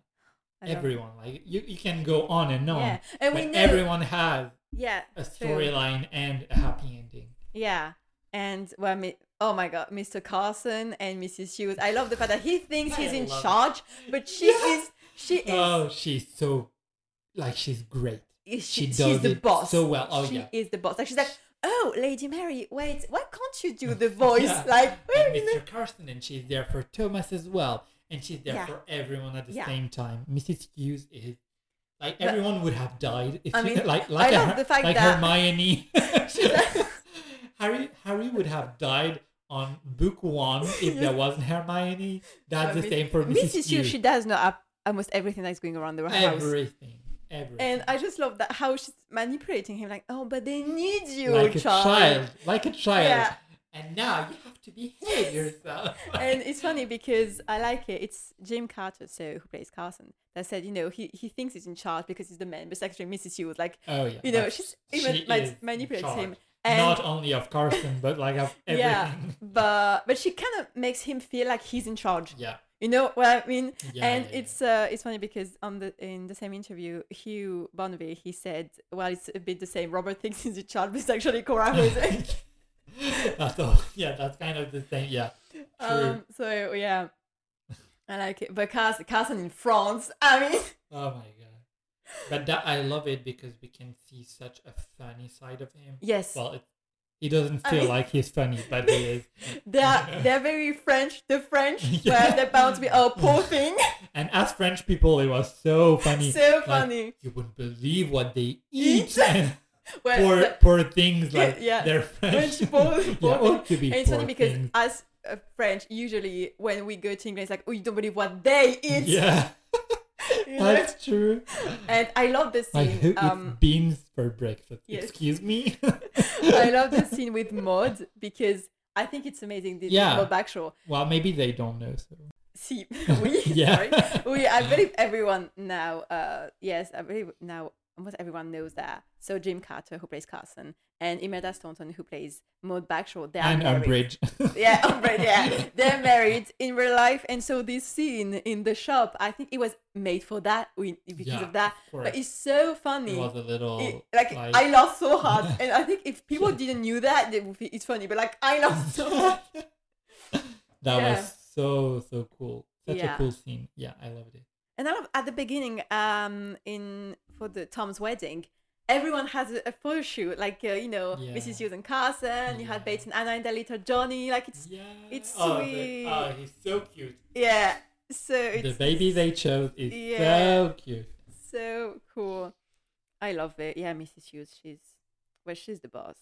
Speaker 4: I love it.
Speaker 3: everyone like you, you can go on and on.
Speaker 4: Yeah, and we
Speaker 3: but
Speaker 4: know.
Speaker 3: everyone has
Speaker 4: yeah,
Speaker 3: a
Speaker 4: true.
Speaker 3: storyline and a happy ending.
Speaker 4: Yeah, and well, mi- oh my God, Mr. Carson and Mrs. Hughes. I love the fact that he thinks he's
Speaker 3: I
Speaker 4: in
Speaker 3: love it.
Speaker 4: charge, but she
Speaker 3: Yeah.
Speaker 4: is. She is.
Speaker 3: Oh, she's so like she's great.
Speaker 4: is
Speaker 3: she
Speaker 4: she,
Speaker 3: does
Speaker 4: she's the
Speaker 3: it
Speaker 4: boss
Speaker 3: so well. Oh,
Speaker 4: she
Speaker 3: yeah.
Speaker 4: is the boss. Like she's like, oh, Lady Mary, wait, why can't you do the voice?
Speaker 3: Yeah.
Speaker 4: Like,
Speaker 3: And
Speaker 4: wait a minute.
Speaker 3: Mr. Carson, and she's there for Thomas as well, and she's there
Speaker 4: Yeah.
Speaker 3: for everyone at the
Speaker 4: Yeah.
Speaker 3: same time. Mrs. Hughes is like
Speaker 4: But-
Speaker 3: everyone would have died if
Speaker 4: I
Speaker 3: she,
Speaker 4: mean,
Speaker 3: like like,
Speaker 4: I
Speaker 3: a
Speaker 4: love
Speaker 3: Her-
Speaker 4: the fact
Speaker 3: like
Speaker 4: that-
Speaker 3: Hermione.
Speaker 4: like-
Speaker 3: Harry Harry would have died on book one if there wasn't Hermione. That's
Speaker 4: Uh,
Speaker 3: the
Speaker 4: Miss-
Speaker 3: same for Mrs.
Speaker 4: Mrs. Hughes,
Speaker 3: Hughes.
Speaker 4: she does know up almost everything that's going around the house.
Speaker 3: everything, everything.
Speaker 4: And I just love that how she's manipulating him, like, oh, but they need you,
Speaker 3: like a
Speaker 4: child.
Speaker 3: child, like a child.
Speaker 4: Yeah.
Speaker 3: And now you have to behave yourself.
Speaker 4: And it's funny because I like it. It's Jim Carter, so who plays Carson, that said, you know, he, he thinks he's in charge because he's the man, but it's actually Mrs. Hughes, like,
Speaker 3: oh yeah,
Speaker 4: you know,
Speaker 3: but
Speaker 4: she's
Speaker 3: she
Speaker 4: even
Speaker 3: is
Speaker 4: man-
Speaker 3: in
Speaker 4: manipulates
Speaker 3: charge.
Speaker 4: him. And
Speaker 3: Not only of Carson, but like of everything.
Speaker 4: but but she kind of makes him feel like he's in charge.
Speaker 3: Yeah.
Speaker 4: You know what I mean?
Speaker 3: Yeah,
Speaker 4: and
Speaker 3: yeah, yeah.
Speaker 4: it's uh, it's funny because on the in the same interview, Hugh Bonnevie he said, "Well, it's a bit the same. Robert thinks he's a child, but it's actually Cora who is." it."
Speaker 3: that's all. Yeah, that's kind of the same. Yeah. True.
Speaker 4: um, so yeah, I like it. But Carson, Carson in France. I mean,
Speaker 3: oh my god. But that I love it because we can see such a funny side of him.
Speaker 4: yes,
Speaker 3: Well, it, he doesn't
Speaker 4: I
Speaker 3: feel
Speaker 4: mean-
Speaker 3: like he's funny, but he is.
Speaker 4: they are they're very French. The French,
Speaker 3: Yeah.
Speaker 4: but they're bound to be oh poor thing.
Speaker 3: And as French people, it was so funny.
Speaker 4: so
Speaker 3: Like,
Speaker 4: funny.
Speaker 3: you wouldn't believe what they eat.
Speaker 4: Eat.
Speaker 3: and
Speaker 4: Well,
Speaker 3: poor,
Speaker 4: the-
Speaker 3: poor things like
Speaker 4: Yeah.
Speaker 3: they're French.
Speaker 4: French poor-
Speaker 3: yeah,
Speaker 4: poor
Speaker 3: well, to be
Speaker 4: And it's
Speaker 3: poor
Speaker 4: funny because
Speaker 3: things.
Speaker 4: as a French, usually when we go to England, it's like, oh, you don't believe what they eat.
Speaker 3: yeah,
Speaker 4: you know?
Speaker 3: that's true.
Speaker 4: And I love the
Speaker 3: Like who
Speaker 4: scene. Um,
Speaker 3: eats beans for breakfast?
Speaker 4: yes.
Speaker 3: Excuse me.
Speaker 4: I love the scene with Maud because I think it's amazing. This
Speaker 3: Yeah.
Speaker 4: Maud Bagshaw.
Speaker 3: well, maybe they don't know. So
Speaker 4: See, we,
Speaker 3: Yeah.
Speaker 4: sorry. we, I believe everyone now, uh, yes, I believe now almost everyone knows that. So Jim Carter, who plays Carson, and Imelda Staunton, who plays Maud Bagshaw, they are
Speaker 3: and
Speaker 4: married.
Speaker 3: Umbridge.
Speaker 4: yeah, Umbridge, yeah. They're married in real life. And so this scene in the shop, I think it was made for that we- because
Speaker 3: Yeah,
Speaker 4: of that.
Speaker 3: of course.
Speaker 4: but it's so
Speaker 3: it
Speaker 4: funny.
Speaker 3: was a little
Speaker 4: It- like, I laughed so hard. and I think if people didn't knew that, they would be, it's funny. But like I laughed so hard.
Speaker 3: that
Speaker 4: Yeah.
Speaker 3: was so so cool. Such a
Speaker 4: Yeah.
Speaker 3: cool scene. Yeah, I loved it.
Speaker 4: And I love at the beginning, um, in for the Tom's wedding, everyone has a, a photo shoot. Like uh, you know,
Speaker 3: Yeah.
Speaker 4: Mrs. Hughes and Carson. You
Speaker 3: Yeah.
Speaker 4: had Bates and Anna and their little Johnny. Like it's
Speaker 3: Yeah,
Speaker 4: It's
Speaker 3: oh, the-
Speaker 4: sweet.
Speaker 3: oh, he's so cute.
Speaker 4: yeah. So it's
Speaker 3: the baby they chose is
Speaker 4: Yeah.
Speaker 3: so cute.
Speaker 4: so cool. I love it. Yeah, Mrs. Hughes, she's well, she's the boss.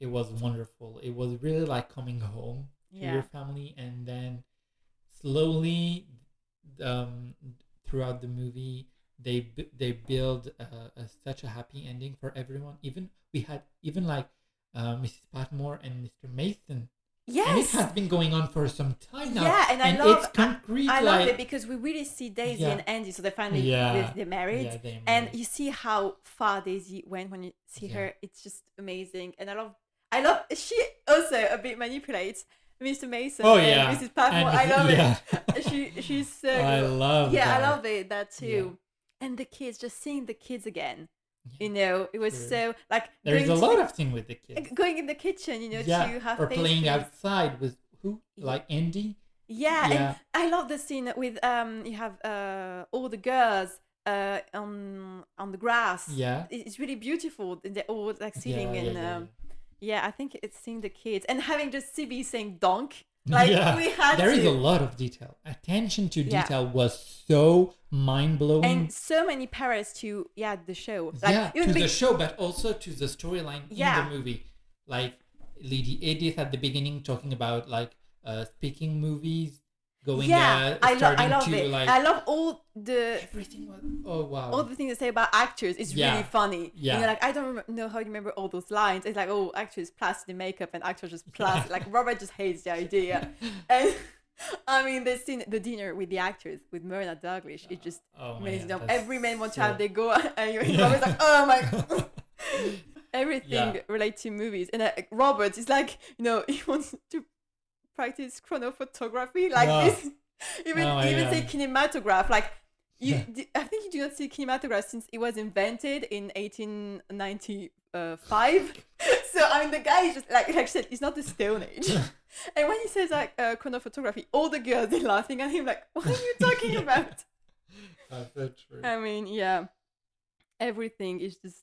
Speaker 3: It was wonderful. It was really like coming home. to
Speaker 4: Yeah.
Speaker 3: your family and then slowly um throughout the movie they b- they build uh, a, such a happy ending for everyone even we had even like uh, mrs patmore and mr mason and it
Speaker 4: Yes.
Speaker 3: has been going on for some time now
Speaker 4: Yeah, and I
Speaker 3: it's
Speaker 4: love-
Speaker 3: concrete
Speaker 4: I love
Speaker 3: like
Speaker 4: it because we really see Daisy
Speaker 3: Yeah.
Speaker 4: and Andy, so they're finally
Speaker 3: Yeah.
Speaker 4: with- they're married.
Speaker 3: yeah, they
Speaker 4: And
Speaker 3: made-
Speaker 4: you see how far Daisy went when you see
Speaker 3: Yeah.
Speaker 4: her. It's just amazing. And I love I love she also a bit manipulates Mr. Mason
Speaker 3: oh
Speaker 4: and
Speaker 3: yeah
Speaker 4: Mrs. Patmore.
Speaker 3: and-
Speaker 4: I love
Speaker 3: yeah.
Speaker 4: it. She she's so
Speaker 3: i
Speaker 4: good.
Speaker 3: love
Speaker 4: yeah,
Speaker 3: that.
Speaker 4: I love it that too. And the kids, just seeing the kids again. You know, it was
Speaker 3: True.
Speaker 4: so like
Speaker 3: there's
Speaker 4: going
Speaker 3: a
Speaker 4: to
Speaker 3: lot
Speaker 4: the-
Speaker 3: of thing with the kids
Speaker 4: going in the kitchen, you know, to have
Speaker 3: or playing
Speaker 4: pastries.
Speaker 3: outside with who like andy
Speaker 4: Yeah,
Speaker 3: Yeah.
Speaker 4: and I love the scene with um you have uh all the girls uh on on the grass.
Speaker 3: yeah
Speaker 4: It- It's really beautiful. and They're all like sitting
Speaker 3: yeah,
Speaker 4: and
Speaker 3: yeah, yeah,
Speaker 4: um yeah, I think it's seeing the kids and having just CB saying donk. Like
Speaker 3: yeah.
Speaker 4: we had
Speaker 3: There is
Speaker 4: to.
Speaker 3: a lot of detail. Attention to
Speaker 4: Yeah.
Speaker 3: detail was so mind blowing.
Speaker 4: and so many parents to yeah the show. Like
Speaker 3: yeah,
Speaker 4: it
Speaker 3: to
Speaker 4: would be
Speaker 3: the show, but also to the storyline
Speaker 4: Yeah.
Speaker 3: in the movie. Like Lady Edith at the beginning talking about like uh, speaking movies, going
Speaker 4: yeah.
Speaker 3: uh,
Speaker 4: I, lo-
Speaker 3: starting
Speaker 4: I love
Speaker 3: to
Speaker 4: it.
Speaker 3: like
Speaker 4: I love all the
Speaker 3: everything was oh wow.
Speaker 4: all the things they say about actors is really
Speaker 3: Yeah.
Speaker 4: funny.
Speaker 3: Yeah.
Speaker 4: And you're like, I don't rem- know how you remember all those lines. It's like, oh, actors plus the makeup and actors just plus. Like Robert just hates the idea. and I mean, the scene, the dinner with the actors with Myrna Douglas, it just
Speaker 3: Oh my
Speaker 4: amazes
Speaker 3: God,
Speaker 4: them.
Speaker 3: that's
Speaker 4: Every man wants
Speaker 3: so-
Speaker 4: to have their go, and you're always like, oh my. Everything
Speaker 3: Yeah.
Speaker 4: related to movies, and uh, Robert is like, you know, he wants to practice chronophotography like
Speaker 3: Yeah.
Speaker 4: this. Even
Speaker 3: No, I,
Speaker 4: even say
Speaker 3: um,
Speaker 4: kinematograph, like you,
Speaker 3: Yeah.
Speaker 4: d- I think you do not see kinematograph since it was invented in 1895. so I mean, the guy is just like like I said, it's not the Stone Age. and when he says like uh, chronophotography, all the girls are laughing at him, like, what are you talking
Speaker 3: Yeah.
Speaker 4: about?
Speaker 3: That's so true.
Speaker 4: I mean, yeah, everything is just,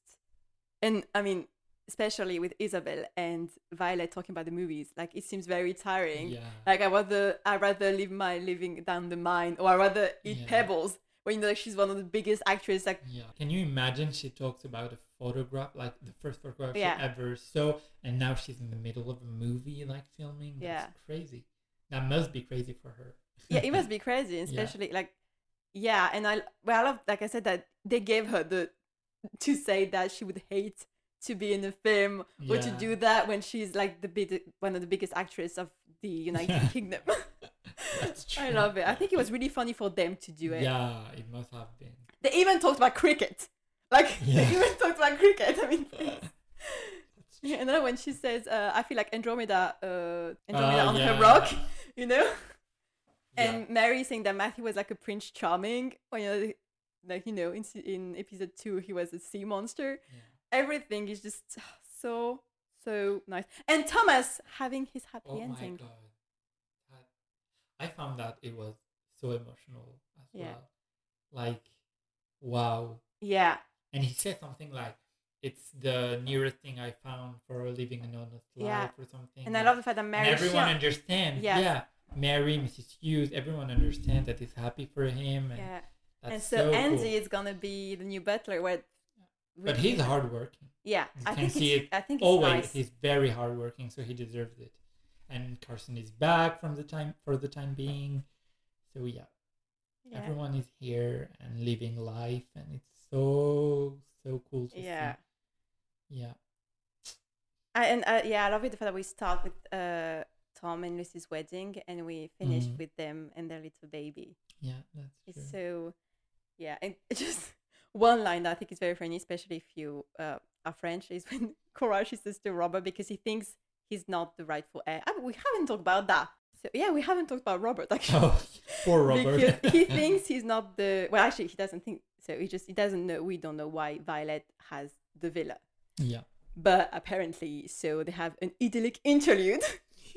Speaker 4: and I mean, especially with Isabel and Violet talking about the movies, like it seems very tiring.
Speaker 3: yeah.
Speaker 4: Like I rather I rather live my living down the mine, or I rather eat
Speaker 3: Yeah.
Speaker 4: pebbles. When you know, like she's one of the biggest actresses. Like
Speaker 3: Yeah. Can you imagine she talks about a photograph, like the first photograph
Speaker 4: Yeah.
Speaker 3: she ever saw, and now she's in the middle of a movie, like filming? That's
Speaker 4: Yeah.
Speaker 3: crazy. That must be crazy for her.
Speaker 4: yeah, it must be crazy, and
Speaker 3: Yeah.
Speaker 4: especially like yeah. And I well, I love like I said that they gave her the to say that she would hate to be in a film or to
Speaker 3: Yeah.
Speaker 4: do that when she's like the big one of the biggest actress of the United
Speaker 3: Yeah.
Speaker 4: Kingdom.
Speaker 3: That's true.
Speaker 4: I love it. I think it was really funny for them to do it.
Speaker 3: Yeah, it must have been.
Speaker 4: They even talked about cricket. Like
Speaker 3: Yeah.
Speaker 4: they even talked about cricket. I mean. please.
Speaker 3: That's
Speaker 4: Yeah, and then when she says, uh, "I feel like Andromeda, uh, Andromeda
Speaker 3: Ah,
Speaker 4: on
Speaker 3: yeah.
Speaker 4: her rock," you know,
Speaker 3: Yeah.
Speaker 4: and Mary saying that Matthew was like a prince charming, or you know, like you know, in se- in episode two he was a sea monster.
Speaker 3: Yeah.
Speaker 4: Everything is just so so nice, and Thomas having his happy
Speaker 3: Oh my
Speaker 4: ending.
Speaker 3: god. That- I found that it was so emotional as
Speaker 4: Yeah.
Speaker 3: well. Like, wow.
Speaker 4: Yeah,
Speaker 3: And he said something like, it's the nearest thing I found for living an honest
Speaker 4: Yeah.
Speaker 3: life or something.
Speaker 4: and I love the fact that
Speaker 3: and
Speaker 4: Mary.
Speaker 3: everyone
Speaker 4: she-
Speaker 3: understands.
Speaker 4: Yeah.
Speaker 3: Yeah. Mary, Mrs. Hughes, everyone understands that it's happy for him. And
Speaker 4: yeah,
Speaker 3: that's
Speaker 4: and so,
Speaker 3: cool.
Speaker 4: Andy is gonna be the new butler. Where,
Speaker 3: But he's hardworking.
Speaker 4: yeah,
Speaker 3: You
Speaker 4: I
Speaker 3: can
Speaker 4: think
Speaker 3: see
Speaker 4: it's,
Speaker 3: it
Speaker 4: I think it's
Speaker 3: Always.
Speaker 4: nice.
Speaker 3: He's very hardworking, so he deserves it. And Carson is back from the time for the time being. So yeah.
Speaker 4: Yeah.
Speaker 3: everyone is here and living life and it's so so cool to
Speaker 4: yeah.
Speaker 3: see yeah
Speaker 4: I, and uh, yeah, I love it the fact that we start with uh, Tom and Lucy's wedding and we finish
Speaker 3: Mhm.
Speaker 4: with them and their little baby.
Speaker 3: yeah that's
Speaker 4: It's
Speaker 3: true
Speaker 4: so, yeah, and just one line that I think is very funny, especially if you uh, are French, is when Courage says to Robert because he thinks he's not the rightful heir. Ah, we haven't talked about that. So yeah, we haven't talked about Robert actually.
Speaker 3: oh poor robert
Speaker 4: Because he thinks he's not the well actually he doesn't think so he just he doesn't know we don't know why Violet has the villa
Speaker 3: yeah
Speaker 4: but apparently so they have an idyllic interlude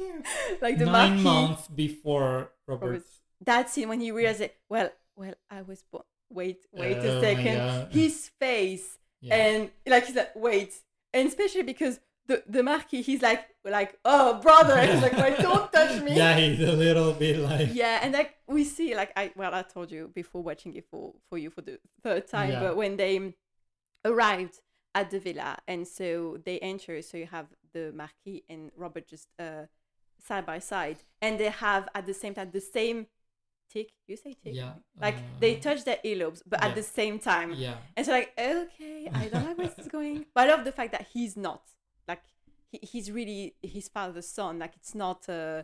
Speaker 4: like the
Speaker 3: nine
Speaker 4: marquee
Speaker 3: months before robert's
Speaker 4: that's it when he realizes it well well i was born wait wait
Speaker 3: Oh
Speaker 4: a
Speaker 3: my
Speaker 4: second
Speaker 3: God.
Speaker 4: his face
Speaker 3: yeah.
Speaker 4: and like he's like wait and especially because the the marquis he's like like oh brother he's like wait don't touch me
Speaker 3: yeah he's a little bit like
Speaker 4: yeah and like we see like i well i told you before watching it for for you for the third time
Speaker 3: Yeah.
Speaker 4: but when they arrived at the villa and so they enter so you have the marquis and robert just uh side by side and they have at the same time the same tick you say tick
Speaker 3: yeah
Speaker 4: like they
Speaker 3: uh,
Speaker 4: touch their earlobes but at
Speaker 3: yeah.
Speaker 4: the same time
Speaker 3: yeah
Speaker 4: and so like okay i don't know where this is going but i love the fact that he's not like he, he's really his father's son like it's not uh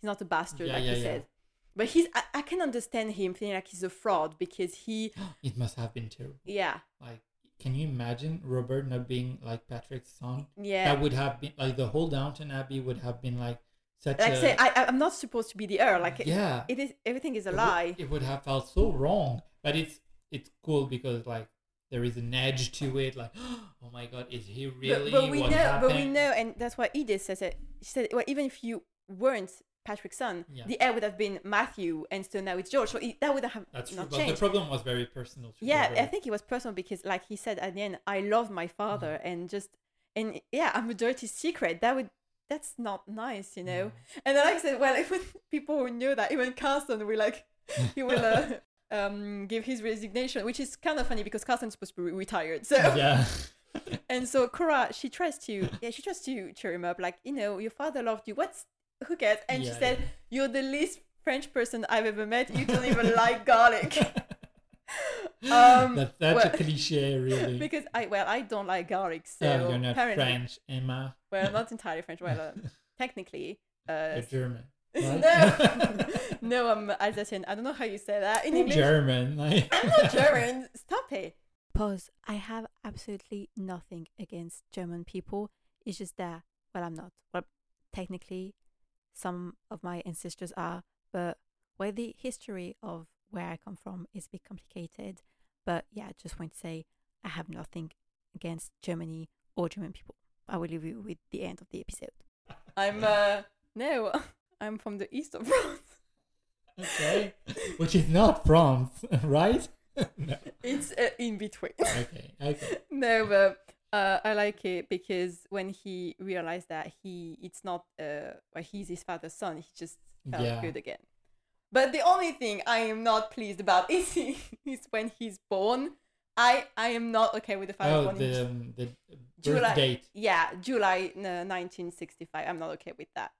Speaker 4: he's not a bastard
Speaker 3: Yeah,
Speaker 4: like
Speaker 3: yeah,
Speaker 4: he
Speaker 3: yeah.
Speaker 4: said but he's I, I can understand him feeling like he's a fraud because he
Speaker 3: it must have been terrible
Speaker 4: yeah
Speaker 3: like can you imagine robert not being like patrick's son
Speaker 4: yeah
Speaker 3: that would have been like the whole downton abbey would have been like such
Speaker 4: like
Speaker 3: a
Speaker 4: say I, I- i'm not supposed to be the heir like it-
Speaker 3: yeah
Speaker 4: it is everything is a
Speaker 3: it would-
Speaker 4: lie
Speaker 3: It would, have felt so wrong, but it's it's cool because like there is an edge to it. Like, oh my god, is he really?
Speaker 4: but, but we
Speaker 3: what
Speaker 4: know
Speaker 3: happened?
Speaker 4: but we know and that's why edith says it she said well even if you weren't patrick's son
Speaker 3: Yeah.
Speaker 4: the heir would have been matthew and so now it's george so it, that would have
Speaker 3: That's true.
Speaker 4: not
Speaker 3: But the
Speaker 4: changed
Speaker 3: problem was very personal. To
Speaker 4: yeah i
Speaker 3: Robert.
Speaker 4: think it was personal because like
Speaker 3: Mm-hmm.
Speaker 4: he said at the end i love my father and just and yeah a majority secret that would that's not nice, you know. And then I said, well, even people who knew that, even Carson will like, he will uh, um, give his resignation, which is kind of funny because Carson's supposed to be retired. So
Speaker 3: yeah.
Speaker 4: and so Cora, she tries to, yeah, she tries to cheer him up, like you know, your father loved you. What's who cares? And
Speaker 3: Yeah,
Speaker 4: she said, "You're the least French person I've ever met. You don't even like garlic." Um,
Speaker 3: That's such
Speaker 4: well,
Speaker 3: a cliche, really.
Speaker 4: because I well, I don't like garlic, so
Speaker 3: oh, you're not
Speaker 4: apparently,
Speaker 3: French, Emma.
Speaker 4: well, not entirely French. Well, uh, technically, uh,
Speaker 3: You're German.
Speaker 4: no, no, I'm Alsatian. I don't know how you say that in English.
Speaker 3: German. Like,
Speaker 4: I'm not German. Stop it.
Speaker 2: Pause. I have absolutely nothing against German people. It's just that, well, I'm not. Well, technically, some of my ancestors are, but well, the history of where I come from is a bit complicated. But yeah, I just want to say I have nothing against Germany or German people. I will leave you with the end of the episode.
Speaker 4: I'm uh, no, I'm from the east of France.
Speaker 3: okay. Which is not France, right? no.
Speaker 4: It's uh, in between.
Speaker 3: Okay. Okay.
Speaker 4: no, but uh, I like it because when he realized that he it's not uh well, he's his father's son, he just felt
Speaker 3: Yeah.
Speaker 4: good again. But the only thing I am not pleased about is he, is when he's born. I I am not okay with the father
Speaker 3: Oh,
Speaker 4: born in
Speaker 3: the, um, the birth
Speaker 4: July.
Speaker 3: date.
Speaker 4: Yeah, July uh, 1965. I'm not okay with that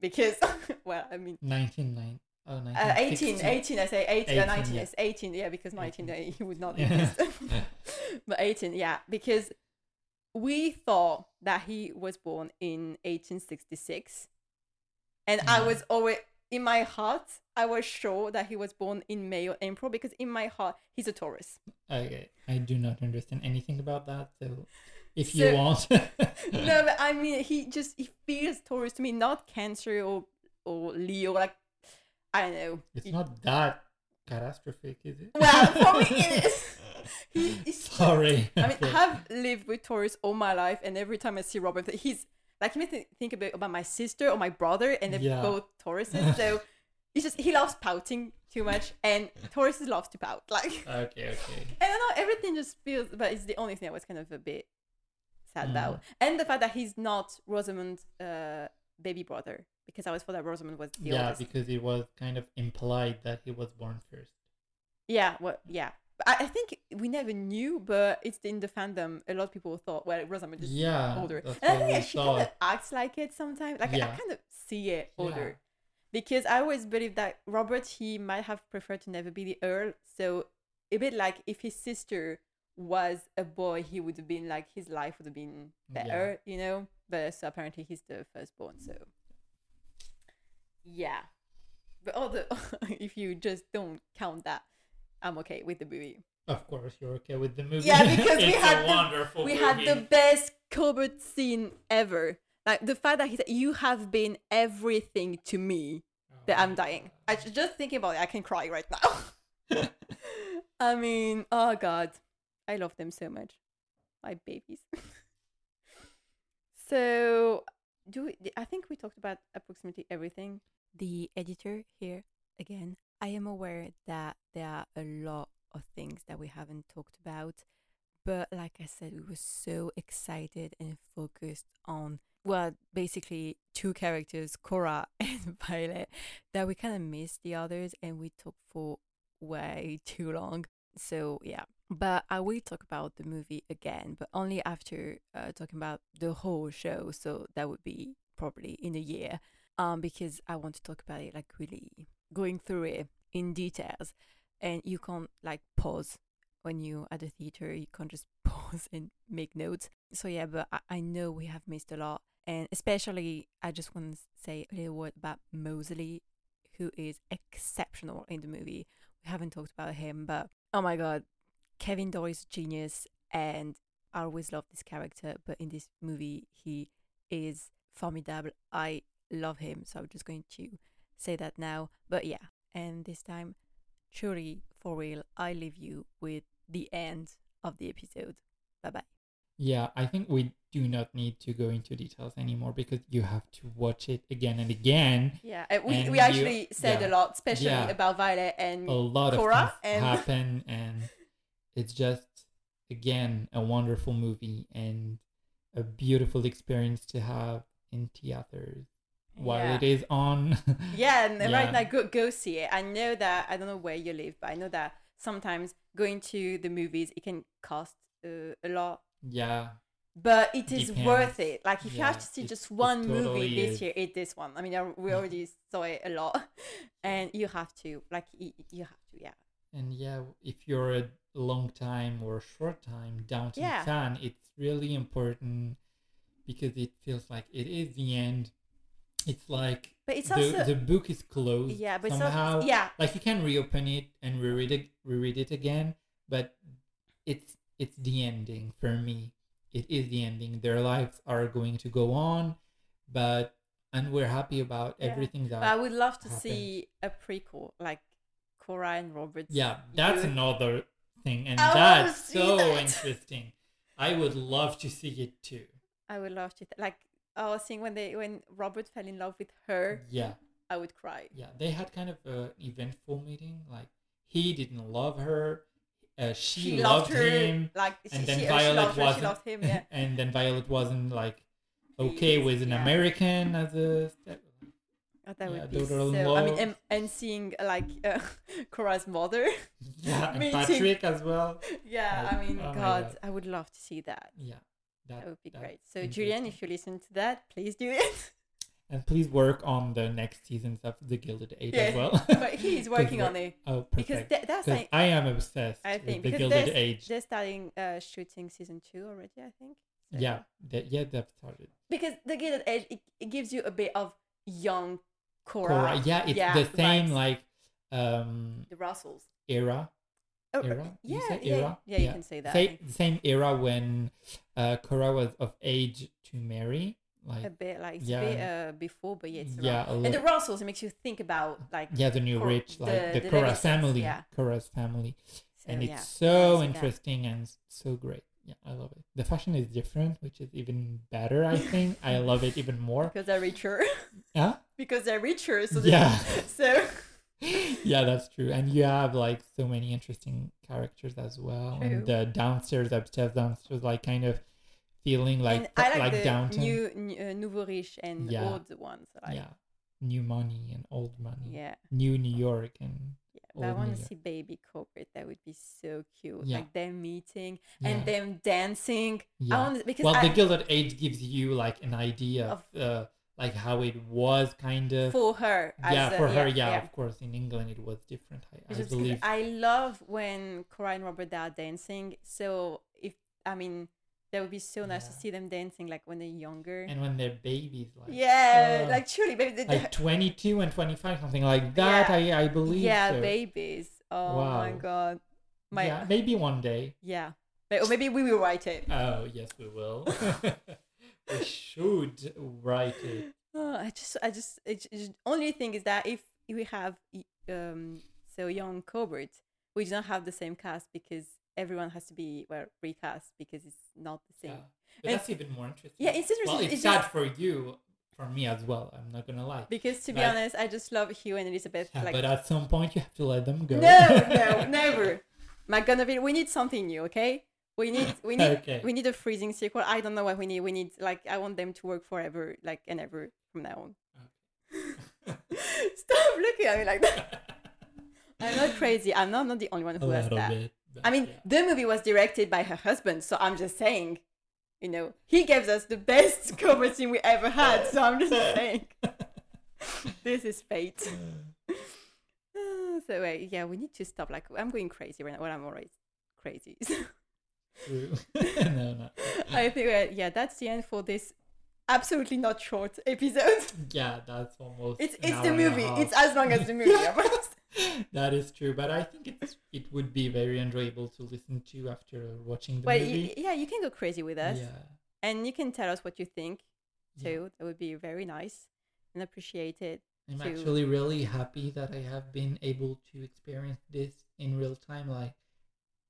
Speaker 4: because well, I mean.
Speaker 3: 1990. Oh,
Speaker 4: Uh, 18,
Speaker 3: 1960.
Speaker 4: 18, I say 18,
Speaker 3: 18,
Speaker 4: or 19,
Speaker 3: yeah.
Speaker 4: yes, 18, yeah, because 19,
Speaker 3: 18.
Speaker 4: uh, he would not
Speaker 3: Yeah.
Speaker 4: exist. but 18, yeah, because we thought that he was born in 1866. And I
Speaker 3: Yeah.
Speaker 4: was always, in my heart, I was sure that he was born in May or April because in my heart, he's a Taurus.
Speaker 3: Okay. I do not understand anything about that. So if
Speaker 4: So-
Speaker 3: you want.
Speaker 4: no, but I mean, he just, he feels Taurus to me, not Cancer or, or Leo, like, I don't know.
Speaker 3: It's
Speaker 4: It-
Speaker 3: not that catastrophic, is it?
Speaker 4: Well, for me, it is. He, he's
Speaker 3: Sorry.
Speaker 4: I mean, I
Speaker 3: Okay.
Speaker 4: have lived with Taurus all my life, and every time I see Robert, he's like, he makes me think about, about my sister or my brother, and they're
Speaker 3: Yeah.
Speaker 4: both Tauruses. So he's just, he loves pouting too much, and Tauruses loves to pout. Like,
Speaker 3: Okay. Okay.
Speaker 4: I don't know, everything just feels, but it's the only thing I was kind of a bit sad
Speaker 3: Mm.
Speaker 4: about. And the fact that he's not Rosamond's uh, baby brother, because I always thought that Rosamond was the
Speaker 3: yeah,
Speaker 4: oldest.
Speaker 3: because it was kind of implied that he was born first.
Speaker 4: Yeah, well, yeah. But I, I think we never knew, but it's in the fandom. A lot of people thought, well, Rosamund is
Speaker 3: Yeah,
Speaker 4: older,
Speaker 3: that's
Speaker 4: and I
Speaker 3: what we
Speaker 4: think she kind of
Speaker 3: thought.
Speaker 4: acts like it sometimes. Like I
Speaker 3: Yeah.
Speaker 4: kind of see it
Speaker 3: Yeah.
Speaker 4: older, because I always believe that Robert he might have preferred to never be the Earl. So a bit like if his sister was a boy, he would have been like his life would have been
Speaker 3: Yeah.
Speaker 4: better, you know. But so apparently he's the firstborn, so yeah. But all the if you just don't count that, I'm okay with the movie.
Speaker 3: Of course, you're okay with the movie.
Speaker 4: Yeah, because we
Speaker 3: It's a
Speaker 4: had the-
Speaker 3: wonderful
Speaker 4: We had the
Speaker 3: movie.
Speaker 4: best cupboard scene ever. Like the fact that he said, "You have been everything to me."
Speaker 3: Oh
Speaker 4: That I'm dying. I ju- just thinking about it, I can cry right now. I mean, oh god, I love them so much, my babies. so, do we, I think we talked about approximately everything?
Speaker 2: the editor here again. I am aware that there are a lot of things that we haven't talked about, but like I said, we were so excited and focused on well, basically two characters, Cora and Violet, that we kind of missed the others and we talked for way too long. So yeah, but I will talk about the movie again, but only after uh, talking about the whole show. So that would be probably in a year um, because I want to talk about it like really going through it in details, and you can't like pause when you at the theater. You can't just pause and make notes. So yeah, but I, I know we have missed a lot, and especially I just want to say a little word about Mosley, who is exceptional in the movie. We haven't talked about him, but oh my god, Kevin Doyle is a genius, and I always loved this character, but in this movie he is formidable. I love him. So I'm just going to say that now. But yeah, and this time, truly for real, I leave you with the end of the episode. Bye bye.
Speaker 3: Yeah, I think we do not need to go into details anymore because you have to watch it again and again.
Speaker 4: Yeah, uh, we,
Speaker 3: And
Speaker 4: we
Speaker 3: you-
Speaker 4: actually said a
Speaker 3: yeah.
Speaker 4: lot, especially
Speaker 3: Yeah. Oh,
Speaker 4: about Violet and
Speaker 3: A lot of
Speaker 4: Cora
Speaker 3: things
Speaker 4: and-
Speaker 3: happen, and it's just again a wonderful movie and a beautiful experience to have in theaters while it is on.
Speaker 4: Yeah, and
Speaker 3: Yeah.
Speaker 4: right now go go see it. I know that I don't know where you live, but I know that sometimes going to the movies it can cost uh, a lot,
Speaker 3: yeah,
Speaker 4: but it is
Speaker 3: Depends.
Speaker 4: worth it. Like if you
Speaker 3: Yeah,
Speaker 4: have to see
Speaker 3: it-
Speaker 4: just
Speaker 3: it
Speaker 4: one
Speaker 3: totally
Speaker 4: movie this
Speaker 3: is. Mm.
Speaker 4: year, it's this one. I mean, I, we already saw it a lot, and you have to like y- y- you have to, yeah.
Speaker 3: and yeah, if you're a long time or short time Downton
Speaker 4: Yeah.
Speaker 3: fan, it's really important because it feels like it is the end. It's like
Speaker 4: But it's
Speaker 3: the,
Speaker 4: also
Speaker 3: the book is closed.
Speaker 4: yeah, but
Speaker 3: somehow.
Speaker 4: it's also, yeah,
Speaker 3: like you can reopen it and reread it reread it again but it's it's the ending for me it is the ending their lives are going to go on but and we're happy about
Speaker 4: Yeah.
Speaker 3: everything
Speaker 4: But I
Speaker 3: that
Speaker 4: would love to
Speaker 3: happened.
Speaker 4: see a prequel like Cora and Roberts.
Speaker 3: yeah that's
Speaker 4: you-
Speaker 3: another thing and
Speaker 4: I wanna
Speaker 3: that's
Speaker 4: see
Speaker 3: so
Speaker 4: that.
Speaker 3: interesting i would love to see it too
Speaker 4: I would love to th- like I was seeing when they when Robert fell in love with her,
Speaker 3: yeah
Speaker 4: I would cry.
Speaker 3: yeah they had kind of an eventful meeting like he didn't love her uh, she, loved, him
Speaker 4: like she,
Speaker 3: and then
Speaker 4: she, oh, she
Speaker 3: Violet
Speaker 4: loved her, she
Speaker 3: wasn't,
Speaker 4: loved him. Yeah,
Speaker 3: and then Violet wasn't like okay
Speaker 4: Please,
Speaker 3: with an
Speaker 4: yeah.
Speaker 3: American as a step.
Speaker 4: Oh, that
Speaker 3: Yeah,
Speaker 4: would be so.
Speaker 3: daughter-in-law.
Speaker 4: I mean, and, and seeing like uh, Cora's mother.
Speaker 3: Yeah, and
Speaker 4: Meeting.
Speaker 3: Patrick as well.
Speaker 4: yeah,
Speaker 3: Like,
Speaker 4: I mean,
Speaker 3: oh my
Speaker 4: God,
Speaker 3: God.
Speaker 4: I would love to see that.
Speaker 3: Yeah,
Speaker 4: That would be
Speaker 3: that-
Speaker 4: great. So, Julian, if you listen to that, please do it.
Speaker 3: and please work on the next seasons of the Gilded Age as
Speaker 4: Yeah,
Speaker 3: well.
Speaker 4: but he's working on it
Speaker 3: Oh,
Speaker 4: because
Speaker 3: perfect.
Speaker 4: th- that's
Speaker 3: Because
Speaker 4: like,
Speaker 3: I am obsessed
Speaker 4: I think
Speaker 3: with the
Speaker 4: because
Speaker 3: Gilded
Speaker 4: they're,
Speaker 3: Age.
Speaker 4: they're starting uh, shooting season two already. I think. So-
Speaker 3: Yeah, that yeah, that started.
Speaker 4: because the Gilded Age it, it gives you a bit of young Cora.
Speaker 3: Cora. Yeah, it's the same
Speaker 4: vibes.
Speaker 3: like um
Speaker 4: the Russells.
Speaker 3: era.
Speaker 4: Oh,
Speaker 3: Era? You
Speaker 4: Yeah,
Speaker 3: say
Speaker 4: yeah,
Speaker 3: era?
Speaker 4: yeah, you
Speaker 3: Yeah.
Speaker 4: can say that. I
Speaker 3: Same,
Speaker 4: think.
Speaker 3: same era when uh, Cora was of age to marry. Like
Speaker 4: a bit like it's
Speaker 3: Yeah.
Speaker 4: a bit uh, before, but yeah, it's around.
Speaker 3: yeah, a
Speaker 4: And the
Speaker 3: little,
Speaker 4: Russells, it makes you think about like
Speaker 3: yeah, the new
Speaker 4: Cor-
Speaker 3: rich, like
Speaker 4: the-
Speaker 3: the,
Speaker 4: the
Speaker 3: Cora's
Speaker 4: legacies,
Speaker 3: family,
Speaker 4: yeah.
Speaker 3: Cora's family,
Speaker 4: so,
Speaker 3: and it's
Speaker 4: yeah.
Speaker 3: so
Speaker 4: see that.
Speaker 3: interesting and s- so great. Yeah, I love it. The fashion is different, which is even better. I think I love it even more.
Speaker 4: because they're richer.
Speaker 3: Yeah,
Speaker 4: because they're richer, so they-
Speaker 3: yeah,
Speaker 4: So
Speaker 3: yeah, that's true. And you have like so many interesting characters as well, and
Speaker 4: True.
Speaker 3: the downstairs, upstairs, downstairs, like kind of feeling like
Speaker 4: and I like, the
Speaker 3: downtown.
Speaker 4: new new- uh, nouveau riche and
Speaker 3: Yeah.
Speaker 4: old ones. Like, yeah,
Speaker 3: yeah, new money and old money.
Speaker 4: yeah.
Speaker 3: New New York and
Speaker 4: But I
Speaker 3: Old
Speaker 4: want
Speaker 3: New
Speaker 4: to
Speaker 3: York.
Speaker 4: see baby corporate. That would be so cute.
Speaker 3: Yeah.
Speaker 4: Like them meeting
Speaker 3: yeah.
Speaker 4: and them dancing.
Speaker 3: Yeah.
Speaker 4: I want because
Speaker 3: well,
Speaker 4: I,
Speaker 3: the Gilded Age gives you like an idea of, uh, like how it was kind of.
Speaker 4: for her.
Speaker 3: yeah,
Speaker 4: as a-
Speaker 3: for her, yeah, of course. In England, it was different. I,
Speaker 4: It's
Speaker 3: I
Speaker 4: just 'cause
Speaker 3: believe.
Speaker 4: I love when Cora and Robert they are dancing. So if I mean, that would be so nice to
Speaker 3: Yeah.
Speaker 4: see them dancing like when they're younger.
Speaker 3: And when they're babies, like
Speaker 4: yeah,
Speaker 3: uh,
Speaker 4: like truly, baby. the-
Speaker 3: like twenty two and twenty five, something like that. I I
Speaker 4: the-
Speaker 3: believe.
Speaker 4: yeah,
Speaker 3: so.
Speaker 4: babies. Oh my
Speaker 3: Wow.
Speaker 4: god, my
Speaker 3: Yeah,
Speaker 4: yeah.
Speaker 3: maybe one day.
Speaker 4: But- Or maybe we will write it.
Speaker 3: Oh yes, we will. we should write it.
Speaker 4: Oh, I just, I just, it, it just- only thing is that if we have y- um so young cohort, we do not have the same cast because everyone has to be well recast because it's not the
Speaker 3: Yeah,
Speaker 4: same.
Speaker 3: but
Speaker 4: And-
Speaker 3: that's even more interesting.
Speaker 4: Yeah, it's interesting.
Speaker 3: Well, it's,
Speaker 4: it's
Speaker 3: sad
Speaker 4: just-
Speaker 3: for you, for me as well. I'm not gonna lie.
Speaker 4: Because to be
Speaker 3: Like-
Speaker 4: honest, I just love Hugh and Elizabeth.
Speaker 3: Yeah,
Speaker 4: like,
Speaker 3: but at some point you have to let them go.
Speaker 4: no, no, never. McGonagall, we need something new, okay? We need, we need,
Speaker 3: Okay.
Speaker 4: we need a freezing sequel. I don't know what we need. We need, like, I want them to work forever, like, and ever from now on. Stop looking at me like that. I'm not crazy. I'm not, I'm not the only one
Speaker 3: A
Speaker 4: who has
Speaker 3: little
Speaker 4: that.
Speaker 3: bit. but
Speaker 4: I mean,
Speaker 3: yeah.
Speaker 4: the movie was directed by her husband, so I'm just saying, you know, he gives us the best cover scene we ever had. So I'm just saying, this is fate. Uh, so uh, yeah, we need to stop. Like I'm going crazy right now. Well, I'm already crazy. So
Speaker 3: True. no, no.
Speaker 4: I think uh, yeah, that's the end for this absolutely not short episode.
Speaker 3: Yeah, that's almost.
Speaker 4: It's
Speaker 3: an
Speaker 4: it's the
Speaker 3: hour and a
Speaker 4: movie.
Speaker 3: half.
Speaker 4: It's as long as the movie. I promise.
Speaker 3: that is true, but I think it's, it would be very enjoyable to listen to after watching the
Speaker 4: Well, y
Speaker 3: movie.
Speaker 4: yeah, you can go crazy with us,
Speaker 3: yeah.
Speaker 4: and you can tell us what you think
Speaker 3: Yeah.
Speaker 4: too. That would be very nice and appreciated.
Speaker 3: I'm
Speaker 4: to-
Speaker 3: actually really happy that I have been able to experience this in real time, like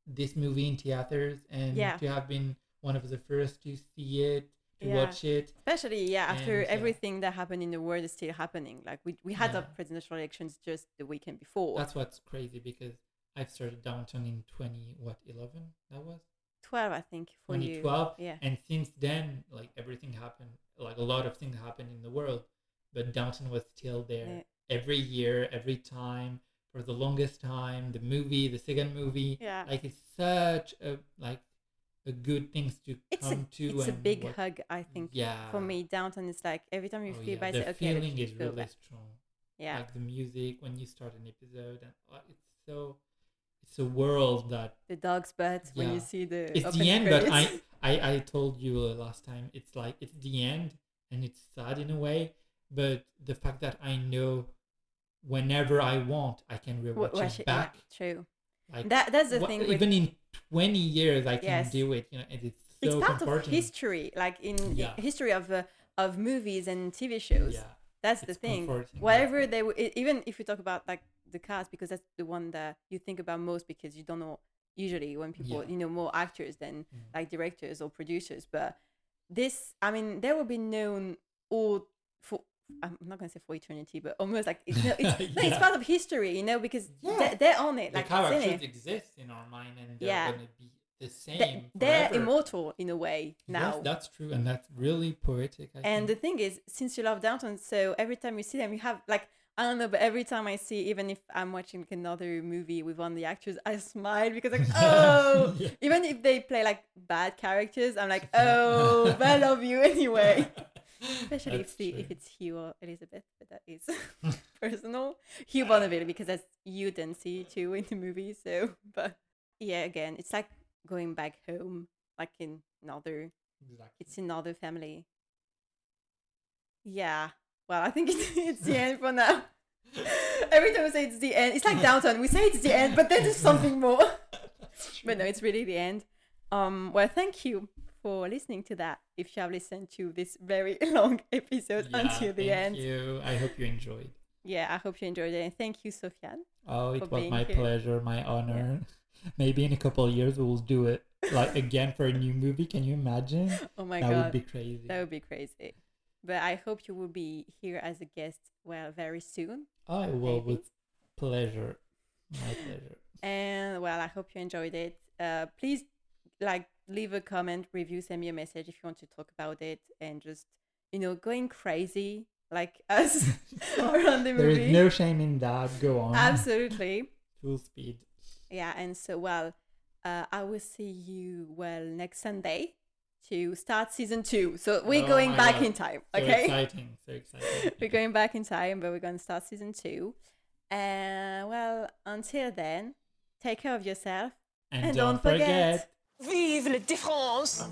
Speaker 3: this movie in theaters, and
Speaker 4: Yeah.
Speaker 3: to have been one of the first to see it, to
Speaker 4: Yeah.
Speaker 3: watch it.
Speaker 4: Especially yeah, after
Speaker 3: And, yeah.
Speaker 4: everything that happened in the world is still happening. Like we we had our
Speaker 3: Yeah.
Speaker 4: presidential elections just the weekend before.
Speaker 3: That's what's crazy because I've started Downton in 20, what, 11? That was?
Speaker 4: 12, I think, for you.
Speaker 3: 2012
Speaker 4: Yeah.
Speaker 3: and since then like everything happened like a lot of things happened in the world but downton was still there
Speaker 4: Yeah.
Speaker 3: every year every time for the longest time the movie the second movie
Speaker 4: Yeah.
Speaker 3: like it's such a like a good things to
Speaker 4: It's a,
Speaker 3: come to
Speaker 4: it's a
Speaker 3: and
Speaker 4: big
Speaker 3: what-
Speaker 4: hug, I think.
Speaker 3: yeah
Speaker 4: For me, Downton is like every time you
Speaker 3: Oh,
Speaker 4: feel
Speaker 3: yeah.
Speaker 4: bad,
Speaker 3: the
Speaker 4: say, okay,
Speaker 3: feeling
Speaker 4: let's
Speaker 3: is
Speaker 4: go
Speaker 3: really
Speaker 4: back.
Speaker 3: strong
Speaker 4: Yeah.
Speaker 3: like the music when you start an episode and uh, it's so it's a world that
Speaker 4: the dog's butt when you
Speaker 3: Yeah.
Speaker 4: see the
Speaker 3: it's the
Speaker 4: opening
Speaker 3: end but I,
Speaker 4: credits.
Speaker 3: I i told you uh, last time it's like it's the end and it's sad in a way but the fact that i know whenever i want i can
Speaker 4: Wa-
Speaker 3: rewatch
Speaker 4: watch
Speaker 3: it
Speaker 4: it, yeah,
Speaker 3: back
Speaker 4: true.
Speaker 3: like
Speaker 4: That that's the
Speaker 3: wha-
Speaker 4: thing with
Speaker 3: even in 20 years i can
Speaker 4: Yes.
Speaker 3: do it you know and it's so
Speaker 4: it's part of
Speaker 3: comforting
Speaker 4: history, like in
Speaker 3: Yeah.
Speaker 4: history of uh, of movies and TV shows.
Speaker 3: yeah
Speaker 4: That's the
Speaker 3: it's
Speaker 4: thing.
Speaker 3: comforting, yeah.
Speaker 4: Whatever they w- e- even if you talk about like the cast, because that's the one that you think about most because you don't know usually when people
Speaker 3: Yeah.
Speaker 4: you know more actors than
Speaker 3: Mm.
Speaker 4: like directors or producers. But this, I mean, they will be known all for. I'm not gonna say for eternity, but almost like it's no, it's, no, it's
Speaker 3: Yeah.
Speaker 4: part of history, you know, because
Speaker 3: Yeah.
Speaker 4: they, they're on it, like
Speaker 3: the
Speaker 4: it's in
Speaker 3: characters
Speaker 4: it.
Speaker 3: exist in our mind and they're
Speaker 4: Yeah.
Speaker 3: gonna be the same
Speaker 4: They, they're
Speaker 3: forever.
Speaker 4: immortal in a way now.
Speaker 3: Yes, that's true, and that's really poetic. I
Speaker 4: And the
Speaker 3: think.
Speaker 4: thing is, since you love Downton, so every time you see them, you have like I don't know, but every time I see, even if I'm watching like, another movie with one of the actors, I smile because like oh,
Speaker 3: Yeah.
Speaker 4: even if they play like bad characters, I'm like oh, but I love you anyway. Especially
Speaker 3: That's
Speaker 4: if the, if
Speaker 3: true.
Speaker 4: it's Hugh or Elizabeth, but that is personal. Hugh Bonneville because that's you then see too in the movie. So, but yeah, again, it's like going back home, like in another
Speaker 3: Exactly.
Speaker 4: it's another family. Yeah. Well, I think it's, it's the end for now. Every time we say it's the end, it's like Downton. We say it's the end, but then there's something more. But no, it's really the end. Um, well, thank you for listening to that. If you have listened to this very long episode
Speaker 3: Yeah,
Speaker 4: until the
Speaker 3: thank
Speaker 4: end,
Speaker 3: you. I hope you enjoyed.
Speaker 4: yeah, I hope you enjoyed it. And thank you, Sofiane.
Speaker 3: Oh,
Speaker 4: For
Speaker 3: it was
Speaker 4: being
Speaker 3: my
Speaker 4: here.
Speaker 3: pleasure, my honor. Maybe in a couple of years we'll do it like again for a new movie. Can you imagine?
Speaker 4: Oh my
Speaker 3: that
Speaker 4: god,
Speaker 3: would be crazy.
Speaker 4: that would be crazy. But I hope you will be here as a guest well very soon.
Speaker 3: I will
Speaker 4: maybe.
Speaker 3: Oh, with pleasure. My pleasure.
Speaker 4: And well, I hope you enjoyed it. Uh, please like leave a comment, review, send me a message if you want to talk about it, and just you know going crazy like us around the
Speaker 3: There
Speaker 4: movie.
Speaker 3: is no shame in that. Go on.
Speaker 4: Absolutely,
Speaker 3: Full speed.
Speaker 4: yeah. And so well, uh, I will see you well next Sunday to start season two. So we're
Speaker 3: Oh
Speaker 4: going
Speaker 3: my
Speaker 4: back
Speaker 3: God.
Speaker 4: in time.
Speaker 3: So
Speaker 4: Okay.
Speaker 3: exciting. So exciting.
Speaker 4: we're going back in time, but we're going to start season two. And well, until then, take care of yourself
Speaker 3: And, don't, forget
Speaker 1: Vive la différence